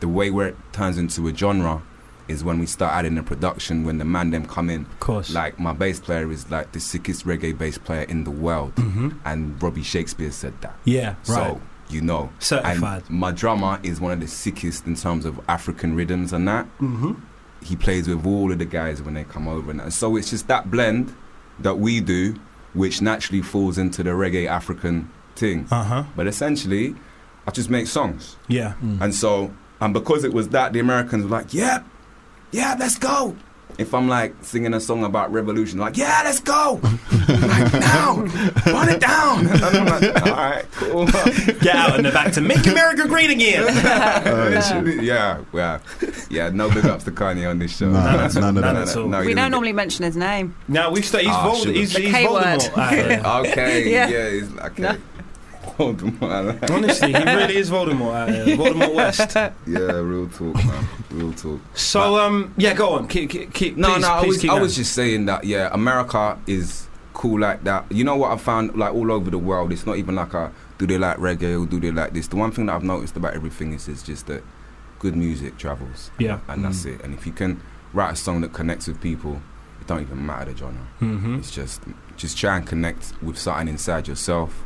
S11: The way where it turns into a genre is when we start adding the production, when the man them come in.
S3: Of course.
S11: Like my bass player is like the sickest reggae bass player in the world,
S3: hmm
S11: and Robbie Shakespeare said that.
S3: Yeah, right.
S11: So you know.
S3: Certified.
S11: And my drummer is one of the sickest in terms of African rhythms and that.
S3: mm-hmm.
S11: He plays with all of the guys when they come over. And that. so it's just that blend that we do, which naturally falls into the reggae African thing.
S3: Uh huh.
S11: But essentially, I just make songs.
S3: Yeah.
S11: And so, and because it was that, the Americans were like, yeah, yeah, let's go. If I'm like singing a song about revolution, like, yeah, let's go. like, now, burn it down. And I'm like, all right, cool.
S3: Get out and they're back to make America great again.
S11: Literally, Oh, yeah, yeah, yeah. No big ups to Kanye on this show.
S4: Nah, none of
S3: none
S4: that.
S3: at all.
S5: we
S11: you
S5: don't
S11: didn't
S5: normally mention his name.
S3: now we've started. He's,
S11: Ah,
S3: Vold-
S11: sugar.
S3: he's,
S5: The
S3: he's
S5: K word.
S3: Voldemort. Ah, yeah.
S11: get- Okay,
S5: Yeah.
S11: yeah, it's okay.
S5: No.
S11: Hold them on.
S3: Honestly, he really is Voldemort. ah, yeah. Voldemort West.
S11: Yeah, real talk, man. Real talk.
S3: So, um, yeah, go on. Keep, keep, keep.
S11: No,
S3: please,
S11: no, I
S3: please
S11: was,
S3: keep
S11: I
S3: going.
S11: was just saying that, yeah, America is cool like that. You know what I found, like, all over the world, it's not even like a, do they like reggae or do they like this? The one thing that I've noticed about everything is, is just that good music travels.
S3: Yeah.
S11: And that's
S3: Mm.
S11: it. And if you can write a song that connects with people, it don't even matter the genre.
S3: Mm-hmm.
S11: It's just just try and connect with something inside yourself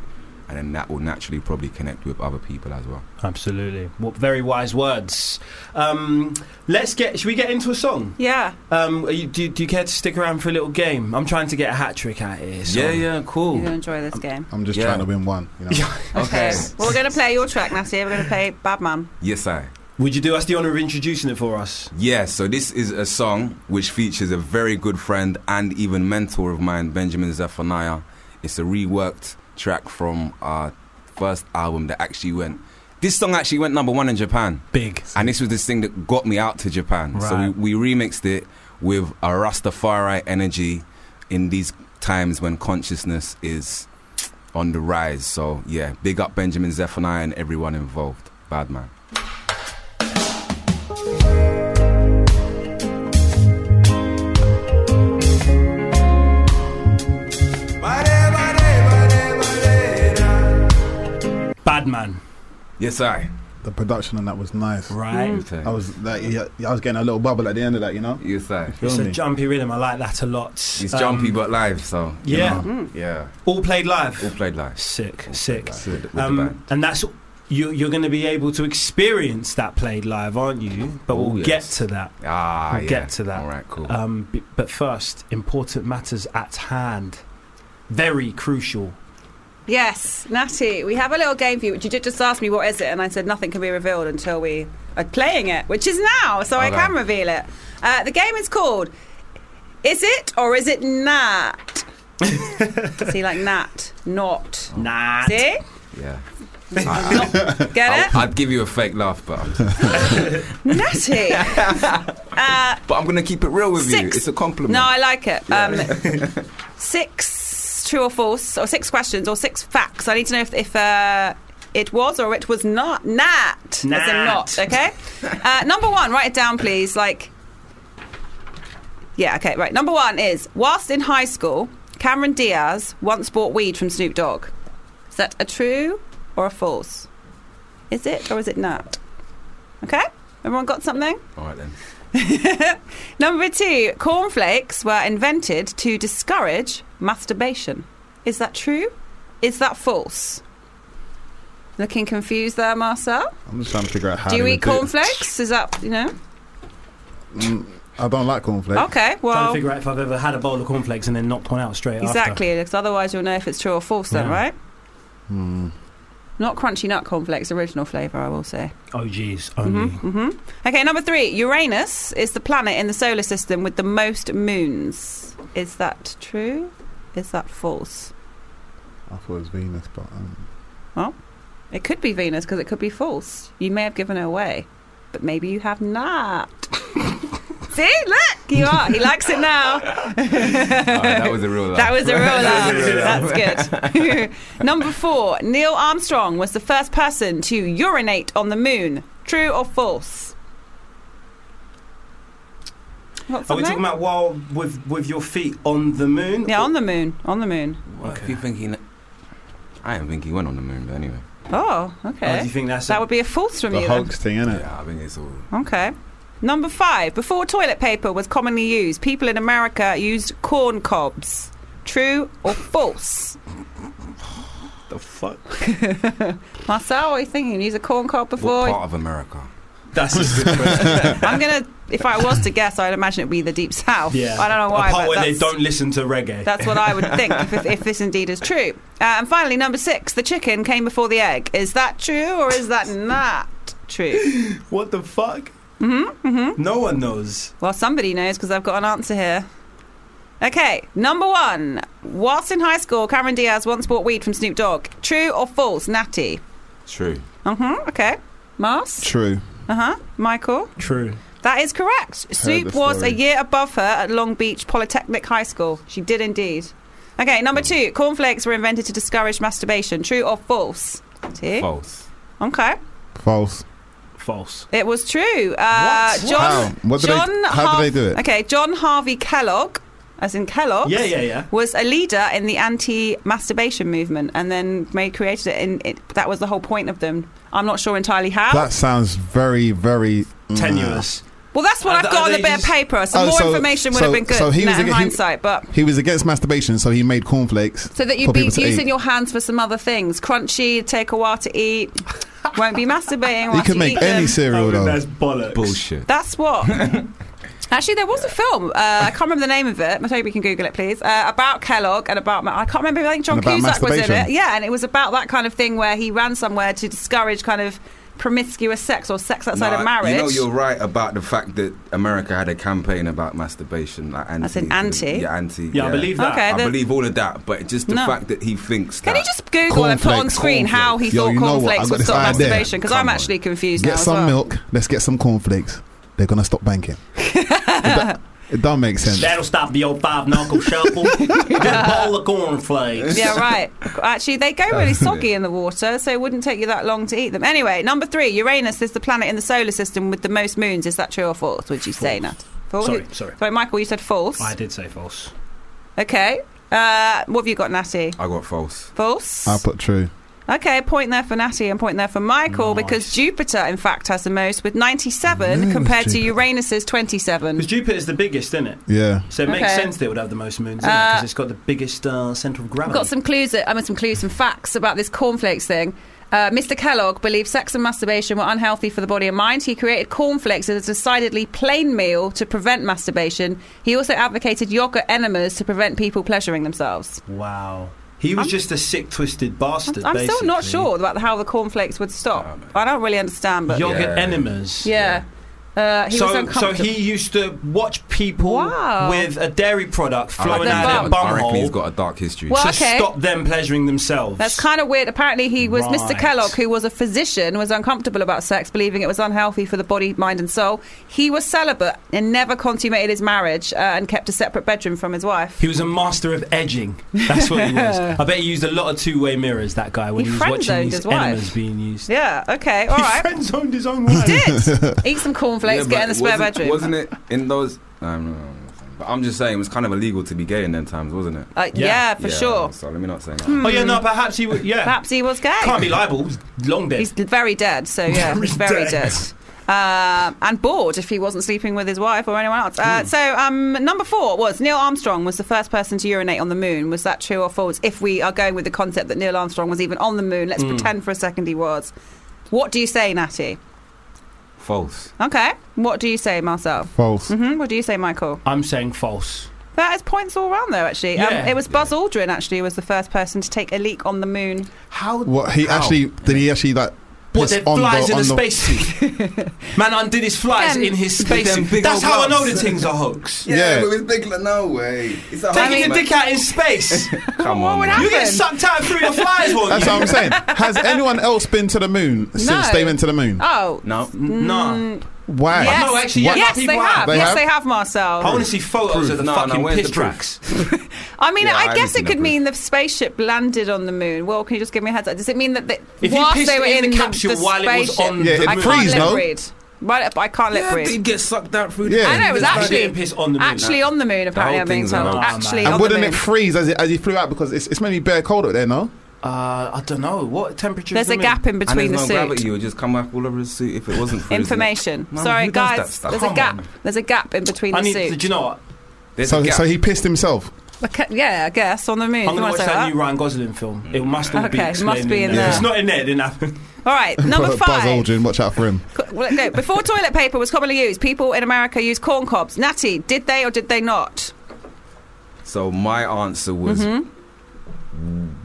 S11: and then that will naturally probably connect with other people as well.
S3: Absolutely. What very wise words. Um, let's get. Should we get into a song?
S5: Yeah.
S3: Um, are you, do, you- do you care to stick around for a little game? I'm trying to get a hat trick out here. So.
S11: Yeah, yeah,
S5: You're
S11: cool.
S5: going to enjoy this game.
S4: I'm just
S11: Yeah.
S4: trying to win one. You know?
S5: Okay. well, we're going to play your track, Nasir. We're going to play Bad Mum.
S11: Yes, I.
S3: Would you do us the honour of introducing it for us?
S11: Yeah, so this is a song which features a very good friend and even mentor of mine, Benjamin Zephaniah. It's a reworked track from our first album that actually went. This song actually went number one in Japan.
S3: Big.
S11: And this was this thing that got me out to Japan. So
S3: Right.
S11: we, we remixed it with a Rastafari energy in these times when consciousness is on the rise. So yeah, big up Benjamin Zephaniah and everyone involved. Bad man.
S3: Bad man.
S11: Yes, I.
S4: The production on that was nice.
S3: Right.
S11: Mm.
S4: I was like, yeah, I was getting a little bubble at the end of that, you know.
S11: Yes, I.
S4: Feel
S3: It's a
S4: me?
S3: jumpy rhythm. I like that a lot.
S11: He's
S3: Um,
S11: jumpy but live, so you
S3: yeah.
S11: know,
S5: Mm.
S11: yeah,
S3: All played live.
S11: all played live.
S3: Sick, sick.
S11: With, with the band.
S3: Um, and that's you, you're going to be able to experience that played live, aren't you? But we'll
S11: Oh, yes.
S3: get to that.
S11: Ah,
S3: we'll
S11: yeah.
S3: get to that.
S11: All right, cool.
S3: Um, b- but first, important matters at hand. Very crucial.
S5: Yes, Natty, we have a little game for you, which you did just ask me what is it, and I said nothing can be revealed until we are playing it, which is now, so I
S11: Okay.
S5: can reveal it. Uh, the game is called Is It or Is It Nat? See, like Nat, not.
S3: Nah.
S5: See?
S11: yeah. I,
S5: Get
S11: would give you a fake laugh, but I'm,
S5: it? Natty!
S11: but I'm gonna keep it real with
S5: Six.
S11: you. It's a compliment.
S5: No, I like it. Um, six true or false, or six questions, or six facts. I need to know if, if uh, it was or it was not. Nat. As in not,
S3: Nat.
S5: okay? Uh, number one, write it down, please. Like, yeah, okay, right. Number one is whilst in high school, Cameron Diaz once bought weed from Snoop Dogg. Is that a true or a false? Is it or is it not? Okay? Everyone got something?
S11: All right then.
S5: Number two, cornflakes were invented to discourage masturbation. Is that true? Is that false? Looking confused there, Marcel.
S4: I'm just trying to figure out how.
S5: Do you
S4: they
S5: eat
S4: would it.
S5: cornflakes? Is that, you know?
S4: Mm, I don't like cornflakes.
S5: Okay,
S3: Trying to
S5: well,
S3: figure out if I've ever had a bowl of cornflakes and then knocked one out straight after.
S5: exactly, because otherwise you'll know if it's true or false then,
S3: Yeah.
S5: right?
S4: Mm.
S5: Not crunchy nut cornflakes, original flavour, I will say.
S3: Oh, geez. Only.
S5: hmm hmm Okay, number three, Uranus is the planet in the solar system with the most moons. Is that true? Is that false?
S4: I thought it was Venus, but um,
S5: It could be Venus because it could be false. You may have given it away, but maybe you have not. See, look, you are. He likes it now.
S11: All right, that was a real laugh.
S5: That was a real
S11: That was a real
S5: laugh. That's good. Number four, Neil Armstrong was the first person to urinate on the moon. True or false? Got
S3: Are we
S5: something?
S3: talking about while with with your feet on the moon?
S5: yeah, on the moon. On the moon.
S11: Well, If you think he, kn- I don't think he went on the moon, but anyway.
S5: Oh,
S3: Or do
S5: okay.
S3: you think that's
S5: That
S3: a-
S5: would be a false from
S4: the
S5: you. then.
S4: hogs thing, innit?
S11: Yeah, I think it's all.
S5: Okay. Number five, before toilet paper was commonly used, people in America used corn cobs. True or false?
S3: the fuck?
S5: Marcel, what are you thinking? Use a corn cob
S11: What
S5: before?
S11: part of America?
S3: That's a good question.
S5: I'm going to, if I was to guess, I'd imagine it'd be the deep south.
S3: Yeah.
S5: I don't know why.
S3: A part
S5: but
S3: where they
S5: that's,
S3: don't listen to reggae.
S5: that's what I would think if, if this indeed is true. Uh, and finally, number six, the chicken came before the egg. Is that true or is that not true?
S3: What the fuck? Mm-hmm, No one knows.
S5: Well, somebody knows because I've got an answer here. Okay, number one. Whilst in high school, Cameron Diaz once bought weed from Snoop Dogg. True or false, Natty?
S11: True.
S5: Uh huh. Okay. Mars?
S4: True.
S5: Uh huh. Michael?
S3: True.
S5: That is correct. Snoop
S4: the
S5: was a
S4: story.
S5: year above her at Long Beach Polytechnic High School. She did indeed. Okay, number two. Cornflakes were invented to discourage masturbation. True or false? Natty?
S11: False.
S5: Okay.
S4: False.
S3: False.
S5: It was true. Uh,
S3: What?
S5: John,
S4: How? What did they-
S5: John
S4: how did
S5: Har-
S4: they do it?
S5: Okay, John Harvey Kellogg, as in Kellogg.
S3: Yeah, yeah, yeah.
S5: was a leader in the anti-masturbation movement, and then made created it. And it, that was the whole point of them. I'm not sure entirely how.
S4: That sounds very, very mm,
S3: Tenuous.
S5: Well, that's what
S6: Are
S5: I've
S6: the-
S5: got
S6: are
S5: on the
S6: they
S5: bit of
S6: just-
S5: paper. Some
S4: Oh,
S5: more
S4: so-
S5: information would
S4: so-
S5: have been good
S4: so he
S5: in
S4: was
S5: that in
S4: aga- he-
S5: hindsight, but
S4: He was against masturbation, so he made cornflakes.
S5: so that
S4: for
S5: you'd be
S4: people to
S5: using
S4: eat.
S5: your hands for some other things. Crunchy, take a while to eat. Won't be masturbating.
S4: You
S5: whilst
S4: could make
S5: eat
S4: any
S5: them.
S4: cereal though.
S3: That's bollocks.
S11: Bullshit.
S5: That's what. Actually, there was a film. Uh, I can't remember the name of it. Toby can Google it, please. Uh, about Kellogg and about I can't remember. I think John
S4: And about
S5: Cusack was in it.
S4: masturbation.
S5: Yeah, and it was about that kind of thing where he ran somewhere to discourage kind of promiscuous sex or sex outside of
S11: Nah,
S5: marriage.
S11: You know, you're right about the fact that America had a campaign about masturbation, like anti.
S5: As in anti?
S11: Yeah, anti.
S3: Yeah, I believe that.
S5: Okay,
S11: I
S5: then-
S11: believe all of that, but just the
S5: No.
S11: fact that he thinks
S5: can
S11: that.
S5: you just Google and put on
S4: Cornflakes,
S5: screen how he
S4: cornflakes. Yo,
S5: thought
S4: you know what?
S5: cornflakes
S4: I've
S5: would
S4: got
S5: stop
S4: this idea.
S5: masturbation? Because
S11: Come
S5: I'm
S11: on.
S5: actually confused now
S4: Get
S5: as
S4: some
S5: well.
S4: milk. Let's get some cornflakes. They're gonna stop banking. it, don't, it don't make sense.
S3: That'll stop the old five knuckle shuffle. Get a bowl of cornflakes.
S5: Yeah, right. Actually, they go really soggy in the water, so it wouldn't take you that long to eat them. Anyway, number three, Uranus is the planet in the solar system with the most moons. Is that true or false? Would you say, Nat? False?
S3: Sorry, sorry.
S5: Sorry, Michael, you said false.
S3: I did say false.
S5: Okay. Uh, what have you got, Natty?
S11: I got false.
S5: False.
S3: Uh,
S4: I put true.
S5: okay, point there for Natty and point there for Michael
S3: Nice.
S5: because Jupiter, in fact, has the most with 97
S4: Moons,
S5: compared to
S4: Jupiter.
S5: Uranus's 27.
S3: Because Jupiter's the biggest, isn't it?
S4: Yeah.
S3: So it makes
S5: Okay.
S3: sense that it would have the most moons,
S5: Uh,
S3: because it's got the biggest uh, center of gravity.
S5: I've got some clues. uh, I mean, some clues, some facts about this cornflakes thing. Uh, Mr. Kellogg believed sex and masturbation were unhealthy for the body and mind. He created cornflakes as a decidedly plain meal to prevent masturbation. He also advocated yogurt enemas to prevent people pleasuring themselves.
S3: Wow. He was just a sick, twisted bastard.
S5: I'm still not
S3: basically.
S5: sure about how the cornflakes would stop. I don't really understand, but
S3: Yogurt
S11: Yeah.
S3: enemas.
S5: yeah. Uh, he was
S3: so, so
S5: uncomfortable.
S3: he used to watch people
S5: Wow.
S3: with a dairy product
S11: I reckon
S3: flowing
S5: Their
S11: he's
S3: out
S11: got-
S3: of their
S5: bum.
S11: I reckon he's
S3: bumhole to
S11: got a dark history.
S5: Well, okay.
S3: stop them pleasuring themselves.
S5: That's kind of weird. Apparently, he was Mr.
S3: Right.
S5: Kellogg, who was a physician, was uncomfortable about sex, believing it was unhealthy for the body, mind, and soul. He was celibate and never consummated his marriage uh, and kept a separate bedroom from his wife.
S3: He was a master of edging. That's what he was. I bet he used a lot of two-way mirrors. That guy when he,
S5: He
S3: was watching
S5: friend-zoned
S3: these
S5: his wife.
S3: enemas being used.
S5: Yeah. Okay. All
S3: he
S5: right.
S3: friend-zoned his own wife.
S5: Did eat some cornflakes,
S11: Yeah,
S5: get
S11: but
S5: in the spare
S11: wasn't-
S5: bedroom.
S11: Wasn't it in those? I don't know. But I'm just saying, it was kind of illegal to be gay in them times, wasn't it?
S5: Uh, yeah.
S3: Yeah.
S5: for
S11: Yeah,
S5: sure. Hmm.
S11: So let me not say that.
S3: Oh yeah, no. Perhaps he would. Yeah,
S5: Perhaps he was gay.
S3: can't be liable. He's long dead.
S5: He's very dead. So yeah,
S3: Very
S5: he's very dead.
S3: dead.
S5: Uh, and bored if he wasn't sleeping with his wife or anyone else.
S3: Hmm.
S5: Uh, So um, number four was Neil Armstrong was the first person to urinate on the moon. Was that true or false? If we are going with the concept that Neil Armstrong was even on the moon, let's
S3: Hmm.
S5: pretend for a second he was. What do you say, Natty?
S11: False.
S5: Okay. What do you say, Marcel?
S4: False.
S5: hmm What do you say, Michael?
S3: I'm saying false.
S5: That is points all round, though. Actually,
S3: Yeah.
S5: um, it was Buzz Aldrin. Actually, who was the first person to take a leak on the moon.
S3: How?
S4: What he
S11: How?
S4: actually did he actually like
S3: What?
S4: piss
S3: There
S4: on
S3: flies
S4: the,
S3: in
S4: on
S3: a
S4: the-
S3: spacesuit. Man undid his flies
S5: Them-
S3: in his
S11: them
S3: spacesuit.
S11: big
S3: That's
S11: old
S3: how I know the
S11: gloves.
S3: things are hoax.
S4: Yeah, Yeah. but
S11: it's big. No way. It's a
S3: Taking your dick out in space.
S11: Come
S5: What
S11: on,
S5: would
S11: man.
S3: you
S5: happen?
S3: get sucked out through the flies, won't
S4: That's
S3: you?
S4: what I'm saying. Has anyone else been to the moon since
S5: No.
S4: they went to the moon?
S5: Oh.
S11: No.
S3: Nah.
S5: Mm.
S4: Why?
S5: Yes.
S3: No, Oh, actually, yeah,
S5: yes,
S3: people
S5: they have.
S3: have.
S4: They
S5: yes,
S4: have?
S5: they have, Marcel.
S3: I want to see photos
S11: Proof.
S3: of the
S11: No, no,
S3: fucking
S11: where's
S3: piss
S11: the proof?
S3: tracks.
S5: I mean,
S11: Yeah, I
S5: I
S11: haven't
S5: guess
S11: seen
S5: it could
S11: that
S5: mean the spaceship landed on the moon. Well, can you just give me a heads up? Does it mean that the,
S3: If you
S5: whilst
S3: pissed
S5: they were
S3: in the
S5: in
S3: capsule while it was
S5: spaceship-
S3: on
S4: Yeah, the
S5: I
S4: moon.
S5: can't
S4: Freeze,
S5: let
S4: no?
S5: breathed. Right up, I can't let breathe.
S11: did get sucked out through.
S4: Yeah.
S5: I know it was
S3: There's no
S5: actually
S3: getting pissed on the moon.
S5: Actually on the moon. Apparently,
S11: whole
S5: I'm being
S11: thing's a
S5: told.
S11: lie.
S5: Actually,
S4: And
S5: on the
S4: wouldn't
S5: moon.
S4: it freeze as, it, as he flew out because it's, it's maybe bare cold up there, no?
S3: Uh, I don't know. What temperature
S5: There's
S3: is
S5: a
S3: the
S5: gap in
S11: And there's
S5: between the
S11: no gravity.
S5: suit.
S11: You would just come back all over his suit if it wasn't for his
S5: Information.
S11: Man,
S5: Sorry,
S11: who does that
S5: guys.
S11: stuff?
S5: There's a
S11: Come
S5: gap.
S11: on.
S5: There's a gap in between
S3: moon. I
S5: the
S3: need. To, do
S5: suit.
S3: you know what?
S11: There's
S4: So
S11: a gap.
S4: so he pissed himself.
S5: Okay, Yeah, I guess on the
S3: I'm
S5: moon. You
S3: going to
S5: wanna
S3: watch
S5: say
S3: that,
S5: that?
S3: new Ryan Gosling film.
S4: Mm.
S3: It must all be
S5: Okay, it
S3: explained
S5: must be in
S3: there.
S5: there.
S3: If it's not in there, it didn't happen.
S5: All right, number
S4: Buzz
S5: five.
S4: Aldrin, watch out for him.
S5: Co- Well, no, before toilet paper was commonly used, people in America used corn cobs. Natty, did they or did they not?
S11: So my answer was,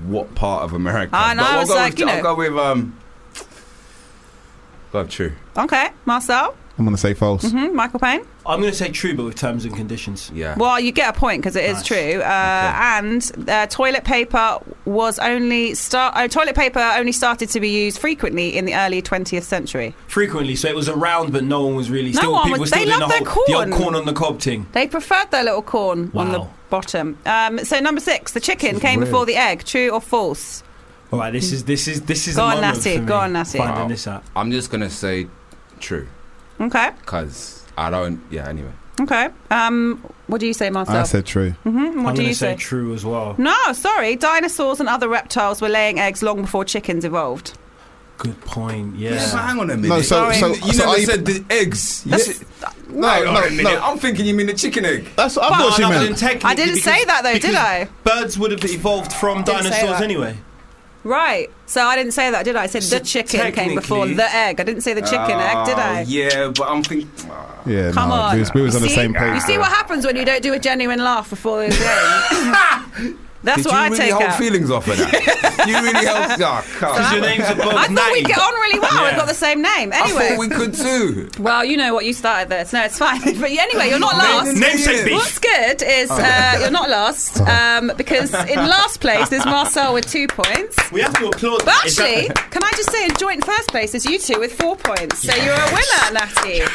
S11: what part of America?
S5: Ah, no,
S11: But
S5: Mm-hmm. I
S11: we'll
S5: was
S11: go
S5: like,
S11: with,
S5: you
S11: I'll
S5: know.
S11: go with um. God, true.
S5: Okay, Marcel,
S4: I'm gonna say false.
S5: hmm, Michael Payne.
S3: I'm going to say true, but with terms and conditions.
S11: Yeah.
S5: Well, you get a point because it is
S3: Nice.
S5: true. Uh, And uh, toilet paper was only start. Uh, toilet paper only started to be used frequently in the early 20th century.
S3: Frequently, so it was around, but no one was really.
S5: No
S3: Still,
S5: one
S3: people
S5: was-
S3: were still
S5: they
S3: doing
S5: love
S3: the,
S5: their
S3: whole, the old
S5: corn.
S3: corn on the cob thing.
S5: They preferred their little corn on the
S3: Wow.
S5: bottom. Um, so number six, the chicken came before the egg. True or false?
S3: All right, this is this is this is
S5: Go
S3: the
S5: on,
S3: moment
S5: Natty,
S3: for me,
S5: go on, Natty.
S3: Finding
S11: Wow.
S3: this out.
S11: I'm just gonna say true,
S5: Okay,
S11: cause I don't. Yeah. Anyway.
S5: okay. Um, what do you say, Marcel?
S4: I said true.
S5: hmm What
S3: I'm
S5: do
S3: gonna
S5: you
S3: say true as well.
S5: No, sorry. Dinosaurs and other reptiles were laying eggs long before chickens evolved.
S3: Good point.
S11: Yeah. but
S3: Yeah.
S11: hang on a minute.
S4: No, so-
S11: you
S4: so-
S11: you
S4: so
S11: never
S4: are you-
S11: said the eggs. You
S5: That's-
S11: said- No, Hang on no, a minute. no. I'm thinking you mean the chicken egg.
S4: That's
S11: what I thought you meant.
S5: I didn't say that though, did I?
S3: Birds would have evolved from
S5: Didn't say
S3: dinosaurs
S5: that.
S3: anyway.
S5: Right. So I didn't say that, did I? I said
S3: So
S5: the chicken came before
S11: technically- Ah,
S5: the egg. I didn't say the chicken egg, did
S3: Oh,
S5: I?
S11: Yeah, but I'm thinking.
S4: Yeah,
S5: Come
S4: no,
S5: on.
S4: We, was- we was on the
S5: See?
S4: same page.
S5: You see
S4: there.
S5: what happens when you don't do a genuine laugh before the game? That's
S11: Did
S5: what
S11: you
S5: I
S11: really
S5: take
S11: hold
S5: out.
S11: feelings off of that? you really helped. Oh,
S5: So
S11: come
S5: I- I thought we'd get on really well. We've got the same name.
S11: I thought
S5: Anyway.
S11: we could too.
S5: Well, you know what you started there. So no, it's fine. but anyway, you're not last.
S11: Name- namesake beef.
S5: What's good is
S11: Oh.
S5: uh, you're not last um, because in last place there's Marcel with two points.
S3: We have to applaud.
S5: But
S3: that. Is that-
S5: actually, can I just say in joint first place is you two with four points. So you're a winner, Natty. A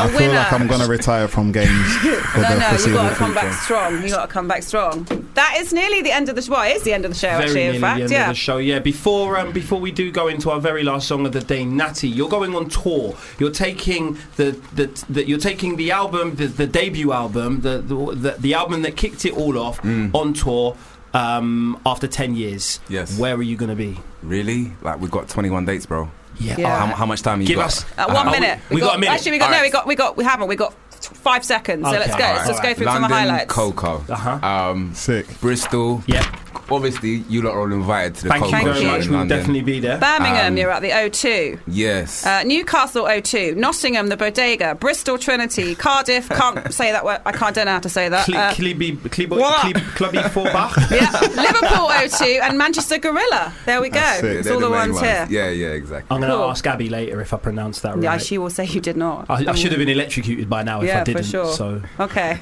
S4: I feel
S5: winner.
S4: like I'm gonna retire from games. For
S5: no,
S4: the
S5: no, you
S4: foreseeable
S5: got to come back
S4: future.
S5: strong. you got to come back strong. That is nearly the end of the show. Well, it is the end of the show,
S3: Very
S5: actually,
S3: nearly
S5: in
S3: the
S5: fact.
S3: end of
S5: Yeah.
S3: the show. Yeah, before um, before we do go into our very last song of the day, Natty, you're going on tour. You're taking the, the, the you're taking the album, the, the debut album, the, the the the album that kicked it all off
S11: Mm.
S3: on tour um, after ten years.
S11: Yes.
S3: Where are you going to be?
S11: Really? Like we've got 21 dates, bro.
S3: Yeah.
S5: Yeah. Oh,
S11: How, how much time you
S3: Give
S11: got?
S3: us-
S5: Uh, one minute.
S11: We, got, a minute.
S5: Actually, we got no. We got. We got. We haven't. We got five seconds. So let's go.
S11: All
S5: Let's
S11: right.
S5: go through
S11: London,
S5: some highlights.
S11: Coco. Uh-huh. Um,
S4: Sick.
S11: Bristol. Yep. Obviously, you lot are all invited to the
S3: Thank you
S11: Coco
S3: very
S11: show
S3: much.
S11: in
S3: We'll
S11: London.
S3: definitely be there.
S5: Birmingham,
S11: Um,
S5: you're at the O2.
S11: Yes.
S5: Uh, Newcastle O2, Nottingham, the Bodega, Bristol Trinity, Cardiff. Can't say that word. I can't. Don't know how to say that.
S3: Cli-
S5: Uh,
S3: Clibi, Clibo, Clib- Clubby Forbach.
S5: yeah, Liverpool O2 and Manchester Gorilla. There we go. It's all the ones, here.
S11: Yeah, yeah, exactly.
S3: I'm going to
S5: Cool.
S3: ask Abby later if I pronounced that right.
S5: Yeah, she will say you did not.
S3: I, I should have been electrocuted by now if
S5: Mm. Yeah,
S3: I
S5: for
S3: didn't.
S5: sure.
S3: So
S5: Okay.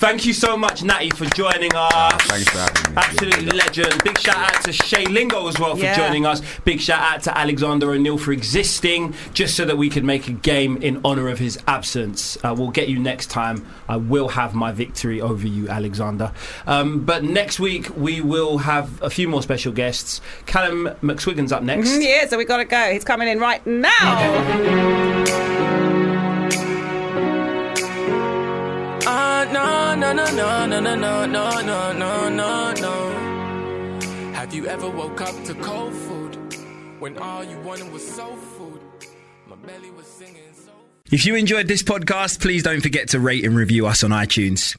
S3: thank you so much, Natty, for joining us.
S11: Thanks for having me.
S3: Absolute legend. Big shout out to Shay Lingo as well for
S5: Yeah.
S3: joining us. Big shout out to Alexander O'Neill for existing just so that we could make a game in honour of his absence. Uh, we'll get you next time. I will have my victory over you, Alexander. Um, but next week, we will have a few more special guests. Callum McSwiggan's up next.
S5: Mhm, yeah, so we got to go. He's coming in right now.
S7: Uh, no, no, no, no, no, no, no, no, no, no, no, no. Have you ever woke up to cold food when all you wanted was soul food? My belly was singing.
S12: If you enjoyed this podcast, please don't forget to rate and review us on iTunes.